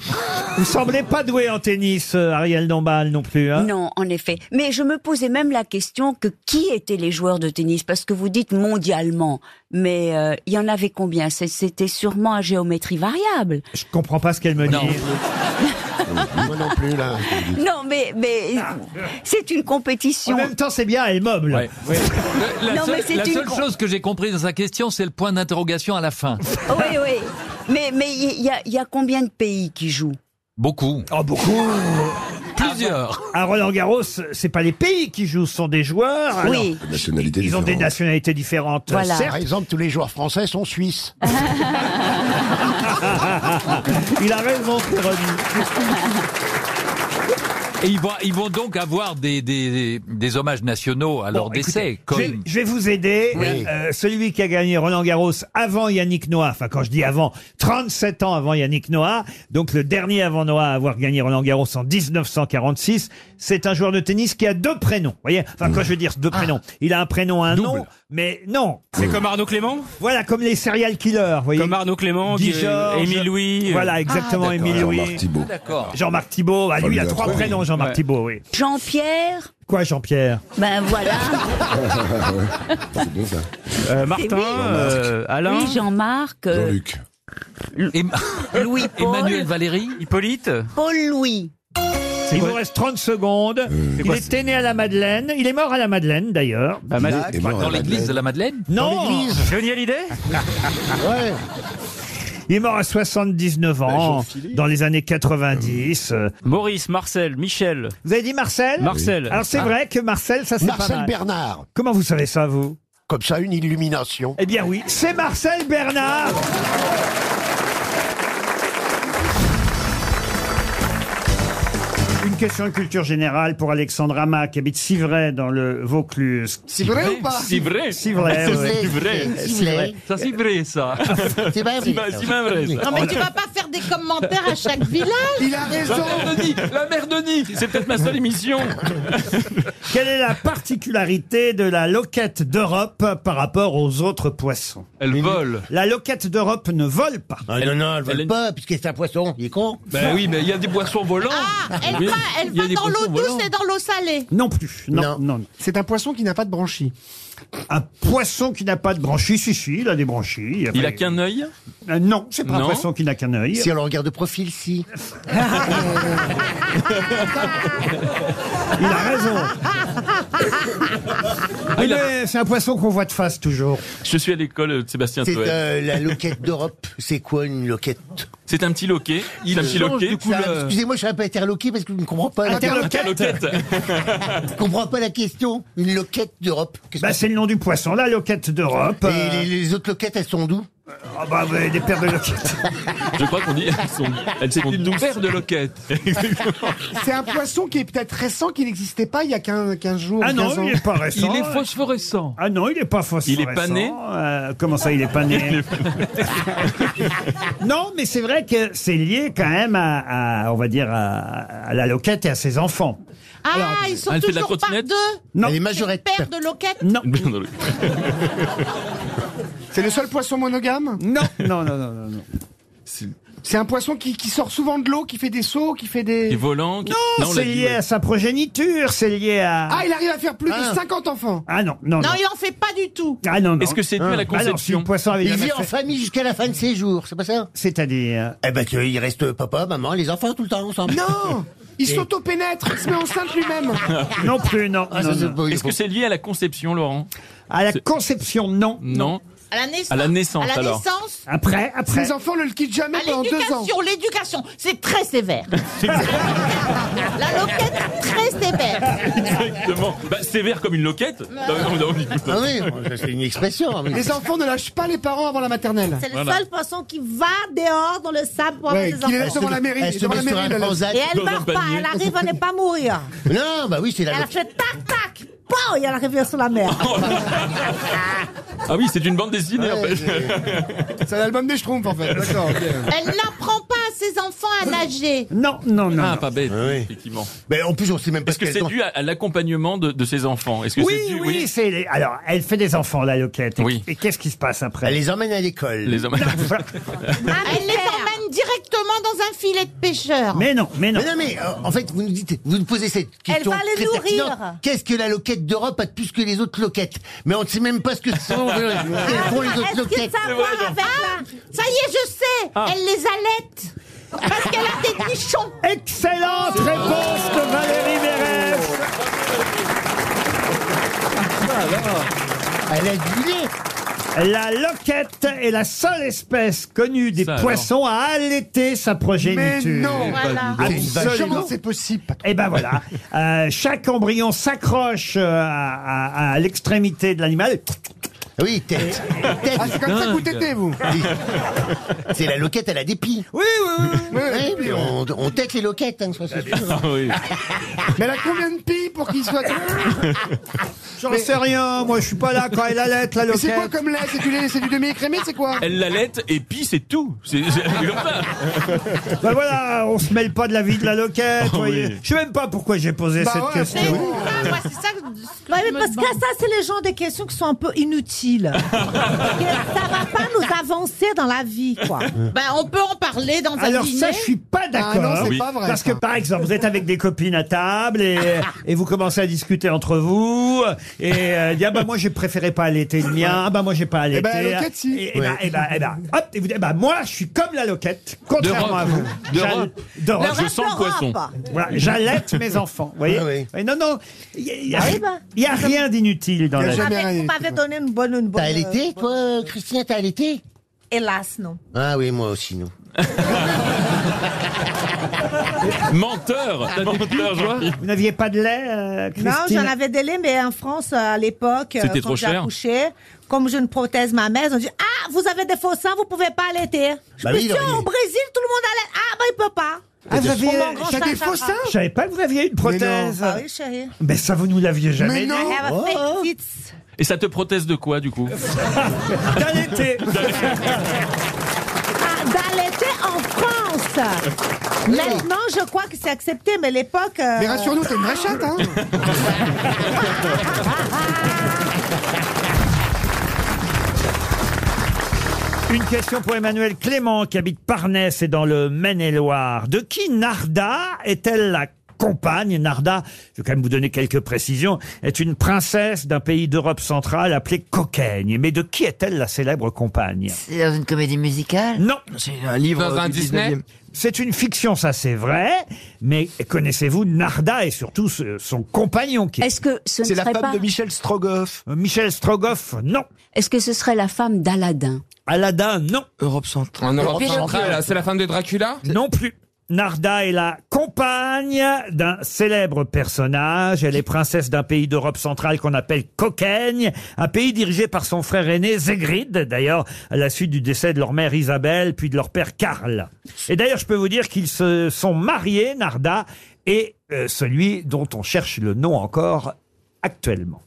Speaker 1: Vous semblez pas doué en tennis, euh, Ariel Dombal non plus. Hein
Speaker 16: Non, en effet. Mais je me posais même la question que qui étaient les joueurs de tennis Parce que vous dites mondialement, mais euh, il y en avait combien C'est- C'était sûrement à géométrie variable.
Speaker 1: Je comprends pas ce qu'elle me dit.
Speaker 4: Moi non plus, là.
Speaker 16: Non, mais, mais c'est une compétition.
Speaker 1: En même temps, c'est bien, elle meuble.
Speaker 3: La
Speaker 16: Non,
Speaker 3: seule,
Speaker 16: mais c'est
Speaker 3: la
Speaker 16: une
Speaker 3: seule
Speaker 16: con-
Speaker 3: chose que j'ai compris dans sa question, c'est le point d'interrogation à la fin.
Speaker 16: Oui, oui. Mais mais il y, a- il y a combien de pays qui jouent
Speaker 3: Beaucoup.
Speaker 1: Oh, beaucoup. Plusieurs. À Roland Garros, c'est pas les pays qui jouent, ce sont des joueurs.
Speaker 16: Oui.
Speaker 1: Alors,
Speaker 23: Des nationalités
Speaker 1: Ils ont des
Speaker 23: différentes.
Speaker 1: nationalités différentes.
Speaker 16: Voilà.
Speaker 1: certes.
Speaker 16: Par
Speaker 4: exemple, tous les joueurs français sont suisses.
Speaker 1: Il a raison, Péroni.
Speaker 3: Et ils vont, ils vont donc avoir des, des, des hommages nationaux à
Speaker 1: Bon,
Speaker 3: leur décès.
Speaker 1: écoutez,
Speaker 3: Comme...
Speaker 1: je, vais, je vais vous aider.
Speaker 3: Oui.
Speaker 1: Euh, celui qui a gagné Roland Garros avant Yannick Noah, enfin quand je dis avant, 37 ans avant Yannick Noah, donc le dernier avant Noah à avoir gagné Roland Garros en 1946, c'est un joueur de tennis qui a deux prénoms. Vous voyez Enfin quand je veux dire deux prénoms, il a un prénom, un nom, mais non.
Speaker 10: Ah. C'est comme Arnaud Clément
Speaker 1: Voilà, comme les serial killers, vous voyez
Speaker 10: Comme Arnaud Clément,
Speaker 1: Guy
Speaker 10: qui-
Speaker 1: Georges.
Speaker 10: Émile Louis. euh.
Speaker 16: Ah,
Speaker 10: Ah,
Speaker 1: Voilà, exactement, Émile Louis.
Speaker 3: D'accord.
Speaker 1: Jean-Marc Thibault, ah, lui, il a trois prénoms, Jean-Marc
Speaker 10: Ouais.
Speaker 1: Thibault, oui.
Speaker 16: Jean-Pierre
Speaker 1: Quoi, Jean-Pierre
Speaker 16: Ben voilà.
Speaker 23: C'est bon, ça.
Speaker 10: Euh, Martin,
Speaker 16: Oui.
Speaker 10: euh, Alain,
Speaker 16: Oui, Jean-Marc, euh,
Speaker 23: Jean-Luc.
Speaker 16: Louis-Paul,
Speaker 10: Emmanuel
Speaker 3: Valérie,
Speaker 10: Hippolyte.
Speaker 16: Paul-Louis.
Speaker 1: Il vous reste 30 secondes.
Speaker 3: Euh,
Speaker 1: il
Speaker 10: quoi,
Speaker 1: était né à la Madeleine. Il est mort à la Madeleine, d'ailleurs.
Speaker 10: Ah, Madeleine.
Speaker 23: Il est mort à
Speaker 3: Dans
Speaker 23: la
Speaker 3: l'église de la Madeleine
Speaker 1: Non
Speaker 10: Johnny Hallyday
Speaker 1: Il est mort à 79
Speaker 23: Bah,
Speaker 1: ans, dans les années 90. Euh,
Speaker 10: Maurice, Marcel, Michel.
Speaker 1: Vous avez dit Marcel
Speaker 10: Marcel.
Speaker 1: Alors c'est
Speaker 10: Ah.
Speaker 1: vrai que Marcel, ça c'est pas
Speaker 7: Marcel
Speaker 1: mal.
Speaker 7: Bernard.
Speaker 1: Comment vous savez ça, vous
Speaker 7: Comme ça, une illumination.
Speaker 1: Eh bien oui, c'est Marcel Bernard Une question de culture générale pour Alexandre Ama, qui habite Civray, dans le Vaucluse.
Speaker 7: C'est vrai ou pas
Speaker 10: C'est vrai.
Speaker 1: Civray,
Speaker 10: Ça,
Speaker 1: ouais.
Speaker 10: c'est vrai.
Speaker 1: C'est vrai.
Speaker 10: Ça, c'est vrai, ça.
Speaker 7: C'est pas vrai.
Speaker 10: C'est pas- c'est pas vrai, ça.
Speaker 7: Non,
Speaker 15: Non, mais tu vas pas faire des commentaires à chaque village.
Speaker 7: Il a raison.
Speaker 10: La mère de Denis, c'est peut-être ma seule émission.
Speaker 1: Quelle est la particularité de la loquette d'Europe par rapport aux autres poissons
Speaker 27: Elle vole.
Speaker 1: La loquette d'Europe ne vole pas.
Speaker 4: Ah, non, non, elle
Speaker 27: Elle est-
Speaker 4: veut pas, puisque c'est un poisson, il est con.
Speaker 27: Ben oui, mais il y a des boissons volants.
Speaker 15: Ah, elle
Speaker 27: Oui,
Speaker 15: va, elle
Speaker 27: il y a
Speaker 15: va
Speaker 27: des
Speaker 15: dans l'eau
Speaker 27: poissons volants.
Speaker 15: douce et dans l'eau salée.
Speaker 1: Non plus. Non, non. non. Ah,
Speaker 7: C'est un poisson qui n'a pas de branchie.
Speaker 1: Un poisson qui n'a pas de branchies, si, si, il a des branchies.
Speaker 10: Il a qu'un œil.
Speaker 1: Euh, Non, c'est pas un
Speaker 10: Non.
Speaker 1: poisson qui n'a qu'un œil.
Speaker 4: Si on le regarde de profil, si.
Speaker 1: Il a raison.
Speaker 7: Ah,
Speaker 10: Ah, il a-
Speaker 1: Mais C'est un poisson qu'on voit de face toujours.
Speaker 10: Je suis à l'école euh, de Sébastien
Speaker 4: C'est
Speaker 10: Toen.
Speaker 4: euh, la loquette d'Europe. C'est quoi une loquette
Speaker 10: C'est un petit loquet. C'est un petit
Speaker 4: change
Speaker 10: loquet. euh,
Speaker 4: de couleur. Excusez-moi, je ne suis pas interloqué parce que je ne comprends pas. la-
Speaker 1: Interloquette
Speaker 10: Interloquette.
Speaker 4: Je ne comprends pas la question. Une loquette d'Europe. Qu'est-ce
Speaker 1: bah,
Speaker 4: que
Speaker 1: C'est le nom du poisson, la loquette d'Europe.
Speaker 4: c'est
Speaker 1: Euh,
Speaker 4: Et les, les autres loquettes, elles sont d'où
Speaker 1: ah bah, ouais, des paires de loquettes.
Speaker 10: Je crois qu'on dit elles sont, elles sont douces.
Speaker 27: de loquettes.
Speaker 7: C'est un poisson qui est peut-être récent, qui n'existait pas il y a 15, 15 jours.
Speaker 1: Ah
Speaker 7: ou
Speaker 1: non,
Speaker 7: 15 ans.
Speaker 1: il n'est pas récent.
Speaker 27: Il est phosphorescent.
Speaker 1: Ah non, il n'est pas phosphorescent.
Speaker 10: Il est pas né
Speaker 1: Euh, Comment ça, il est pas né Non, mais c'est vrai que c'est lié quand même à, à, on va dire, à, à la loquette et à ses enfants.
Speaker 15: Ah, ils sont
Speaker 10: elle fait de la
Speaker 15: toujours par
Speaker 10: trottinette
Speaker 15: deux.
Speaker 1: Non,
Speaker 4: Les majorettes.
Speaker 15: Paire de loquettes.
Speaker 1: non,
Speaker 7: C'est le seul poisson monogame
Speaker 1: non, non, non, non, non, non.
Speaker 7: C'est un poisson qui, qui sort souvent de l'eau, qui fait des sauts, qui fait
Speaker 10: Les
Speaker 7: des...
Speaker 10: volants. qui-
Speaker 1: Non,
Speaker 10: on l'a
Speaker 1: c'est
Speaker 10: dit,
Speaker 1: lié
Speaker 10: ouais.
Speaker 1: à sa progéniture, c'est lié à...
Speaker 7: Ah, il arrive à faire plus
Speaker 4: Ah.
Speaker 7: de 50 enfants
Speaker 1: Ah non, non, non.
Speaker 15: Non, il en fait pas du tout.
Speaker 1: Ah non, non.
Speaker 10: Est-ce que c'est dû à la
Speaker 1: Ah non, si
Speaker 10: conception
Speaker 1: le poisson avait
Speaker 4: Il
Speaker 1: jamais
Speaker 4: vit en
Speaker 1: fait-
Speaker 4: famille jusqu'à la fin de ses jours, c'est pas ça
Speaker 1: C'est-à-dire...
Speaker 4: Eh ben, qu'il reste papa, maman, les enfants tout le temps ensemble.
Speaker 1: Oh.
Speaker 7: Non Il s'auto-pénètre, il se met enceinte lui-même
Speaker 1: Non plus, non.
Speaker 4: Ah, ça,
Speaker 1: non,
Speaker 4: c'est
Speaker 1: non.
Speaker 4: pas-
Speaker 10: Est-ce que c'est lié à la conception, Laurent
Speaker 1: À la conception, non.
Speaker 10: Non.
Speaker 15: À la naissance.
Speaker 10: À la naissance,
Speaker 15: À la
Speaker 10: alors.
Speaker 15: naissance.
Speaker 1: Après, après.
Speaker 7: Ses enfants ne le quittent jamais
Speaker 15: À
Speaker 7: pendant deux ans.
Speaker 15: l'éducation, l'éducation, c'est très sévère. la loquette, très sévère.
Speaker 10: Exactement. Bah, sévère comme une loquette. Non, non, non.
Speaker 4: Ah oui, c'est une expression. oui.
Speaker 7: Les enfants ne lâchent pas les parents avant la maternelle.
Speaker 15: C'est le
Speaker 10: Voilà.
Speaker 15: seul poisson qui va dehors dans le sable pour
Speaker 7: Ouais,
Speaker 15: avoir
Speaker 7: qu'il
Speaker 15: ses
Speaker 7: est
Speaker 15: enfants.
Speaker 7: devant la mairie.
Speaker 4: Elle se
Speaker 7: devant
Speaker 4: met
Speaker 7: la
Speaker 4: sur
Speaker 7: mairie,
Speaker 4: un
Speaker 7: la loquette.
Speaker 4: transat.
Speaker 15: Et elle
Speaker 10: Dans un
Speaker 15: meurt pas,
Speaker 10: panier.
Speaker 15: elle arrive à ne pas mourir.
Speaker 4: Non, bah oui, c'est la
Speaker 15: Elle a fait tac tac, pow, et elle arrive sur la mer.
Speaker 10: Ah oui, c'est une bande dessinée en fait.
Speaker 7: C'est l'album des Schtroumpfs, en fait. D'accord, ok.
Speaker 10: Ah,
Speaker 15: Elle n'apprend pas à ses enfants à nager.
Speaker 1: Non, non, non.
Speaker 10: Ah,
Speaker 1: non.
Speaker 10: pas bête,
Speaker 4: oui.
Speaker 10: effectivement.
Speaker 4: Mais en plus, on sait même pas
Speaker 10: Est-ce que
Speaker 4: qu'elles
Speaker 10: c'est
Speaker 4: ont.
Speaker 10: dû à, à l'accompagnement de, de ses enfants Est-ce que
Speaker 1: Oui,
Speaker 10: c'est dû-
Speaker 1: oui, c'est... les- Alors, elle fait des enfants, la loquette. Et-
Speaker 10: Oui.
Speaker 1: Et qu'est-ce qui se passe
Speaker 4: Elle
Speaker 1: après
Speaker 4: Ah. les emmène à l'école. Ah,
Speaker 10: Les hommes.
Speaker 1: Voilà.
Speaker 15: Elle les emmène directement
Speaker 16: dans un filet de pêcheur.
Speaker 1: mais non.
Speaker 4: Mais mais euh, en fait, vous nous dites, vous nous posez cette
Speaker 16: Elle
Speaker 4: question
Speaker 16: va les
Speaker 4: très
Speaker 16: nourrir.
Speaker 4: pertinente. Qu'est-ce que la loquette d'Europe a de plus que les autres loquettes Mais on ne sait même pas ce que ce sont
Speaker 16: Ah,
Speaker 4: Quelles sont les autres
Speaker 16: Est-ce que
Speaker 4: loquettes
Speaker 16: ça a à voir avec la- Ça y est, je sais.
Speaker 10: Ah.
Speaker 16: Elle les allaite. Parce qu'elle a des nichons.
Speaker 1: Excellente réponse de Valérie Mérès.
Speaker 4: Elle a du lait.
Speaker 1: La loquette est la seule espèce connue des
Speaker 12: alors.
Speaker 1: poissons à allaiter sa progéniture.
Speaker 9: Mais non,
Speaker 12: Voilà.
Speaker 9: c'est une vache.
Speaker 1: Absolument.
Speaker 9: Comment c'est possible, patron
Speaker 1: Et ben voilà, Euh, chaque embryon s'accroche euh, à, à- à l'extrémité de l'animal.
Speaker 4: Oui, tête.
Speaker 9: Ah, c'est comme ça que vous tétez, vous
Speaker 4: C'est la loquette à la dépit.
Speaker 1: Oui, oui,
Speaker 4: oui. mais on, on tête les loquettes, hein, soit c'est sûr.
Speaker 9: Ah, Mais elle a combien de pieds pour qu'il soit...
Speaker 1: J'en
Speaker 9: Mais-
Speaker 1: sais rien, moi je suis pas là quand elle allait la
Speaker 9: Mais c'est quoi
Speaker 1: loquette.
Speaker 9: comme lait C'est du lait, c'est du demi-écrémé, c'est quoi
Speaker 11: Elle l'allait et puis c'est tout. C'est c'est comme ça.
Speaker 1: Ben voilà, on se mêle pas de la vie de la
Speaker 12: Ah
Speaker 1: loquette.
Speaker 11: Oh
Speaker 1: voyez.
Speaker 11: oui.
Speaker 1: Je sais même pas pourquoi j'ai posé
Speaker 9: Bah
Speaker 1: cette
Speaker 9: ouais,
Speaker 1: question.
Speaker 9: c'est
Speaker 15: Ah,
Speaker 16: Ouais,
Speaker 15: mais parce que ça, c'est les gens des questions qui sont un peu inutiles.
Speaker 16: ça va pas nous avancer dans la vie, quoi. Ben, on peut en parler dans un
Speaker 1: Alors
Speaker 16: dîner.
Speaker 1: ça, je suis
Speaker 15: Ah,
Speaker 1: pas d'accord.
Speaker 16: Oui.
Speaker 1: Parce que par exemple, vous êtes avec des copines à table et, et vous commencez à discuter entre vous et euh, dire ah bah moi j'ai préféré pas allaiter le mien, ah bah moi j'ai pas allaité.
Speaker 9: Eh ben, la loquette, si.
Speaker 1: Et, et bah, et bah, et bah, hop, et vous dites, bah, moi je suis comme la loquette, contrairement
Speaker 11: D'Europe.
Speaker 1: à vous.
Speaker 11: D'Europe.
Speaker 1: J'al- d'Europe.
Speaker 11: Le Je sens le poisson.
Speaker 15: pas.
Speaker 1: Voilà, j'allaite mes enfants, vous voyez.
Speaker 15: Ah oui.
Speaker 1: Et Non non, il y a- il y a,
Speaker 15: Ah oui, bah.
Speaker 1: il y a rien d'inutile dans
Speaker 15: Vous
Speaker 1: la.
Speaker 15: m'avez- vous m'avez donné une bonne, une bonne.
Speaker 4: T'as allaité, toi, Christina, t'as allaité
Speaker 15: Hélas, non.
Speaker 4: Ah oui, moi aussi, non.
Speaker 11: Menteur T'as des pires joies
Speaker 1: Vous n'aviez pas de lait, euh,
Speaker 15: Non,
Speaker 1: Christine
Speaker 15: j'en avais des laits, mais en France, euh, à l'époque, euh,
Speaker 11: C'était
Speaker 15: quand
Speaker 11: trop
Speaker 15: j'ai
Speaker 11: cher.
Speaker 15: accouché, comme j'ai une prothèse ma mère, ils ont dit Ah, vous avez des faux seins, vous pouvez pas allaiter. Je
Speaker 1: Bah
Speaker 15: me
Speaker 1: oui,
Speaker 15: suis dit,
Speaker 1: il aurait-
Speaker 15: au Brésil, tout le monde allait. Ah, ben, il peut pas.
Speaker 1: Ah, vous aviez-
Speaker 15: On m'engrange
Speaker 1: t'as
Speaker 15: la
Speaker 1: des faux
Speaker 15: cara.
Speaker 1: seins Je savais pas que vous aviez une prothèse.
Speaker 15: Ah oui, chérie.
Speaker 1: Mais Ben, ça, vous nous l'aviez jamais
Speaker 15: I
Speaker 1: dit. Ah, bah.
Speaker 15: have a fake tits.
Speaker 11: Et ça te proteste de quoi du coup
Speaker 1: D'allaiter
Speaker 15: Ah, D'allaiter en France. Maintenant, je crois que c'est accepté, mais à l'époque. euh,
Speaker 9: Mais rassure-nous, t'es une vraie chatte, hein
Speaker 1: Une question pour Emmanuel Clément qui habite Parnès et dans le Maine-et-Loire. De qui Narda est-elle la compagne Narda, je vais quand même vous donner quelques précisions, est une princesse d'un pays d'Europe centrale appelée Cocagne. Mais de qui est-elle la célèbre compagne
Speaker 19: C'est dans une comédie musicale
Speaker 1: Non.
Speaker 19: C'est
Speaker 1: un livre
Speaker 19: Dans
Speaker 7: Euh,
Speaker 19: un du Disney 19e.
Speaker 1: C'est une fiction, ça c'est vrai, mais connaissez-vous Narda et surtout ce- son compagnon qui
Speaker 2: Est-ce que ce ne
Speaker 1: C'est la
Speaker 2: serait
Speaker 1: femme
Speaker 2: pas...
Speaker 1: de
Speaker 2: Michel Strogoff.
Speaker 1: Michel Strogoff, non.
Speaker 2: Est-ce que ce serait la femme d'Aladin
Speaker 1: Aladdin, non.
Speaker 28: Europe centrale. En Europe
Speaker 2: Europe
Speaker 28: centrale,
Speaker 2: centrale.
Speaker 28: c'est la femme de Dracula
Speaker 1: Non plus. Narda est la compagne d'un célèbre personnage. Elle est princesse d'un pays d'Europe centrale qu'on appelle Cocagne, un pays dirigé par son frère aîné Zegrid, d'ailleurs, à la suite du décès de leur mère Isabelle, puis de leur père Karl. Et d'ailleurs, je peux vous dire qu'ils se sont mariés, Narda, et euh, celui dont on cherche le nom encore actuellement.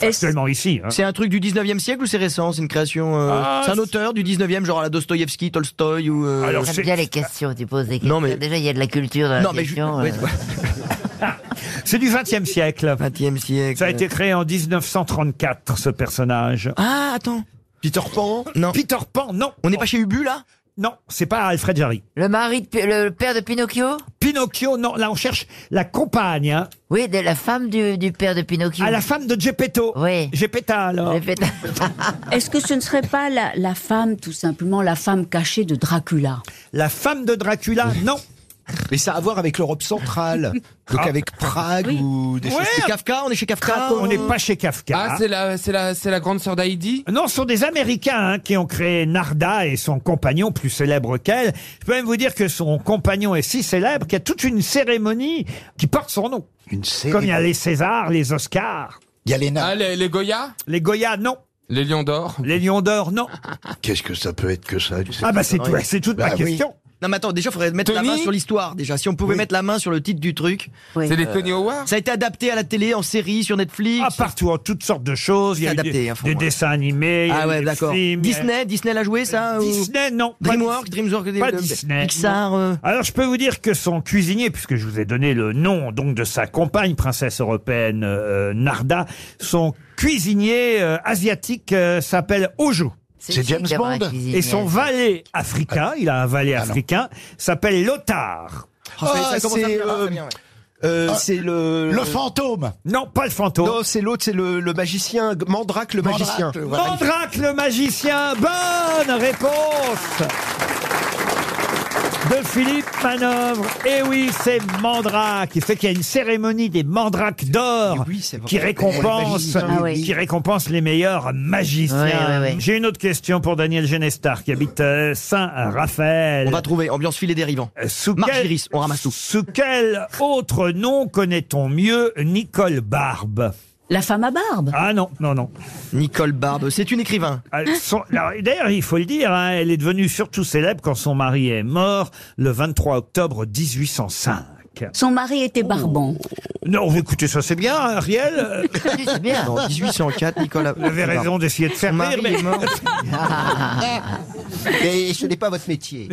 Speaker 1: Actuellement ici. hein.
Speaker 28: C'est un truc du 19e siècle ou c'est récent C'est une création. euh,
Speaker 19: Ah,
Speaker 28: c'est un auteur du 19e, genre à la Dostoïevski, Tolstoy ou. euh,
Speaker 19: J'aime bien les questions, tu poses des questions.
Speaker 28: Non, mais-
Speaker 19: Déjà, il y a de la culture dans
Speaker 28: Non,
Speaker 19: la
Speaker 28: mais je-
Speaker 19: question.
Speaker 28: ouais,
Speaker 19: euh.
Speaker 1: C'est du 20e siècle.
Speaker 28: 20e siècle.
Speaker 1: Ça a été créé en 1934, ce personnage.
Speaker 28: Ah, attends.
Speaker 1: Peter Pan Non. Peter Pan, non. On n'est pas
Speaker 28: chez Ubu, là
Speaker 1: Non, c'est pas Alfred Jarry.
Speaker 19: Le mari, de Pi- le père de Pinocchio
Speaker 1: Pinocchio, non, là on cherche la compagne. hein.
Speaker 19: Oui, de la femme du, du père de Pinocchio.
Speaker 2: Ah, la
Speaker 1: femme de Geppetto
Speaker 19: Oui.
Speaker 1: Geppetta alors
Speaker 2: Est-ce que ce ne serait pas la, la femme, tout simplement, la femme cachée de Dracula
Speaker 1: La femme de Dracula, non.
Speaker 10: Mais ça a à voir avec l'Europe centrale, donc
Speaker 11: Ah.
Speaker 10: avec Prague ou des
Speaker 28: Ouais.
Speaker 10: choses.
Speaker 28: C'est Kafka, on est chez Kafka
Speaker 1: on n'est pas chez Kafka.
Speaker 28: Ah, c'est la, c'est la, c'est la grande sœur d'Heidi
Speaker 1: Non, ce sont des Américains hein, qui ont créé Narda et son compagnon plus célèbre qu'elle. Je peux même vous dire que son compagnon est si célèbre qu'il y a toute une cérémonie qui porte son nom. Une Comme il y a les Césars, les Oscars. Il y a les
Speaker 28: Ah, les, les Goya
Speaker 1: Les Goya, non.
Speaker 28: Les Lions d'Or
Speaker 1: Les Lions d'or, non.
Speaker 28: Qu'est-ce que ça peut être que ça
Speaker 1: Ah, bah, c'est tout- c'est toute ma question.
Speaker 28: Non mais attends, déjà faudrait mettre la main Tony sur l'histoire déjà. Si on pouvait mettre la main sur le titre du truc. C'est les Tony Howard Ça a été adapté à la télé, en série, sur Netflix.
Speaker 1: Ah, partout, en toutes sortes de choses. Il y a eu
Speaker 28: Adapté,
Speaker 1: des,
Speaker 28: hein, faut
Speaker 1: des
Speaker 28: moi.
Speaker 1: dessins animés, il y a
Speaker 28: Ah
Speaker 1: eu
Speaker 28: ouais,
Speaker 1: des
Speaker 28: d'accord.
Speaker 1: films, il y a-
Speaker 28: Disney, Disney l'a joué ça ou-
Speaker 1: Disney, non. pas
Speaker 28: DreamWorks,
Speaker 1: Dis-
Speaker 28: DreamWorks,
Speaker 1: pas
Speaker 28: de-
Speaker 1: Disney.
Speaker 28: Pixar.
Speaker 1: Non.
Speaker 28: euh,
Speaker 1: Alors, je peux vous dire que son cuisinier, puisque je vous ai donné le nom donc de sa compagne, princesse européenne euh, Narda, son cuisinier euh, asiatique euh, s'appelle Ojo.
Speaker 14: C'est James Bond.
Speaker 1: Et son valet africain, il a un valet africain, s'appelle Lothar.
Speaker 10: Ah, ça- ça commence à me faire un peu bien, ouais.
Speaker 1: Ah.
Speaker 10: Euh, c'est le...
Speaker 1: le
Speaker 10: fantôme
Speaker 1: Non, pas le fantôme.
Speaker 10: Non, c'est l'autre, c'est le, le magicien, Mandrake euh, le magicien.
Speaker 1: Mandrake le magicien, bonne réponse de Philippe Manœuvre. Et oui, c'est Mandrake. Il fait qu'il y a une cérémonie des Mandrakes d'or
Speaker 10: Eh
Speaker 1: qui récompense,
Speaker 12: Ah oui.
Speaker 1: qui récompense les meilleurs magiciens.
Speaker 12: Ouais, ouais, ouais.
Speaker 1: J'ai une autre question pour Daniel Genestar qui habite euh, Saint-Raphaël. Euh,
Speaker 28: On va trouver ambiance filet dérivant.
Speaker 1: Sous
Speaker 28: Marc
Speaker 1: quel-
Speaker 28: Iris, on ramasse tout.
Speaker 1: Sous quel autre nom connaît-on mieux Nicole Barbe
Speaker 2: La femme à barbe
Speaker 1: Ah non, non, non. Ah,
Speaker 28: Nicole Barbe, c'est une écrivain.
Speaker 1: D'ailleurs, il faut le dire, hein, elle est devenue surtout célèbre quand son mari est mort le 23 octobre 1805.
Speaker 2: Son mari était barbant.
Speaker 1: Oh. Non, vous écoutez, ça c'est bien, hein, Ariel. Euh,
Speaker 2: C'est bien.
Speaker 28: Non, 1804, Nicolas.
Speaker 1: Vous avez raison d'essayer de faire
Speaker 28: Son mari
Speaker 1: rire, mais-
Speaker 28: est mort.
Speaker 4: Ah,
Speaker 10: Et ce n'est pas votre métier.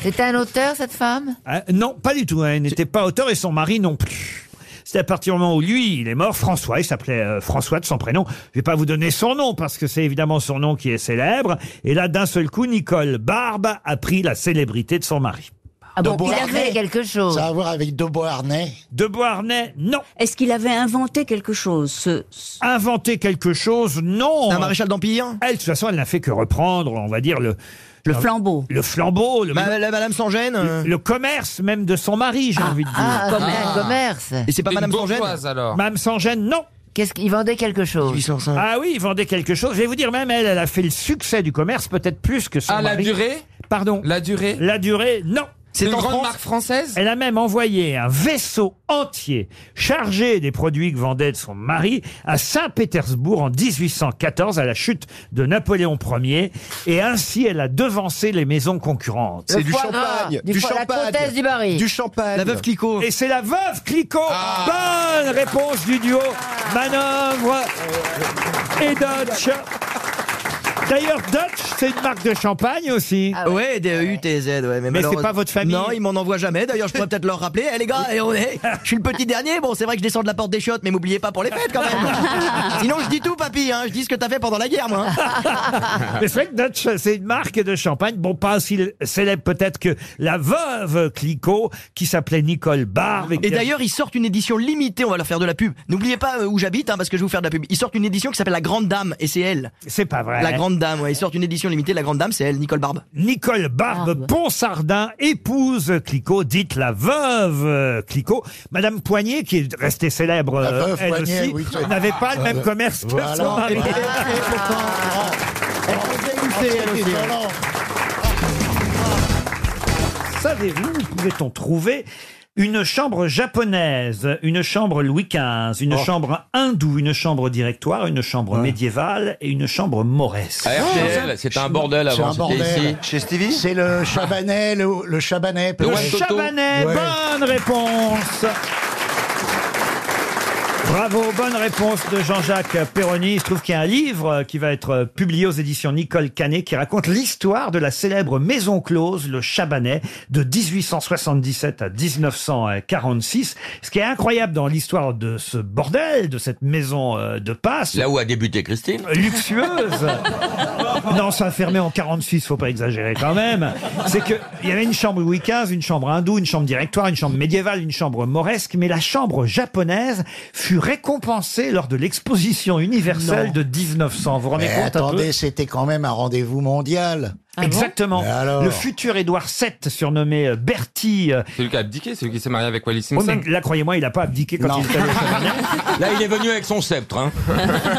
Speaker 19: C'était un auteur, cette femme
Speaker 1: Ah, non, pas du tout. hein, Elle n'était pas auteur et son mari non plus. C'est à partir du moment où lui, il est mort, François, il s'appelait euh, François de son prénom. Je vais pas vous donner son nom parce que c'est évidemment son nom qui est célèbre. Et là, d'un seul coup, Nicole Barbe a pris la célébrité de son mari.
Speaker 19: Ah bon, il avait quelque chose.
Speaker 14: Ça a à voir avec De Beauharnais.
Speaker 1: De Beauharnais, non.
Speaker 2: Est-ce qu'il avait inventé quelque chose ce- ce-
Speaker 1: Inventer quelque chose, non.
Speaker 28: Un maréchal d'Empire
Speaker 1: Elle, de toute façon, elle n'a fait que reprendre, on va dire, le...
Speaker 2: Le flambeau.
Speaker 1: Le flambeau. Le,
Speaker 28: Ma- la Madame sans gêne euh.
Speaker 1: le commerce même de son mari, j'ai envie de dire.
Speaker 19: Ah, comme un commerce.
Speaker 28: Et c'est pas Madame sans gêne
Speaker 12: alors.
Speaker 1: Madame Sangène, non.
Speaker 19: Qu'est-ce qu'il vendait quelque chose
Speaker 28: 1805.
Speaker 1: Ah oui, il vendait quelque chose. Je vais vous dire, même elle, elle a fait le succès du commerce, peut-être plus que son
Speaker 12: Ah, la
Speaker 1: mari.
Speaker 12: durée
Speaker 1: Pardon.
Speaker 12: La durée
Speaker 1: La durée, non.
Speaker 12: C'est Une en grande France marque française
Speaker 1: Elle a même envoyé un vaisseau entier chargé des produits que vendait son mari à Saint-Pétersbourg en 1814 à la chute de Napoléon Ier. Et ainsi, elle a devancé les maisons concurrentes.
Speaker 10: C'est du champagne. Ah, Du, champagne. Du champagne.
Speaker 28: Clicot.
Speaker 1: Et c'est la veuve Clicot.
Speaker 10: Ah.
Speaker 1: Bonne réponse du duo Manœuvre et Dutch. D'ailleurs, Dutch, c'est une marque de champagne aussi.
Speaker 28: Ouais, E D-E-U-T-Z, ouais. Mais,
Speaker 1: c'est
Speaker 28: malheureusement-
Speaker 1: pas votre famille.
Speaker 28: Non, ils m'en envoient jamais. D'ailleurs, je pourrais peut-être leur rappeler. Eh les gars, eh, on est- je suis le petit dernier. Bon, c'est vrai que je descends de la porte des chiottes, mais m'oubliez pas pour les fêtes quand même. Sinon, je dis tout, papy. Hein. Je dis ce que t'as fait pendant la guerre, moi. hein.
Speaker 1: Mais c'est vrai que Dutch, c'est une marque de champagne. Bon, pas aussi célèbre peut-être que la veuve Clicot, qui s'appelait Nicole Barbe.
Speaker 28: Et
Speaker 1: qui a-
Speaker 28: d'ailleurs, ils sortent une édition limitée. On va leur faire de la pub. N'oubliez pas euh, où j'habite, hein, parce que je vais vous faire de la pub. Ils sortent une édition qui s'appelle La Grande Dame, et c'est elle.
Speaker 1: C'est pas vrai.
Speaker 28: La Grande Dame, ouais. Ils sortent une édition limitée. La Grande Dame, c'est elle, Nicole Barbe.
Speaker 1: Nicole Barbe Ponsardin, épouse Clicot, dite la veuve euh, Clicot. Madame Poignet, qui est restée célèbre,
Speaker 14: La
Speaker 1: euh,
Speaker 14: veuve
Speaker 1: elle
Speaker 14: Poignet,
Speaker 1: aussi,
Speaker 14: oui, c'est-
Speaker 1: n'avait pas le même
Speaker 14: Voilà.
Speaker 1: commerce que
Speaker 14: Voilà.
Speaker 1: son mari.
Speaker 14: Et puis,
Speaker 1: Savez-vous où pouvait-on trouver une chambre japonaise, une chambre Louis XV,
Speaker 12: Oh.
Speaker 1: une chambre hindoue, une chambre directoire, une chambre médiévale et une chambre
Speaker 8: Oh,
Speaker 1: mauresse
Speaker 12: À RTL, c'était Ah, un bordel
Speaker 14: C'est
Speaker 12: avant,
Speaker 14: un
Speaker 12: c'était ici.
Speaker 14: bordel. Chez Stevie C'est le Chabanais, le, le Chabanais.
Speaker 1: Le
Speaker 14: peut-être.
Speaker 1: Chabanais,
Speaker 14: Ouais.
Speaker 1: bonne réponse Bravo, bonne réponse de Jean-Jacques Perroni. Il se trouve qu'il y a un livre qui va être euh, publié aux éditions Nicole Canet qui raconte l'histoire de la célèbre maison close, le Chabanais, de 1877 à 1946. Ce qui est incroyable dans l'histoire de ce bordel, de cette maison euh, de passe,
Speaker 7: Là où a débuté Christine.
Speaker 1: luxueuse. non, ça a fermé en 46, faut pas exagérer quand même. C'est que il y avait une chambre Louis XV, une chambre hindoue, une chambre directoire, une chambre médiévale, une chambre mauresque, mais la chambre japonaise fut récompensée lors de l'exposition universelle
Speaker 14: Non.
Speaker 1: de 1900. Vous vous rendez
Speaker 14: Mais
Speaker 1: compte un peu
Speaker 14: attendez, c'était quand même un rendez-vous mondial.
Speaker 1: Ah
Speaker 10: Ah
Speaker 1: Exactement.
Speaker 14: Mais alors
Speaker 1: le futur Édouard VII, surnommé euh, Bertie. euh,
Speaker 12: Celui qui a abdiqué, celui qui s'est marié avec Wallis
Speaker 1: oh,
Speaker 12: Simpson.
Speaker 1: mais là, croyez-moi, il n'a pas abdiqué quand
Speaker 12: Non.
Speaker 1: il est allé au Chabanais.
Speaker 7: Là, il est venu avec son sceptre. Hein.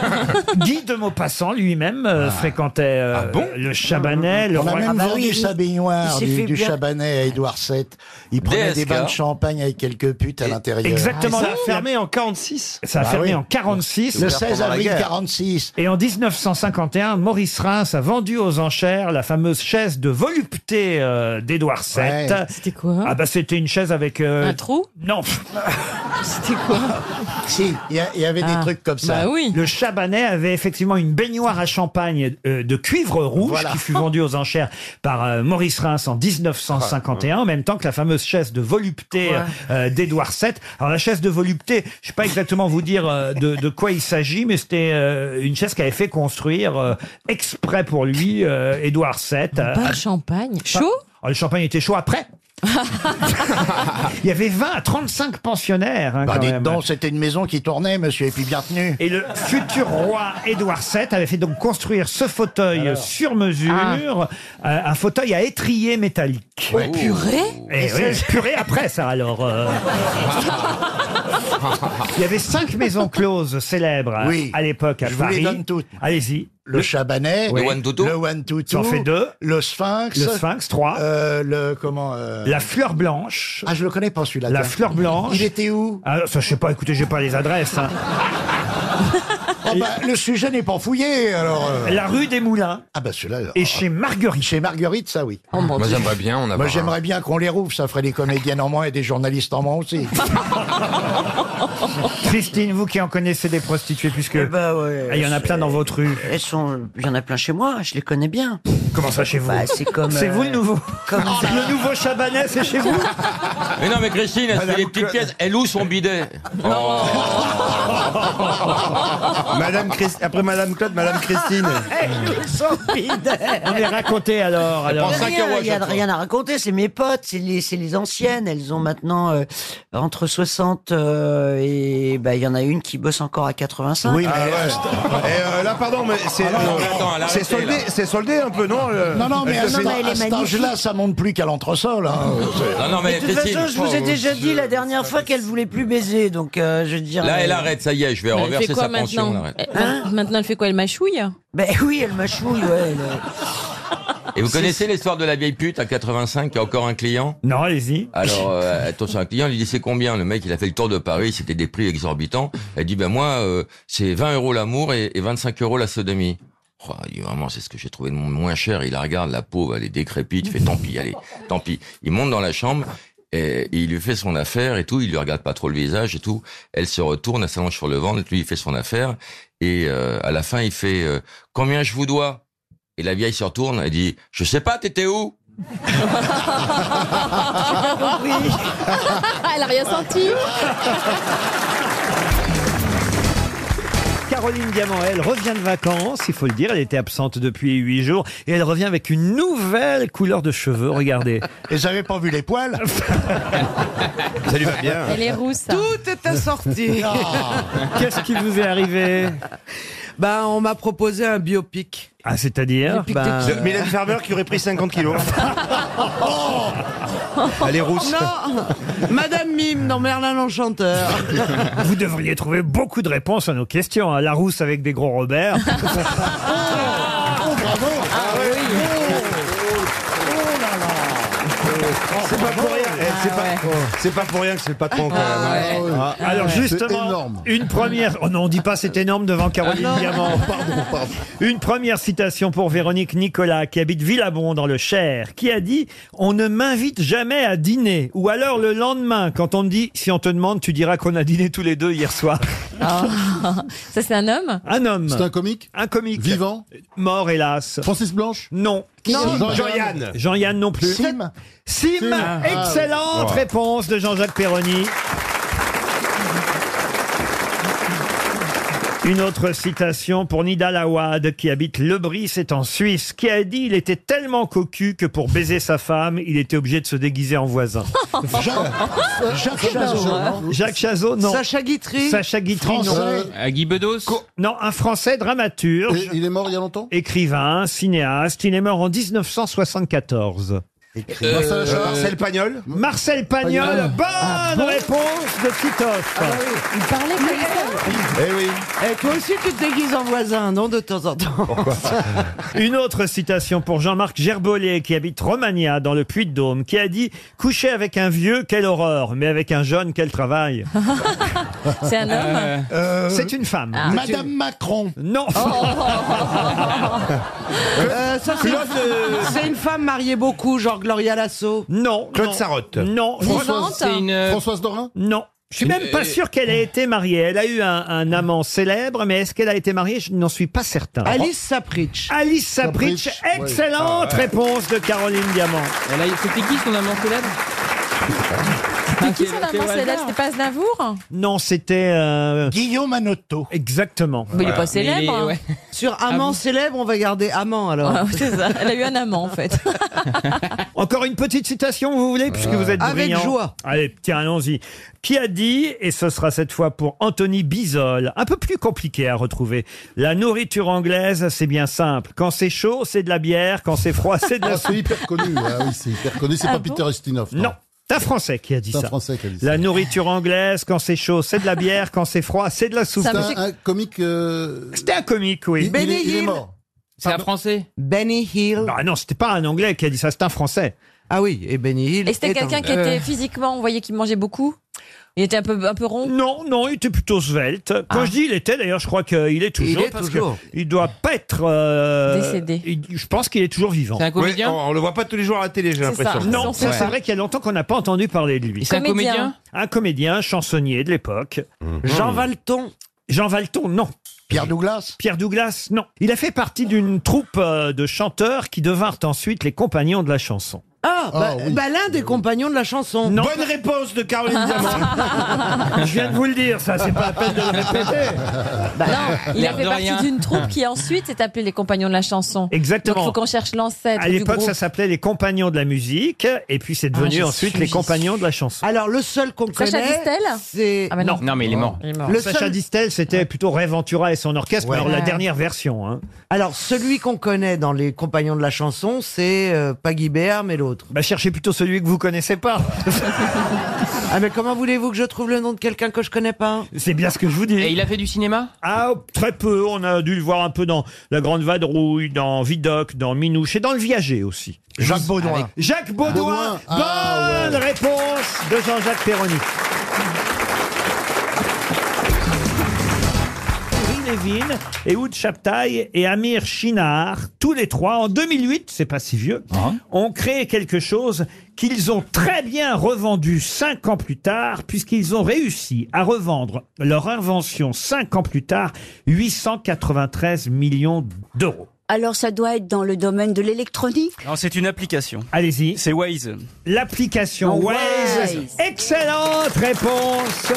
Speaker 1: Guy de Maupassant lui-même euh, fréquentait euh, le Chabanais. le
Speaker 14: On a
Speaker 1: roi-
Speaker 14: même
Speaker 1: Ah bah
Speaker 14: vendu
Speaker 1: oui.
Speaker 14: sa baignoire
Speaker 1: Il s'est
Speaker 14: du,
Speaker 1: fait
Speaker 14: du
Speaker 1: bien-
Speaker 14: Chabanais à Édouard VII. Il prenait des
Speaker 1: DSK.
Speaker 14: bains de champagne avec quelques putes à l'intérieur.
Speaker 1: Exactement, Ah, ça a fermé
Speaker 28: en 46.
Speaker 29: Ah
Speaker 1: Ça a
Speaker 14: Bah
Speaker 1: fermé
Speaker 14: oui.
Speaker 1: en 46.
Speaker 14: Le 16 avril
Speaker 1: 46.
Speaker 14: 46.
Speaker 1: Et en 1951, Maurice Reims a vendu aux enchères la fameuse chaise de volupté euh, d'Édouard VII.
Speaker 14: Ouais.
Speaker 1: C'était quoi Ah bah c'était une chaise avec euh,
Speaker 5: Un trou
Speaker 1: Non. C'était quoi
Speaker 29: Si, il y a- il y, avait
Speaker 1: Ah.
Speaker 29: des trucs comme ça.
Speaker 1: Le Chabanais avait effectivement une baignoire à champagne euh, de cuivre rouge
Speaker 29: Voilà.
Speaker 1: qui fut vendue aux enchères par euh, Maurice Reims en
Speaker 12: Ah,
Speaker 1: 1951, en même temps que la fameuse chaise de volupté euh,
Speaker 29: Ouais.
Speaker 1: euh, d'Édouard VII. Alors la chaise de volupté, je sais pas exactement vous dire euh, de, de quoi il s'agit, mais c'était euh, une chaise qu'avait fait construire euh, exprès pour lui euh, Édouard VII. euh,
Speaker 5: Pas
Speaker 1: à-
Speaker 5: de champagne.
Speaker 1: pas-
Speaker 5: Chaud
Speaker 1: Oh, Le champagne était chaud après. Il y avait 20 à 35 pensionnaires. hein,
Speaker 8: Bah,
Speaker 1: quand
Speaker 8: dites
Speaker 1: même.
Speaker 8: donc, c'était une maison qui tournait, monsieur, et puis bien tenue.
Speaker 1: Et le futur roi Édouard VII avait fait donc construire ce fauteuil sur mesure, euh, un fauteuil à étrier métallique.
Speaker 8: Ah. Ouais. Oh. Purée
Speaker 1: Eh
Speaker 8: Et
Speaker 1: oui,
Speaker 8: ça-
Speaker 1: purée après ça alors. euh. Il y avait cinq maisons closes célèbres à-
Speaker 8: Oui.
Speaker 1: à l'époque à
Speaker 8: Je vous les
Speaker 1: Paris.
Speaker 8: donne toutes.
Speaker 1: Allez-y.
Speaker 8: Le Chabanais,
Speaker 1: Oui.
Speaker 8: le Wantutu,
Speaker 1: Ça en fait deux.
Speaker 8: le Sphinx,
Speaker 1: Le Sphinx, trois.
Speaker 8: euh, le comment euh,
Speaker 1: La fleur blanche.
Speaker 8: Ah, je le connais pas celui-là.
Speaker 1: La
Speaker 8: tiens.
Speaker 1: fleur blanche.
Speaker 8: Il était où
Speaker 1: Ah, ça, je sais pas, écoutez, j'ai pas les adresses. hein.
Speaker 8: Oh, bah, Le sujet n'est pas fouillé alors. euh.
Speaker 1: La rue des Moulins.
Speaker 8: Ah bah celui-là.
Speaker 1: Et chez Marguerite.
Speaker 8: Chez Marguerite, ça oui.
Speaker 12: Moi, Dieu. j'aimerais bien en
Speaker 8: Moi
Speaker 12: avoir
Speaker 8: j'aimerais bien qu'on les rouvre, ça ferait des comédiennes en moins et des journalistes en moins aussi.
Speaker 1: Christine, vous qui en connaissez des prostituées, puisque Ah, il
Speaker 7: ben,
Speaker 1: y en a plein dans votre rue.
Speaker 7: Ah Elles sont, il y en a plein chez moi, je les connais bien.
Speaker 1: Comment ça chez vous
Speaker 7: Bah, C'est comme.
Speaker 1: C'est
Speaker 7: euh,
Speaker 1: vous le nouveau.
Speaker 7: comme-
Speaker 1: Le nouveau Chabanais, c'est chez vous
Speaker 12: Mais non, mais Christine, elle fait des petites pièces. Elle ouvre son bidet. Oh.
Speaker 10: Madame Christ- Après Madame Claude, Madame Christine.
Speaker 1: On les racontait alors.
Speaker 7: Il
Speaker 1: alors.
Speaker 7: n'y a rien à raconter, c'est mes potes, c'est les, c'est les anciennes. Elles ont maintenant euh, entre 60 euh, et bah, il y en a une qui bosse encore à 85.
Speaker 10: Oui, mais Et, euh, là, pardon, mais c'est
Speaker 12: Ah non, mais attends, elle a
Speaker 10: c'est
Speaker 12: arrêté,
Speaker 10: soldé,
Speaker 8: Eh,
Speaker 12: là.
Speaker 10: c'est soldé un peu, non le-
Speaker 8: Non, euh? non, mais à,
Speaker 10: Parce que
Speaker 8: ce-
Speaker 10: c'est-
Speaker 8: à cet âge-là, ça monte plus qu'à l'entresol. hein. C'est-
Speaker 12: Non, non, mais
Speaker 7: de
Speaker 12: oh,
Speaker 7: toute
Speaker 12: Christine,
Speaker 7: façon, je vous ai déjà dit la dernière fois qu'elle voulait plus baiser, donc euh, je veux dire.
Speaker 12: Là, elle
Speaker 7: euh,
Speaker 12: arrête, ça y est, je vais
Speaker 7: Mais elle
Speaker 12: reverser
Speaker 7: fait quoi
Speaker 12: sa pension.
Speaker 7: maintenant
Speaker 12: elle arrête.
Speaker 7: Hein
Speaker 5: Eh, Maintenant, elle fait quoi Elle mâchouille
Speaker 7: Ben oui, elle m'achouille, ouais. elle, euh,
Speaker 12: Et vous connaissez l'histoire de la vieille pute à 85 qui a encore un client
Speaker 1: Non, allez-y.
Speaker 12: Alors, euh, attention, un client, il dit c'est combien Le mec, il a fait le tour de Paris, c'était des prix exorbitants. Elle dit, ben moi, euh, c'est 20 euros l'amour et, et 25 euros la sodomie. Oh, il dit, vraiment, c'est ce que j'ai trouvé de mon- moins cher. Il la regarde, la pauvre, elle est décrépite, il fait tant pis, allez, tant pis. Il monte dans la chambre et, et il lui fait son affaire et tout. Il lui regarde pas trop le visage et tout. Elle se retourne, elle s'allonge sur le ventre, lui, il fait son affaire. Et euh, à la fin, il fait euh, combien je vous dois Et la vieille se retourne, elle dit, je sais pas, t'étais où
Speaker 5: Elle a rien senti.
Speaker 1: Caroline Diamant, elle revient de vacances, il faut le dire, elle était absente depuis huit jours, et elle revient avec une nouvelle couleur de cheveux, regardez.
Speaker 8: Et j'avais pas vu les poils
Speaker 1: Ça lui
Speaker 8: va bien.
Speaker 5: Elle est rousse. hein.
Speaker 15: Tout est assorti.
Speaker 1: Oh. Qu'est-ce qui vous est arrivé
Speaker 15: Ben, on m'a proposé un biopic.
Speaker 1: Ah, c'est-à-dire
Speaker 15: Ben,
Speaker 10: De Mylène Farmer qui aurait pris 50 kilos. Oh. Elle est rousse.
Speaker 15: Non, Madame Mime dans Merlin l'Enchanteur.
Speaker 1: Vous devriez trouver beaucoup de réponses à nos questions. hein. La rousse avec des gros Robert.
Speaker 8: bravo
Speaker 10: C'est pas pour rien. eh, c'est pas- C'est pas pour rien que c'est le patron quand même. Ah.
Speaker 1: hein. Alors justement, une première. Oh non, on dit pas c'est énorme devant Caroline
Speaker 10: Ah non.
Speaker 1: Diamant.
Speaker 10: Pardon, pardon.
Speaker 1: Une première citation pour Véronique Nicolas qui habite Villabon dans le Cher, qui a dit "On ne m'invite jamais à dîner." Ou alors le lendemain, quand on me dit "Si on te demande, tu diras qu'on a dîné tous les deux hier soir."
Speaker 5: Ah. Ça, c'est un homme
Speaker 7: Ah
Speaker 1: Un homme.
Speaker 8: C'est un
Speaker 1: comique Un comique. Vivant Mort, hélas. Francis Blanche Non.
Speaker 8: Qui Non, Jean-Yann. Jean-Yann.
Speaker 1: Jean-Yann non plus.
Speaker 8: Sim
Speaker 1: Sim,
Speaker 8: Sim. Ah, ouais.
Speaker 1: Excellente
Speaker 8: Voilà.
Speaker 1: réponse de Jean-Jacques Perroni. Une autre citation pour Nida Lawad, qui habite Lebris, c'est en Suisse, qui a dit il était tellement cocu que pour baiser sa femme, il était obligé de se déguiser en voisin.
Speaker 8: Jacques, Jacques Chazot, non
Speaker 1: Jacques Chazot,
Speaker 15: Ah.
Speaker 1: non.
Speaker 15: hein. Sacha Guitry.
Speaker 1: Sacha Guitry, non.
Speaker 8: Français.
Speaker 1: Euh, Guy Bedos Non, un Français dramaturge. il est mort il y a longtemps Écrivain, cinéaste. Il est mort en 1974. Euh,
Speaker 10: Marcel- Marcel Pagnol
Speaker 1: Marcel Pagnol,
Speaker 10: Pagnol.
Speaker 1: bonne
Speaker 15: Ah,
Speaker 1: réponse de
Speaker 5: Ah
Speaker 1: Titoff.
Speaker 15: Il parlait
Speaker 10: Eh oui.
Speaker 15: Et toi aussi, tu te déguises en voisin, non, de temps en temps.
Speaker 1: Une autre citation pour Jean-Marc Gerbollet, qui habite Romagna, dans le Puy-de-Dôme, qui a dit « Coucher avec un vieux, quelle horreur, mais avec un jeune, quel travail
Speaker 5: C'est un homme hein.
Speaker 1: Euh, C'est une femme.
Speaker 5: Ah.
Speaker 8: Madame Macron.
Speaker 1: Non.
Speaker 15: Euh, ça, c'est,
Speaker 1: Oh. Claude, euh,
Speaker 15: c'est une femme mariée beaucoup, genre Gloria Lasso.
Speaker 1: Non.
Speaker 15: Claude
Speaker 1: non.
Speaker 15: Sarotte.
Speaker 1: Non.
Speaker 15: Vivante C'est une, euh,
Speaker 1: Françoise Dorin Non. Je suis même
Speaker 10: euh,
Speaker 1: pas sûr qu'elle ait été mariée. Elle a eu un, un amant célèbre, mais est-ce qu'elle a été mariée Je n'en suis pas certain.
Speaker 22: Alice Sapritch.
Speaker 1: Alice Sapritch,
Speaker 22: Sapritch, oui.
Speaker 1: excellente
Speaker 22: Ah ouais.
Speaker 1: réponse de Caroline Diamant.
Speaker 6: C'était qui son amant célèbre
Speaker 1: C'était
Speaker 5: Qui sont amant célèbre C'était pas Aznavour
Speaker 1: Non, c'était... Guillaume Anotto. Exactement.
Speaker 5: Mais il est pas célèbre. hein.
Speaker 22: Sur amant célèbre, on va garder amant alors.
Speaker 5: Ah, c'est ça. Elle a eu un amant en fait.
Speaker 1: Encore une petite citation, vous voulez, puisque
Speaker 17: Euh.
Speaker 1: vous êtes
Speaker 22: Avec
Speaker 1: brillant.
Speaker 22: joie.
Speaker 1: Allez, tiens, allons-y. Qui a dit, et ce sera cette fois pour Anthony Bisol, un peu plus compliqué à retrouver. La nourriture anglaise, c'est bien simple. Quand c'est chaud, c'est de la bière. Quand c'est froid, c'est de la
Speaker 17: Ah, c'est hyper connu, ah oui, c'est hyper connu. C'est
Speaker 1: Ah
Speaker 17: pas
Speaker 1: bon
Speaker 17: Peter Ustinov.
Speaker 1: Non. C'est un Français qui a dit
Speaker 17: C'est un
Speaker 1: ça.
Speaker 17: Français qui a dit
Speaker 1: La nourriture anglaise, quand c'est chaud, c'est de la bière. Quand c'est froid, c'est de la soupe.
Speaker 17: C'est un, un comique. euh,
Speaker 1: C'était un comique, oui.
Speaker 17: il- il est- il est mort.
Speaker 1: C'est un Français Benny Hill. Ah non, c'était pas un Anglais qui a dit ça, c'est un Français.
Speaker 22: Ah oui, et Benny Hill.
Speaker 5: Et c'était quelqu'un qui était physiquement, on voyait qu'il mangeait beaucoup. Il était un peu, un peu rond.
Speaker 1: Non, non, il était plutôt svelte. Quand je dis il était, d'ailleurs, je crois qu'il est
Speaker 22: Il
Speaker 1: toujours.
Speaker 22: est
Speaker 1: parce
Speaker 22: toujours.
Speaker 1: que il doit pas être. euh,
Speaker 5: Décédé.
Speaker 1: il- je pense qu'il est toujours vivant.
Speaker 17: Ouais, on, on le voit pas tous les jours à la télé, j'ai l'impression.
Speaker 1: Non, ça, c'est vrai qu'il y a longtemps qu'on n'a pas entendu parler de lui.
Speaker 17: C'est un Comédien. comédien
Speaker 1: Un comédien, chansonnier de l'époque. Jean Valton. Jean Valton, non. Pierre Douglas Pierre Douglas, non. Il a fait partie d'une troupe euh, de chanteurs qui devinrent ensuite les compagnons de la chanson.
Speaker 22: Ah, bah,
Speaker 1: Ah, oui.
Speaker 22: bah, l'un des compagnons de la chanson.
Speaker 1: Bonne
Speaker 22: réponse de
Speaker 1: Caroline Diamant. Je viens de vous le dire, ça, c'est pas la peine de le répéter.
Speaker 10: Bah
Speaker 5: non, il a
Speaker 1: l'air
Speaker 5: fait
Speaker 1: de
Speaker 5: partie
Speaker 1: rien. Ah.
Speaker 5: d'une troupe qui ensuite s'est appelée les Compagnons de la chanson.
Speaker 1: Exactement.
Speaker 5: Donc il faut qu'on cherche l'ancêtre.
Speaker 1: À
Speaker 5: du
Speaker 1: l'époque,
Speaker 5: groupe.
Speaker 1: ça s'appelait les compagnons de la musique, et puis c'est
Speaker 5: Ah,
Speaker 1: devenu
Speaker 5: je
Speaker 1: ensuite
Speaker 5: suis-
Speaker 1: les
Speaker 5: je
Speaker 1: compagnons de la chanson.
Speaker 22: Alors, le seul qu'on connaît.
Speaker 5: Sacha Distel
Speaker 22: C'est.
Speaker 5: Ah, bah non.
Speaker 1: Non,
Speaker 6: mais il est mort.
Speaker 1: Le
Speaker 22: Le
Speaker 1: Sacha
Speaker 22: seul-
Speaker 1: Distel, c'était plutôt Ray Ventura et son orchestre, mais alors la
Speaker 22: Ouais.
Speaker 1: dernière version. Hein.
Speaker 22: Alors, celui qu'on connaît dans les compagnons de la chanson, c'est euh, pas Guy Béard, mais l'autre.
Speaker 1: Bah, cherchez plutôt celui que vous connaissez pas.
Speaker 22: ah, mais comment voulez-vous que je trouve le nom de quelqu'un que je connais pas
Speaker 1: C'est bien ce que je vous dis.
Speaker 6: Et il a fait du cinéma
Speaker 1: Ah, très peu. On a dû le voir un peu dans La Grande Vadrouille, dans Vidocq, dans Minouche et dans Le Viager aussi. Jacques Baudouin. Jacques Baudouin.
Speaker 17: Baudouin. Ah,
Speaker 1: Bonne réponse de Jean-Jacques Perroni. Avril Lavigne et Oud Chaptaï et Amir Chinard, tous les trois, en 2008, c'est pas si vieux,
Speaker 10: Ah.
Speaker 1: ont créé quelque chose qu'ils ont très bien revendu cinq ans plus tard, puisqu'ils ont réussi à revendre leur invention cinq ans plus tard 893 millions d'euros.
Speaker 2: Alors ça doit être dans le domaine de l'électronique
Speaker 6: Non, c'est une application.
Speaker 1: Allez-y.
Speaker 6: C'est Waze.
Speaker 1: L'application
Speaker 6: Oh,
Speaker 1: Waze.
Speaker 6: Waze.
Speaker 1: Excellente réponse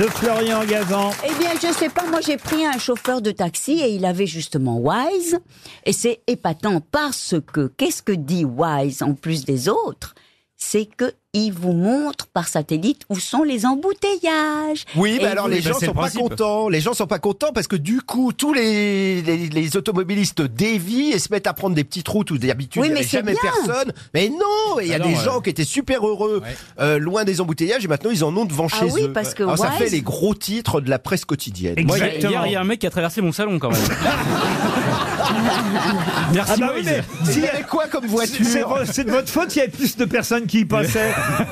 Speaker 1: de Florian Gazan.
Speaker 2: Eh bien, je sais pas. Moi, j'ai pris un chauffeur de taxi et il avait justement Wise. Et c'est épatant parce que qu'est-ce que dit Wise en plus des autres C'est que il vous montre par satellite où sont les embouteillages.
Speaker 10: Oui,
Speaker 2: Et
Speaker 10: mais alors
Speaker 2: vous- Eh ben,
Speaker 10: les
Speaker 1: bah
Speaker 10: gens sont pas contents. Les gens sont pas contents parce que du coup, tous les, les, les automobilistes dévient et se mettent à prendre des petites routes où d'habitude
Speaker 2: Oui,
Speaker 10: il n'y
Speaker 2: mais
Speaker 10: avait
Speaker 2: c'est
Speaker 10: jamais
Speaker 2: bien.
Speaker 10: personne. Mais non, il y a
Speaker 2: Ah
Speaker 10: des
Speaker 2: non,
Speaker 10: gens qui étaient super heureux euh, loin des embouteillages et maintenant ils en ont devant
Speaker 2: Ah
Speaker 10: chez
Speaker 2: oui,
Speaker 10: eux.
Speaker 2: parce que
Speaker 10: Alors, ça
Speaker 2: Wise-
Speaker 10: fait les gros titres de la presse quotidienne.
Speaker 6: Moi,
Speaker 10: Exactement.
Speaker 6: hier, il y a un mec qui a traversé mon salon quand même. Merci,
Speaker 1: Ah bah oui,
Speaker 6: Moïse.
Speaker 1: mais si-
Speaker 10: quoi comme
Speaker 1: C'est- c'est vo- C'est de votre faute, il y avait plus de personnes qui y passaient.
Speaker 10: Ah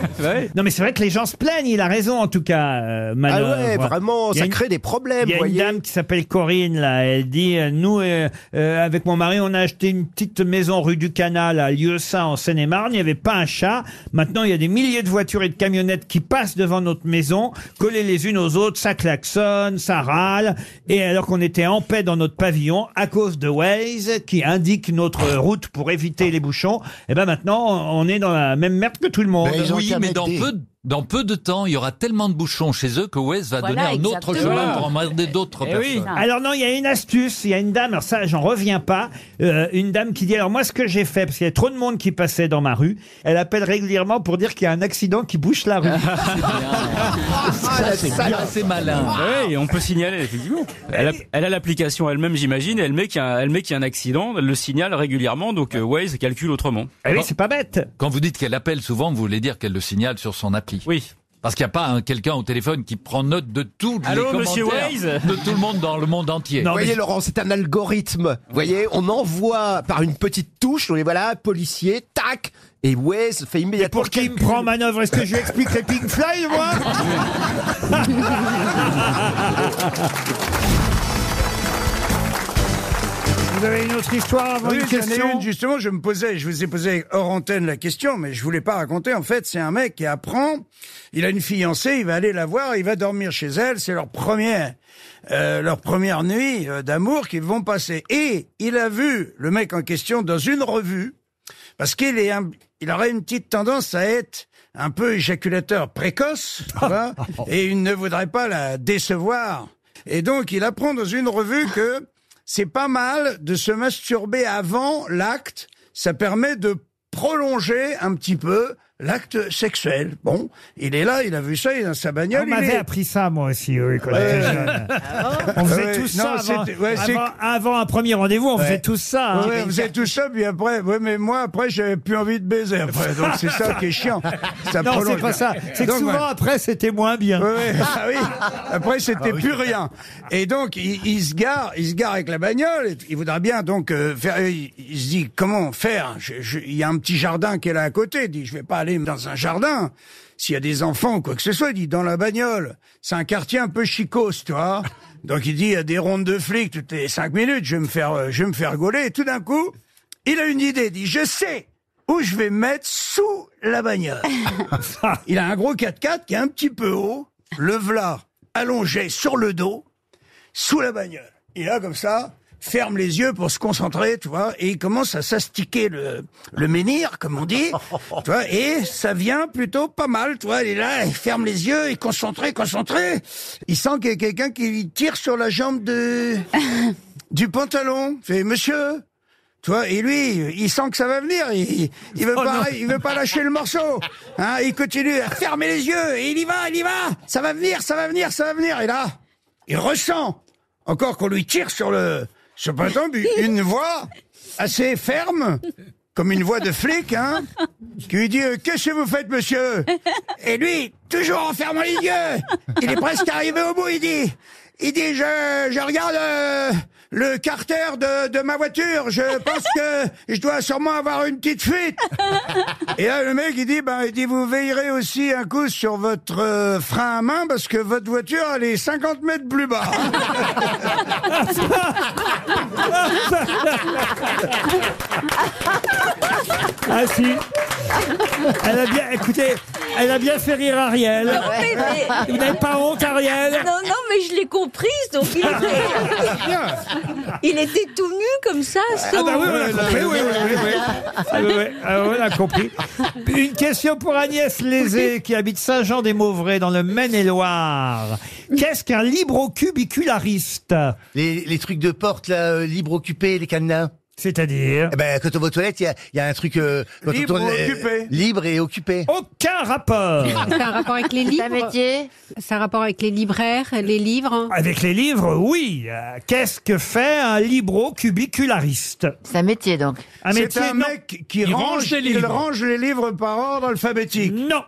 Speaker 1: Non, mais c'est vrai que les gens se plaignent, il a raison en tout cas, euh, Manœuvre.
Speaker 10: Ah ouais, vraiment,
Speaker 1: Il y a
Speaker 10: ça
Speaker 1: une-
Speaker 10: crée des problèmes,
Speaker 1: Il y a
Speaker 10: voyez.
Speaker 1: une dame qui s'appelle Corinne, là, elle dit euh, Nous, euh, euh, avec mon mari, on a acheté une petite maison rue du Canal à Lieu-Saint en Seine-et-Marne, il n'y avait pas un chat. Maintenant, il y a des milliers de voitures et de camionnettes qui passent devant notre maison, collées les unes aux autres, ça klaxonne, ça râle. Et alors qu'on était en paix dans notre pavillon, à cause de Waze, qui indique notre route pour éviter les bouchons, et ben maintenant, on est dans la même merde que tout le monde.
Speaker 3: oui, mais dans peu, de- dans peu de temps, il y aura tellement de bouchons chez eux que Wes va
Speaker 1: Voilà,
Speaker 3: donner un autre
Speaker 1: exactement.
Speaker 3: chemin pour emmerder d'autres
Speaker 1: Eh oui.
Speaker 3: personnes.
Speaker 1: Alors non, il y a une astuce, il y a une dame, alors ça j'en reviens pas, euh, une dame qui dit alors moi ce que j'ai fait, parce qu'il y a trop de monde qui passait dans ma rue, elle appelle régulièrement pour dire qu'il y a un accident qui bouche la rue.
Speaker 6: Ah, Ça, c'est bien, c'est malin. Oui, on peut signaler, effectivement. Elle a, elle a l'application elle-même, j'imagine, et elle met qu'il y, a- elle met qu'il y a un accident, elle le signale régulièrement, donc euh, Waze calcule autrement.
Speaker 3: Eh
Speaker 1: oui, c'est pas bête.
Speaker 3: Quand vous dites qu'elle appelle souvent, vous voulez dire qu'elle le signale sur son appli.
Speaker 6: Oui.
Speaker 3: Parce qu'il n'y a pas un- quelqu'un au téléphone qui prend note de tout les
Speaker 10: Allô, monsieur
Speaker 3: commentaires
Speaker 10: Waze
Speaker 3: de tout le monde dans le monde entier.
Speaker 10: vous voyez, Laurent, c'est un algorithme. Vous voyez, on envoie par une petite touche, on les voilà, policier, tac, et Waze fait immédiatement.
Speaker 1: pour qui me prend manœuvre Est-ce que je lui explique les Pink Fly, moi
Speaker 22: Vous
Speaker 1: Vous avez une autre histoire avant
Speaker 8: Oui,
Speaker 1: une
Speaker 8: j'en ai
Speaker 1: question
Speaker 8: une, justement, je me posais, je vous ai posé hors antenne la question, mais je voulais pas raconter. En fait, c'est un mec qui apprend, il a une fiancée, il va aller la voir, il va dormir chez elle, c'est leur première, euh, leur première nuit euh, d'amour qu'ils vont passer. Et il a vu le mec en question dans une revue, parce qu'il est un- il aurait une petite tendance à être un peu éjaculateur précoce, tu
Speaker 1: Ah.
Speaker 8: vois, et il ne voudrait pas la décevoir. Et donc, il apprend dans une revue que c'est pas mal de se masturber avant l'acte. Ça permet de prolonger un petit peu l'acte sexuel. Bon, il est là, il a vu ça, il est dans sa bagnole.
Speaker 1: Ah, On m'avait
Speaker 8: il est-
Speaker 1: appris ça, moi aussi, oui, quand
Speaker 8: Ouais. Ah
Speaker 1: j'étais jeune. On faisait
Speaker 8: Hein Ouais,
Speaker 1: tout ça
Speaker 8: non,
Speaker 1: avant,
Speaker 8: c'était- ouais, c'est-
Speaker 1: avant, avant un premier rendez-vous, on faisait tout ça. hein.
Speaker 8: Ouais, vous êtes tout ça, puis après, ouais, mais moi, après, j'avais plus envie de baiser. Après, donc c'est ça qui est chiant. Ça
Speaker 1: non,
Speaker 8: prolonge.
Speaker 1: c'est pas ça. C'est que
Speaker 8: Donc,
Speaker 1: souvent
Speaker 8: ouais.
Speaker 1: après, c'était moins bien. Ah
Speaker 8: Ouais, ah oui. Après, c'était plus rien. Et donc, il, il se gare, il se gare avec la bagnole. et Il voudra bien donc euh, faire. Il, il se dit comment faire Je- je- Il y a un petit jardin qui est là à côté. Il dit, je vais pas aller dans un jardin. S'il y a des enfants ou quoi que ce soit, il dit dans la bagnole. C'est un quartier un peu chicose, tu vois. Donc il dit il y a des rondes de flics toutes les cinq minutes. Je vais me faire, euh, je vais me faire gauler. Et tout d'un coup, il a une idée. Il dit je sais où je vais me mettre sous la bagnole. Il a un gros 4x4 qui est un petit peu haut, le v'là allongé sur le dos, sous la bagnole. Et là, comme ça, ferme les yeux pour se concentrer, tu vois, et il commence à s'astiquer le, le menhir, comme on dit, tu vois, et ça vient plutôt pas mal, tu vois, il est là, il ferme les yeux, il est concentré, concentré, il sent qu'il y a quelqu'un qui lui tire sur la jambe de, du pantalon, il fait, monsieur, tu vois, et lui, il sent que ça va venir, il, il veut
Speaker 1: Oh non.
Speaker 8: pas, il veut pas lâcher le morceau, hein, il continue à fermer les yeux, et il y va, il y va, ça va venir, ça va venir, ça va venir, et là, il ressent encore qu'on lui tire sur le sur le pantalon, puis une voix assez ferme, comme une voix de flic, hein, qui lui dit euh, Qu'est-ce que vous faites, monsieur Et lui, toujours en fermant les yeux, il est presque arrivé au bout, il dit Il dit Je, je regarde euh, le carter de, de ma voiture, je pense que je dois sûrement avoir une petite fuite. Et là, le mec, il dit, ben, il dit, vous veillerez aussi un coup sur votre euh, frein à main parce que votre voiture, elle est 50 mètres plus bas.
Speaker 1: Ah si Elle a bien, écoutez, elle a bien fait rire Ariel.
Speaker 2: Non, mais- Ah mais-
Speaker 1: Ah Vous n'avez pas honte, Ariel
Speaker 2: Ah Non, non, mais je l'ai comprise, donc il était... il était tout nu comme ça, sans... euh,
Speaker 1: Ah bah oui, on a compris, oui, oui, oui, oui. Ah oui, oui, ah oui, on a compris. Une question pour Agnès Lézé, qui habite Saint-Jean-des-Mauvrais, dans le Maine-et-Loire. Qu'est-ce qu'un librocubiculariste
Speaker 4: les, les trucs de porte, là, euh, libre occupé, les cadenas.
Speaker 1: C'est-à-dire
Speaker 4: eh ben, Quand on va aux toilettes, il y a, il y a un truc... euh, quand on
Speaker 1: Libre ou
Speaker 4: euh,
Speaker 1: occupé
Speaker 4: Libre et occupé. Ah,
Speaker 1: Aucun rapport
Speaker 20: C'est un rapport avec les
Speaker 1: C'est
Speaker 20: livres.
Speaker 1: un
Speaker 20: C'est un rapport avec les libraires, les livres.
Speaker 1: Avec les livres, oui. Euh, Qu'est-ce que fait un librocubiculariste C'est un métier, donc. Un
Speaker 8: C'est
Speaker 1: métier,
Speaker 8: un
Speaker 1: non.
Speaker 8: mec qui range, il range les livres par ordre alphabétique.
Speaker 1: Non.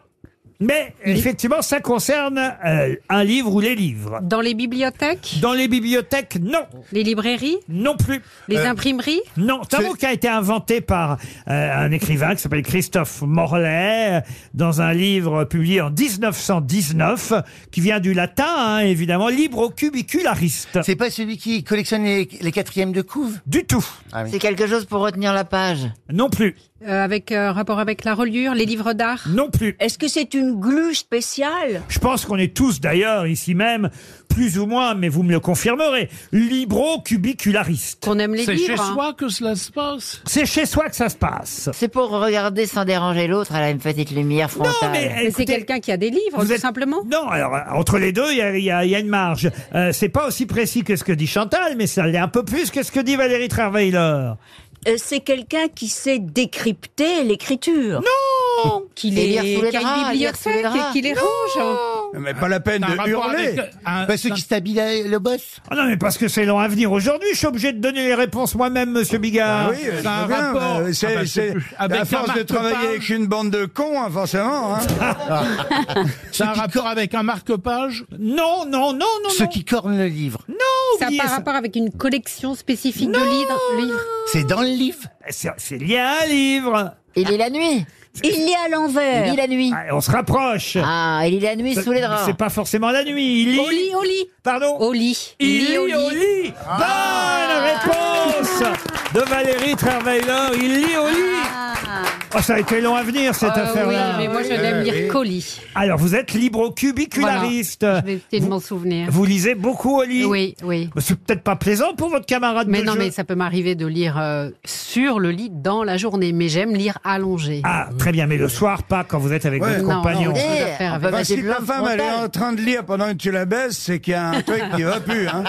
Speaker 1: Mais effectivement, ça concerne euh, un livre ou les livres.
Speaker 20: Dans les bibliothèques
Speaker 1: Dans les bibliothèques, non.
Speaker 20: Les librairies
Speaker 1: Non plus.
Speaker 20: Les
Speaker 1: Euh,
Speaker 20: imprimeries
Speaker 1: Non, c'est un mot qui a été inventé par euh, un écrivain qui s'appelle Christophe Morlaix euh, dans un livre publié en 1919 qui vient du latin, hein, évidemment, librocubiculariste.
Speaker 4: C'est pas celui qui collectionne les, les quatrièmes de couve
Speaker 1: Du tout.
Speaker 20: C'est quelque chose pour retenir la page
Speaker 1: Non plus.
Speaker 20: avec euh, rapport avec la reliure, les livres d'art
Speaker 1: Non plus.
Speaker 20: Est-ce que c'est une glue spéciale
Speaker 1: Je pense qu'on est tous d'ailleurs ici même, plus ou moins, mais vous me le confirmerez, librocubiculariste.
Speaker 20: Qu'on aime
Speaker 1: les C'est livres, chez hein.
Speaker 20: soi que cela se passe.
Speaker 1: C'est chez soi que ça se passe.
Speaker 19: C'est pour regarder sans déranger l'autre, elle a une petite lumière frontale.
Speaker 20: mais, c'est quelqu'un qui a des livres, tout simplement
Speaker 1: Non, alors euh, entre les deux, il y a, il y a- il y a une marge. Euh, c'est pas aussi précis que ce que dit Chantal, mais ça l'est un peu plus que ce que dit Valérie Travailer.
Speaker 2: Euh, C'est quelqu'un qui sait décrypter l'écriture.
Speaker 1: Non
Speaker 2: Qui
Speaker 20: les-
Speaker 2: les
Speaker 20: qu'il y a une bibliothèque et qu'il les range.
Speaker 8: Mais pas la peine
Speaker 4: C'est un
Speaker 8: de
Speaker 4: rapport
Speaker 8: hurler. Bah,
Speaker 4: avec euh, un- Parce qui s'habille le boss
Speaker 1: Ah non, mais parce que c'est long à venir aujourd'hui, je suis obligé de donner les réponses moi-même, monsieur Bigard.
Speaker 8: Ah oui, c'est un rapport. euh, C'est,
Speaker 1: Ah bah,
Speaker 8: c'est- Ah, à force de travailler avec une bande de cons, hein, forcément.
Speaker 1: C'est un rapport avec un marque-page Non, non, non, non.
Speaker 4: Ceux qui cornent le livre.
Speaker 1: Non,
Speaker 20: Ça n'a pas rapport avec une collection spécifique de livres, livres.
Speaker 4: C'est dans le livre.
Speaker 1: C'est lié à un livre.
Speaker 20: Il est la nuit.
Speaker 2: Il lit à l'envers.
Speaker 1: Il lit la
Speaker 2: nuit.
Speaker 1: Ah, On se rapproche.
Speaker 2: Ah, il lit la nuit
Speaker 1: C'est-
Speaker 2: sous les draps.
Speaker 1: C'est pas forcément la nuit. Il lit. Au lit,
Speaker 20: au lit.
Speaker 1: Pardon
Speaker 20: Au lit.
Speaker 1: Il,
Speaker 20: Il
Speaker 1: lit,
Speaker 20: lit au
Speaker 1: au
Speaker 20: lit. Ah.
Speaker 1: lit. Bonne réponse de Valérie Travailleur. Il lit au lit. Oh, ça a été long à venir, cette
Speaker 20: Ah. Euh,
Speaker 1: affaire-là.
Speaker 20: oui, mais moi, je n'aime lire qu'au lit.
Speaker 1: Alors, vous êtes libro-cubiculariste.
Speaker 20: Voilà. Je vais essayer de m'en souvenir.
Speaker 1: Vous lisez beaucoup au lit
Speaker 20: Oui, oui.
Speaker 1: Mais C'est peut-être pas plaisant pour votre camarade
Speaker 20: Mais
Speaker 1: de
Speaker 20: non,
Speaker 1: jeu.
Speaker 20: mais ça peut m'arriver de lire euh, sur le lit dans la journée, mais j'aime lire allongé.
Speaker 1: Ah, très bien, mais le soir, pas quand vous êtes avec
Speaker 20: Ouais.
Speaker 1: votre
Speaker 20: Non,
Speaker 1: compagnon.
Speaker 20: non, Eh,
Speaker 1: faire
Speaker 20: avec-
Speaker 8: Bah,
Speaker 20: avec
Speaker 8: si
Speaker 20: des
Speaker 8: ta
Speaker 20: blancs
Speaker 8: femme elle est
Speaker 20: frontales.
Speaker 8: en train de lire pendant que tu la baisses, c'est qu'il y a un truc qui va plus. Hein.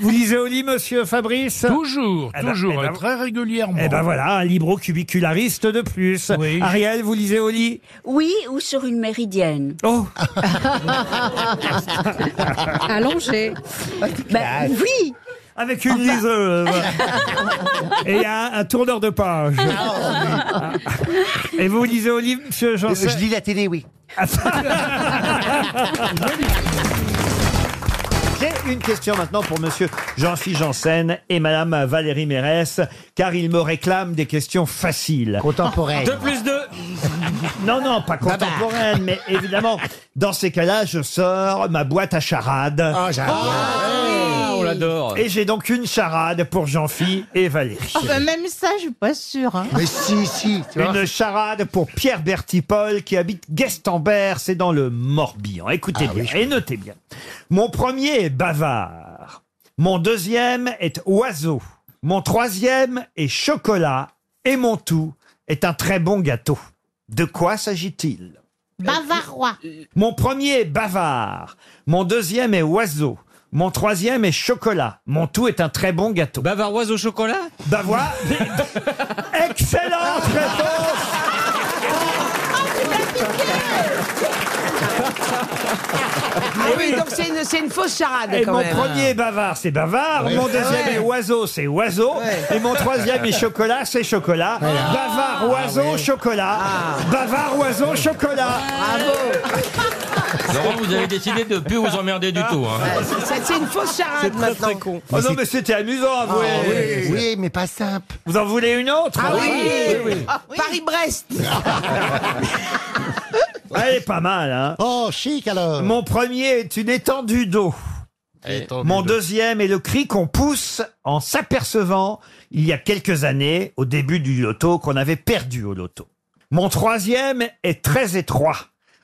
Speaker 1: Vous lisez au lit, monsieur Eh ben, Fabrice
Speaker 8: Toujours,
Speaker 1: toujours,
Speaker 7: hein,
Speaker 1: très régulièrement. Eh ben voilà, un libro-cubiculariste de plus. Ariel, vous lisez au lit
Speaker 2: Oui, ou sur une méridienne.
Speaker 1: Oh
Speaker 20: Allongé.
Speaker 5: Bah,
Speaker 2: Ben, oui
Speaker 1: Avec une liseuse. Et un, un tourneur de page. Ah. Et vous lisez au lit, monsieur Janssen
Speaker 4: Je lis la télé, oui.
Speaker 1: J'ai une question maintenant pour monsieur Jean-Philippe Janssen et madame Valérie Mérès, car ils me réclament des questions faciles. Contemporaines.
Speaker 17: Deux plus deux.
Speaker 1: Non, non, pas contemporaines, mais évidemment, dans ces cas-là, je sors ma boîte à charades. Ah,
Speaker 12: on l'adore.
Speaker 1: Et j'ai donc une charade pour Jean-Phi et Valérie.
Speaker 7: Oh,
Speaker 16: Ah bah, même ça, je suis pas sûre. hein.
Speaker 1: Mais si, si.
Speaker 16: tu vois.
Speaker 1: Une charade pour Pierre Bertipol qui habite Guestambert, c'est dans le Morbihan. Écoutez
Speaker 16: Ah
Speaker 1: bien
Speaker 16: oui.
Speaker 1: et notez bien. Mon premier est bavard. Mon deuxième est oiseau. Mon troisième est chocolat. Et mon tout est un très bon gâteau. De quoi s'agit-il
Speaker 16: Bavarois.
Speaker 1: Mon premier est bavard. Mon deuxième est oiseau. Mon troisième est chocolat. Mon tout est un très bon gâteau. Bavaroise au chocolat Bavois. Excellente réponse
Speaker 18: Ah oui, donc c'est une, c'est une fausse charade.
Speaker 1: Et
Speaker 18: Ah, quand
Speaker 1: Eh, mon
Speaker 18: même.
Speaker 1: premier est bavard, c'est bavard.
Speaker 18: Ouais.
Speaker 1: Mon deuxième
Speaker 18: Ouais.
Speaker 1: est oiseau, c'est oiseau.
Speaker 18: Ouais.
Speaker 1: Et mon troisième est chocolat, c'est chocolat.
Speaker 8: Ah,
Speaker 1: Bavard, oiseau, chocolat.
Speaker 18: Ah.
Speaker 1: Bavard, oiseau, chocolat.
Speaker 7: Laurent, vous avez décidé de plus vous emmerder du tout. hein.
Speaker 18: Ouais, c'est- C'est c'est une fausse charade maintenant. con.
Speaker 1: Oh non, mais c'était amusant, avouez.
Speaker 4: oui, oui, mais pas simple.
Speaker 1: Vous en voulez une autre
Speaker 18: Ah oui, Ah, Paris-Brest.
Speaker 1: Elle est pas mal, hein Oh, chic alors Mon premier est une étendue d'eau. Mon deuxième est le cri qu'on pousse en s'apercevant, il y a quelques années, au début du loto, qu'on avait perdu au loto. Mon troisième est très étroit.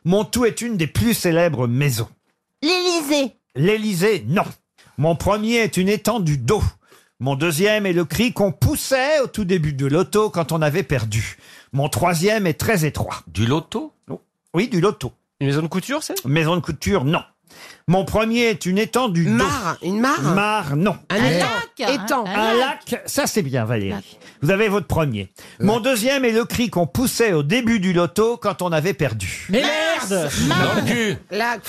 Speaker 1: Mon tout est une des plus célèbres maisons. L'Élysée. L'Élysée, non. Mon premier est une étendue d'eau. Mon deuxième est le cri qu'on poussait au tout début de loto quand on avait perdu. Mon troisième est très étroit. Du loto Oui, du loto. Une maison de couture, c'est Maison de couture, non. Mon premier est une étendue d'eau.
Speaker 18: Mare, une mare
Speaker 1: Mare, non.
Speaker 18: Un Un étang. lac, un- Étang.
Speaker 1: Un,
Speaker 18: un
Speaker 1: lac. ça c'est bien Valérie. Vous avez votre premier. Mon deuxième est le cri qu'on poussait au début du loto quand on avait perdu.
Speaker 18: Mais merde
Speaker 1: Dans le
Speaker 18: cul Lac.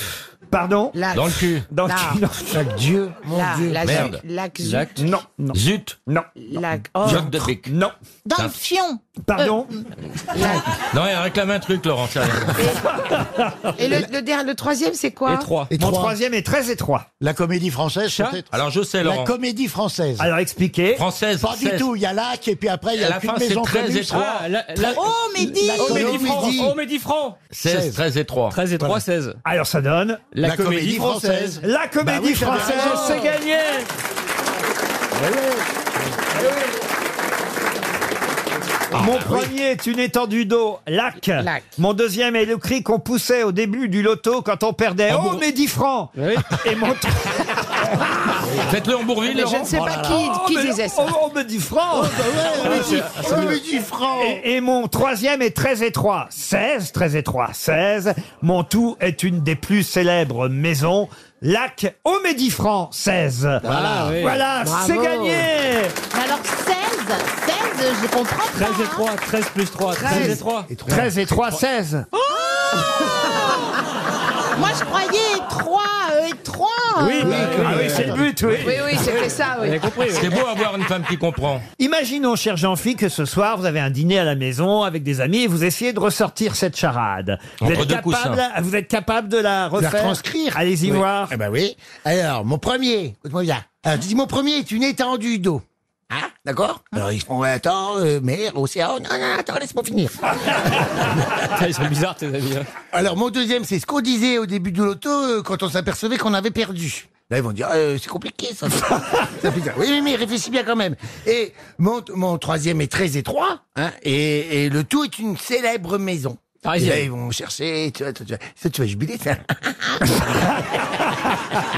Speaker 1: Pardon
Speaker 18: Lac. Dans le cul.
Speaker 1: Ah, Dans
Speaker 18: Lac.
Speaker 1: le cul. Lac Dieu.
Speaker 18: mon Lac, Dieu. lac,
Speaker 1: Merde.
Speaker 18: lac, zut. Lac.
Speaker 1: Non, non. Zut. Non.
Speaker 18: Lac. Oh.
Speaker 7: Jacques de Bec.
Speaker 1: Non.
Speaker 16: Dans le fion.
Speaker 1: Pardon
Speaker 7: Non, il réclame un truc, Laurent.
Speaker 18: Euh, mm. Et le, le, dernier- le troisième, c'est quoi
Speaker 1: Mon troisième est très étroit. La comédie française, peut-être
Speaker 7: Alors, je sais,
Speaker 14: La
Speaker 7: Laurent.
Speaker 14: comédie française.
Speaker 1: Alors expliquez.
Speaker 7: Française.
Speaker 14: Pas du
Speaker 7: seize.
Speaker 14: tout, il y a lac et puis après il y
Speaker 7: À
Speaker 14: a
Speaker 7: la
Speaker 14: qu'une
Speaker 7: fin, c'est
Speaker 14: maison
Speaker 7: très
Speaker 14: commune.
Speaker 7: étroit.
Speaker 14: Ah,
Speaker 7: la- la-
Speaker 14: Oh, Mehdi
Speaker 7: la
Speaker 14: Oh,
Speaker 7: comédie
Speaker 14: Mehdi
Speaker 7: française.
Speaker 14: Franc.
Speaker 7: Oh, Mehdi Franc. 16, 13 étroit.
Speaker 6: 13 étroit, 16.
Speaker 1: Alors ça donne
Speaker 6: La, comédie, française.
Speaker 1: La comédie
Speaker 6: Bah oui, t'avais
Speaker 1: française,
Speaker 2: Ah,
Speaker 6: raison.
Speaker 1: c'est gagné.
Speaker 10: Eh
Speaker 1: Mon premier est une étendue d'eau, lac. Mon deuxième est le cri qu'on poussait au début du loto quand on perdait.
Speaker 7: Ah
Speaker 1: oh,
Speaker 7: bon
Speaker 1: mais 10 francs Et mon
Speaker 7: Faites-le en bourville,
Speaker 1: Mais je
Speaker 7: Laurent.
Speaker 1: ne sais pas qui-
Speaker 7: Oh, Ah,
Speaker 1: qui
Speaker 7: mais-
Speaker 1: disait ça. Oh, on me dit franc Et, et mon troisième est très étroit. 16, très étroit, 16. Mon tout est une des plus célèbres maisons. Lac oh, au Médifranc, 16.
Speaker 16: Voilà, oui.
Speaker 1: Voilà,
Speaker 16: Bravo.
Speaker 1: c'est gagné
Speaker 16: Mais Alors 16, 16, je comprends pas.
Speaker 6: 13 étroit, 13 plus 3, 13, étroit.
Speaker 1: 13 étroit, 16.
Speaker 23: Oh
Speaker 16: Moi, je croyais 3, euh, 3.
Speaker 4: bah, ah
Speaker 18: Oui, oui, c'était
Speaker 7: Ah
Speaker 18: ça, oui.
Speaker 7: C'est beau avoir une femme qui comprend.
Speaker 1: Imaginons, cher Jean-Philippe, que ce soir, vous avez un dîner à la maison avec des amis et vous essayez de ressortir cette charade. Vous
Speaker 7: Entre
Speaker 1: êtes,
Speaker 7: deux
Speaker 1: capable,
Speaker 7: coussins.
Speaker 1: vous êtes capable de la
Speaker 7: Oh,
Speaker 4: La
Speaker 1: refaire
Speaker 4: transcrire.
Speaker 1: Allez-y
Speaker 4: Oui.
Speaker 1: voir.
Speaker 4: Eh ben oui. Alors, mon premier, écoute-moi bien. Alors, tu dis, mon premier est une étendue d'eau.
Speaker 7: Hein
Speaker 4: D'accord
Speaker 8: Ah.
Speaker 4: Alors ils font attends, euh, mer, océan. Non, non, attends, laisse-moi finir.
Speaker 8: Ils sont bizarres, tes amis. hein.
Speaker 4: Alors mon deuxième, c'est ce qu'on disait au début de l'auto euh, quand on s'apercevait qu'on avait perdu. Là, ils vont dire, euh, c'est compliqué ça. Ça fait ça. Oui, oui, mais réfléchis bien quand même. Et mon, mon troisième est très étroit, hein, et, et le tout est une célèbre maison. Et
Speaker 7: Parisienne.
Speaker 4: là, ils vont chercher, tu vois, tu vois, ça, tu vas jubiler, ça.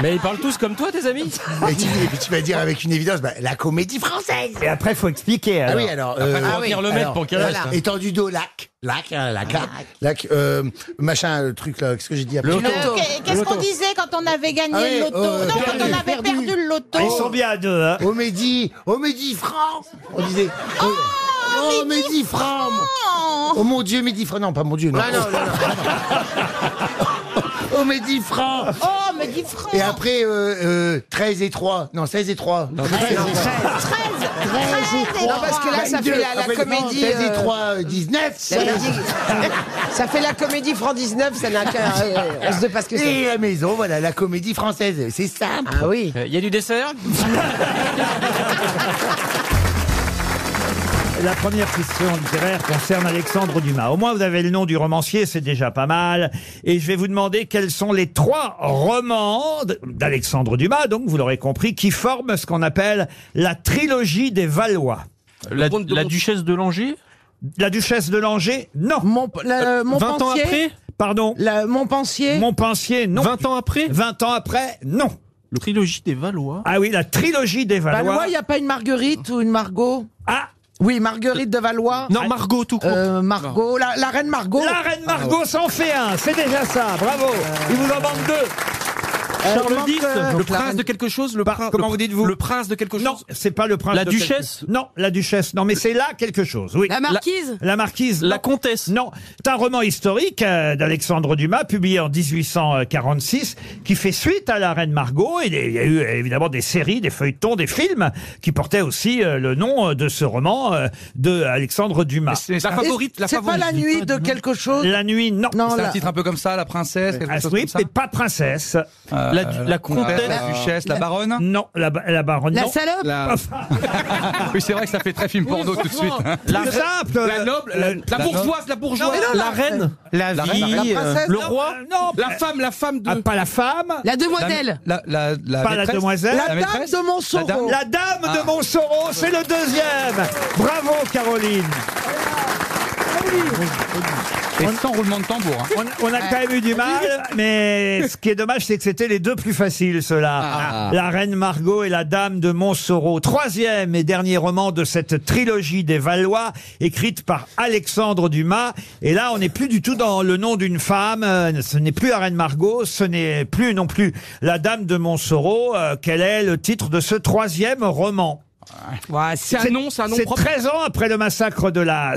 Speaker 8: Mais ils parlent tous comme toi, tes amis
Speaker 4: Et tu, et puis tu vas dire avec une évidence, bah, la comédie française.
Speaker 1: Et après, il faut expliquer.
Speaker 4: Ah oui, alors. Après, faut ah retenir oui, le mec alors, pour qu'elle voilà. reste. Étendue d'eau, lac. Lac, hein, lac, lac. Lac, euh, machin, le truc là, qu'est-ce que j'ai dit après
Speaker 7: Le loto.
Speaker 4: Le
Speaker 23: Qu'est-ce qu'on
Speaker 4: loto.
Speaker 23: disait quand on avait gagné
Speaker 4: Ah oui,
Speaker 23: le loto
Speaker 4: euh,
Speaker 23: Non, quand
Speaker 4: perdu,
Speaker 23: on avait perdu, le loto.
Speaker 1: bien à deux, hein.
Speaker 4: Au Mehdi, au Mehdi Franc On disait. Oh, oh Mehdi Franc Oh mon Dieu, Mehdi Franc Non, pas mon Dieu, non.
Speaker 7: Ah, non, non,
Speaker 4: oh Mehdi Franc
Speaker 23: Oh, mais dis franc
Speaker 4: Et après, euh, euh, 13 et 3. Non, 16 et 3. Non, 13 et 3.
Speaker 7: 13 et trois. Non, parce que là, ça fait la- la comédie,
Speaker 4: 13 et
Speaker 7: euh,
Speaker 4: 3, 19.
Speaker 7: Ça fait la- ça fait la comédie franc 19, ça n'a qu'un. euh, On se dépasse que ça.
Speaker 4: Et la maison, voilà, la comédie française. C'est simple. Ah oui.
Speaker 8: Il Euh, y a du dessert
Speaker 1: La première question littéraire concerne Alexandre Dumas. Au moins, vous avez le nom du romancier, c'est déjà pas mal. Et je vais vous demander quels sont les trois romans d- d'Alexandre Dumas, donc vous l'aurez compris, qui forment ce qu'on appelle la trilogie des Valois.
Speaker 8: La, la duchesse de Langeais
Speaker 1: La duchesse de Langeais, non. Mon,
Speaker 8: la- Euh, Montpensier 20 ans après
Speaker 1: Pardon
Speaker 7: la, Montpensier
Speaker 1: Montpensier, non.
Speaker 8: 20 ans après
Speaker 1: 20 ans après, non.
Speaker 8: La trilogie des Valois.
Speaker 1: Ah oui, la trilogie des Valois.
Speaker 7: Valois, il n'y a pas une Marguerite ou une Margot
Speaker 1: Ah
Speaker 7: Oui, Marguerite de Valois.
Speaker 8: Non, Margot, tout court.
Speaker 7: Euh, Margot, la, la reine Margot.
Speaker 1: La reine
Speaker 10: Ah
Speaker 1: Margot s'en fait un, c'est déjà ça, bravo. Il vous en manque deux.
Speaker 7: Charles il manque, X, euh,
Speaker 8: le
Speaker 1: donc la
Speaker 8: prince
Speaker 1: reine-
Speaker 8: de quelque chose le
Speaker 1: Par-
Speaker 8: prin-
Speaker 1: Bah, comment
Speaker 8: le-
Speaker 1: vous dites-vous
Speaker 8: Le prince de quelque chose
Speaker 1: Non, c'est pas le prince.
Speaker 8: La
Speaker 1: de quelque-
Speaker 8: duchesse
Speaker 1: Non, la duchesse. Non, mais c'est là quelque chose. Oui.
Speaker 8: La marquise
Speaker 1: La, la marquise.
Speaker 8: La
Speaker 1: non.
Speaker 8: comtesse
Speaker 1: Non, c'est un roman historique euh, d'Alexandre Dumas, publié en 1846, qui fait suite à la Reine Margot. Et il y a eu euh, évidemment des séries, des feuilletons, des films qui portaient aussi euh, le nom euh, de ce roman euh, de Alexandre Dumas.
Speaker 10: La favorite, la
Speaker 7: C'est pas
Speaker 10: favorite.
Speaker 7: la nuit de quelque chose
Speaker 1: La nuit, non.
Speaker 10: C'est un
Speaker 7: la-
Speaker 10: titre un peu comme ça, la princesse, quelque
Speaker 1: Ah,
Speaker 10: chose
Speaker 1: oui,
Speaker 10: comme ça. Euh,
Speaker 1: mais pas princesse.
Speaker 10: La du- la comtesse.
Speaker 1: la
Speaker 10: duchesse, la
Speaker 1: baronne Non, la, ba- la baronne.
Speaker 10: La
Speaker 1: non.
Speaker 10: salope La- Oui, c'est vrai que ça fait très film porno tout de suite. hein.
Speaker 1: La simple. Euh,
Speaker 10: La noble, la, la bourgeoise, la bourgeoise.
Speaker 8: La
Speaker 10: vie, euh, le
Speaker 1: roi Non.
Speaker 10: La femme, la femme de.
Speaker 1: Ah, pas la femme.
Speaker 10: La
Speaker 1: demoiselle.
Speaker 10: La, la, la
Speaker 1: Pas la
Speaker 10: maîtresse
Speaker 1: demoiselle. La dame
Speaker 10: maîtresse
Speaker 1: de
Speaker 10: La dame,
Speaker 1: La dame
Speaker 10: Ah.
Speaker 1: de Montsoreau, c'est le deuxième. Bravo, Caroline.
Speaker 10: Et sans roulement de tambour. hein.
Speaker 1: On a quand même eu du mal, mais ce qui est dommage, c'est que c'était les deux plus faciles, ceux-là.
Speaker 10: Ah.
Speaker 1: La reine Margot et la dame de Montsoreau. Troisième et dernier roman de cette trilogie des Valois, écrite par Alexandre Dumas. Et là, on n'est plus du tout dans le nom d'une femme. Euh, Ce n'est plus la reine Margot, ce n'est plus non plus la dame de Montsoreau. Euh, Quel est le titre de ce troisième roman
Speaker 10: Ouais, c'est un nom, c'est un nom propre.
Speaker 1: 13 ans après le massacre de la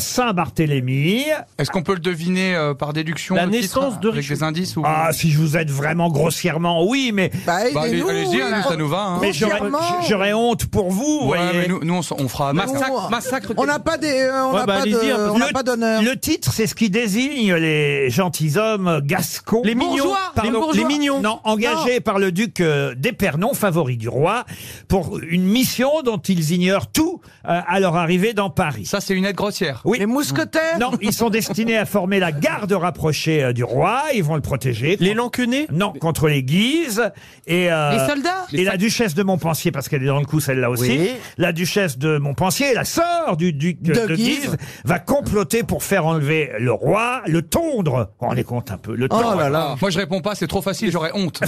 Speaker 1: Saint-Barthélemy.
Speaker 10: Est-ce qu'on peut le deviner euh, par déduction
Speaker 8: La
Speaker 10: le titre,
Speaker 8: naissance de
Speaker 10: Avec des indices ou...
Speaker 1: Ah, si je vous aide vraiment grossièrement, oui, mais
Speaker 10: Bah, allez-
Speaker 7: aidez-nous,
Speaker 10: allez-y, hein,
Speaker 7: là.
Speaker 10: nous, ça nous va. hein.
Speaker 1: Mais j'aurais-
Speaker 7: Grossièrement.
Speaker 1: j'aurais honte pour vous.
Speaker 10: Ouais,
Speaker 1: voyez.
Speaker 10: mais nous, nous, on, s- on fera
Speaker 7: Non.
Speaker 10: massacre, massacre.
Speaker 7: On n'a pas des, euh, on
Speaker 8: Ouais,
Speaker 7: n'a
Speaker 8: bah,
Speaker 7: pas de-
Speaker 8: allez-y, un peu.
Speaker 7: on n'a
Speaker 1: Le-
Speaker 7: pas d'honneur.
Speaker 1: Le titre, c'est ce qui désigne les gentilshommes gascons.
Speaker 8: Les mignons.
Speaker 1: Bourgeois. Pardon,
Speaker 8: Les bourgeois.
Speaker 1: mignons. Non, engagés par le duc euh, d'Épernon, favori du roi, pour une mission dont ils ignorent tout euh, à leur arrivée dans Paris.
Speaker 10: Ça, c'est une aide grossière.
Speaker 1: Oui.
Speaker 7: Les mousquetaires
Speaker 1: Non, ils sont destinés à former la garde rapprochée euh, du roi. Ils vont le protéger.
Speaker 8: Les Lancquenets
Speaker 1: Non, contre les Guises et euh,
Speaker 7: Les soldats
Speaker 1: et la duchesse de Montpensier parce qu'elle est dans le coup celle-là aussi.
Speaker 7: Oui.
Speaker 1: La duchesse de Montpensier, la sœur du duc euh, de,
Speaker 7: De Guise.
Speaker 1: Guise, va comploter pour faire enlever le roi, le tondre. On les compte un peu.
Speaker 7: Oh
Speaker 1: Le tondre.
Speaker 10: Moi, je réponds pas, c'est trop facile, j'aurais honte.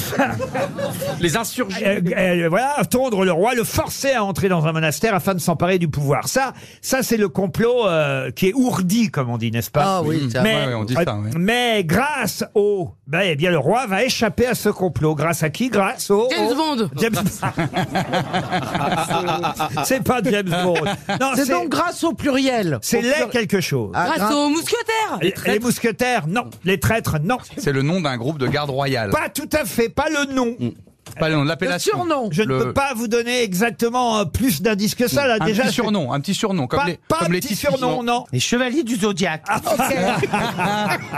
Speaker 10: Les insurgés.
Speaker 1: Euh, euh, voilà, tondre le roi, le forcer à entrer dans un monastère afin de s'emparer du pouvoir. Ça, ça c'est le complot euh, qui est ourdi, comme on dit, n'est-ce pas
Speaker 11: Ah oui, ça-
Speaker 1: mais,
Speaker 10: Mm. ouais, ouais, on dit ça, ouais.
Speaker 1: mais grâce au, ben, eh bien, le roi va échapper à ce complot. Grâce à qui Grâce au
Speaker 30: James
Speaker 1: au-
Speaker 30: Bond.
Speaker 1: Oh. James. c'est pas James Bond. Non,
Speaker 7: Ah. C'est donc grâce au pluriel.
Speaker 1: c'est
Speaker 7: Au
Speaker 1: les
Speaker 7: pluriel.
Speaker 1: quelque chose.
Speaker 7: Ah,
Speaker 30: Grâce
Speaker 7: grâce-
Speaker 30: aux mousquetaires
Speaker 1: les, les mousquetaires, non. Les traîtres, non.
Speaker 10: C'est le nom d'un groupe de garde royale.
Speaker 7: Mm.
Speaker 1: Pas tout à fait, pas le nom. Pas le nom de l'appellation. surnom. Je ne
Speaker 10: Le-
Speaker 1: peux pas vous donner exactement euh, plus d'indices que ça, là,
Speaker 10: Un
Speaker 1: déjà.
Speaker 10: petit
Speaker 1: c'est-
Speaker 10: surnom, hein. un petit surnom, comme
Speaker 1: pas,
Speaker 10: les-
Speaker 1: pas
Speaker 10: comme
Speaker 1: un
Speaker 10: les
Speaker 1: petit
Speaker 10: titres qui
Speaker 1: surnom,
Speaker 10: sont-
Speaker 1: non. Ah,
Speaker 10: Les chevaliers du Zodiac.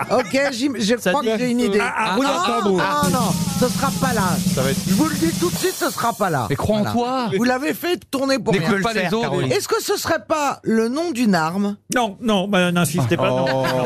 Speaker 31: ok, j'im- je crois que j'ai une idée.
Speaker 7: Ah,
Speaker 31: non,
Speaker 7: non, non, non, ce sera pas là.
Speaker 31: Ça va être-
Speaker 7: Je vous le dis tout de suite, ce sera pas là.
Speaker 31: Mais crois en toi.
Speaker 7: Vous l'avez fait tourner pour
Speaker 31: N'écoute
Speaker 7: rien.
Speaker 31: pas les autres. Caroline.
Speaker 7: Est-ce que ce serait pas le nom d'une arme Oh.
Speaker 1: Non, non, bah, n'insistez pas.
Speaker 10: Oh.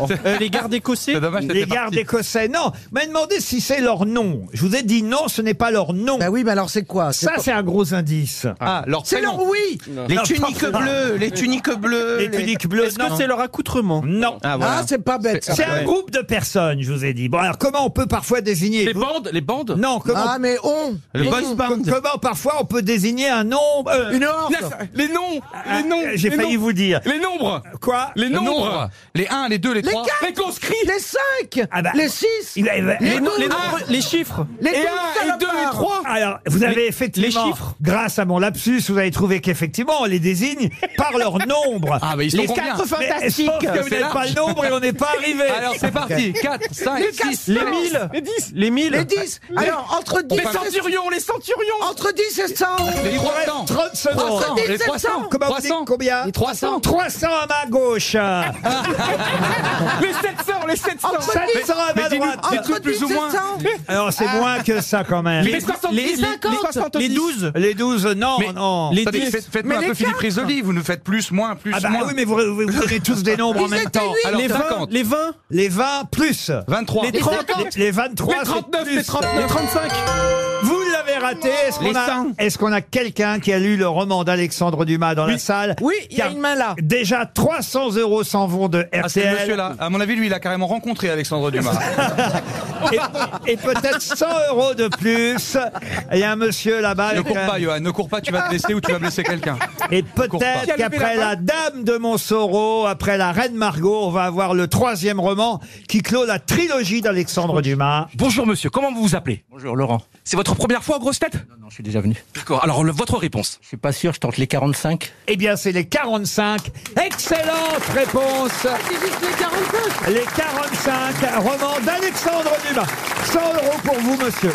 Speaker 1: Euh, non.
Speaker 7: les gardes écossais
Speaker 1: Les gardes écossais, non. Mais demandez si c'est leur nom. Je vous ai dit non, ce n'est pas leur nom. Bah
Speaker 7: oui, mais alors c'est quoi
Speaker 1: Ça, c'est un gros indice.
Speaker 10: Ah, leur
Speaker 7: C'est leur oui
Speaker 10: Les tuniques bleues, les tuniques bleues,
Speaker 1: Les
Speaker 10: les-
Speaker 1: tuniques bleues,
Speaker 10: Est-ce que c'est leur
Speaker 1: accoutrement Non.
Speaker 10: Ah, voilà. Ah, c'est pas bête, ça.
Speaker 1: C'est un
Speaker 10: Ouais.
Speaker 1: groupe de personnes, je vous ai dit. Bon, alors comment on peut parfois désigner Les bandes Les bandes Non, comment...
Speaker 7: Ah, mais on
Speaker 1: Les
Speaker 7: On.
Speaker 1: boys band. Comment parfois on peut désigner un nombre
Speaker 7: Une horte.
Speaker 10: Ah,
Speaker 1: Les noms Les noms Euh, Ah, J'ai
Speaker 10: les
Speaker 1: failli
Speaker 10: noms.
Speaker 1: vous dire.
Speaker 10: Les nombres.
Speaker 1: Quoi
Speaker 10: Les nombres. Les 1, les 2, les 3.
Speaker 7: quatre.
Speaker 10: Mais qu'on se crie.
Speaker 7: Les 5
Speaker 1: Ah bah.
Speaker 7: Les 6
Speaker 10: Les no- les nombres, les chiffres. Et un, et deux, et trois.
Speaker 1: Alors, vous avez
Speaker 10: Les-
Speaker 1: effectivement,
Speaker 10: les chiffres.
Speaker 1: grâce à mon lapsus, vous avez trouvé qu'effectivement, on les désigne par leur nombre.
Speaker 10: Ah, mais ils sont
Speaker 1: les
Speaker 10: combien
Speaker 1: quatre fantastiques. Mais, sauf que vous
Speaker 10: C'est
Speaker 1: n'avez pas
Speaker 10: large.
Speaker 1: le nombre et on n'est pas arrivé.
Speaker 10: Alors, c'est parti. 4, 5, 6,
Speaker 7: Les
Speaker 10: 1000.
Speaker 7: 1000
Speaker 10: Les 10. Les 1000.
Speaker 7: Les 10 Alors, entre 10
Speaker 10: Les centurions, les centurions.
Speaker 7: Entre 10 et 100
Speaker 1: Il vous reste 30 secondes.
Speaker 7: Entre 10 et 100
Speaker 1: Comment vous dites combien 300. 300 à ma gauche.
Speaker 10: Les 700, les 700.
Speaker 1: Entre 700 à ma droite. Alors,
Speaker 7: Ah.
Speaker 1: c'est moins que ça quand même.
Speaker 10: Les 70, les- les- les 50.
Speaker 1: les 12. Les 12, non, non.
Speaker 10: Attendez, faites- Faites-moi un peu Philippe Risoli, vous nous faites plus, moins, plus,
Speaker 1: Ah bah
Speaker 10: moins.
Speaker 1: oui, mais vous, vous, vous donnez tous des nombres en
Speaker 10: Ils
Speaker 1: même
Speaker 10: étaient
Speaker 1: temps.
Speaker 10: huit. Les 50.
Speaker 1: les 20 Les 20 plus
Speaker 10: 23.
Speaker 1: Les,
Speaker 10: Les
Speaker 1: 30,
Speaker 10: 50.
Speaker 1: les, les 23
Speaker 10: Les
Speaker 1: c'est
Speaker 10: 39,
Speaker 1: plus.
Speaker 10: les 39. Les 35.
Speaker 1: Vous l'avez raté Est-ce qu'on
Speaker 10: Les
Speaker 1: a,
Speaker 10: 100.
Speaker 1: est-ce qu'on a quelqu'un qui a lu le roman d'Alexandre Dumas dans la salle
Speaker 7: Oui, il y a
Speaker 1: Car
Speaker 7: une main là.
Speaker 1: Déjà 300 euros s'en vont de RTL.
Speaker 10: Ah, c'est le monsieur là. À mon avis, lui, il a carrément rencontré Alexandre Dumas.
Speaker 1: Et, et peut-être 100 euros de plus. Il y a un monsieur là-bas.
Speaker 10: ne
Speaker 1: avec
Speaker 10: cours
Speaker 1: un-
Speaker 10: pas, Johan. Ne cours pas, tu vas te blesser ou tu vas blesser quelqu'un.
Speaker 1: Et
Speaker 10: cours pas.
Speaker 1: peut-être
Speaker 10: Qui a levé
Speaker 1: qu'après
Speaker 10: la
Speaker 1: la
Speaker 10: main
Speaker 1: Dame de Montsoreau, après la Reine Margot, on va avoir le troisième roman qui clôt la trilogie d'Alexandre Dumas.
Speaker 32: Bonjour monsieur, comment vous vous appelez Bonjour Laurent. C'est votre première fois, grosse tête Non, non, je suis déjà venu. D'accord, alors le- votre réponse Je suis pas sûr, je tente les 45.
Speaker 1: Eh bien, c'est les 45. Excellente réponse. Les 45, roman d'Alexandre Dumas. 100 euros pour vous, monsieur.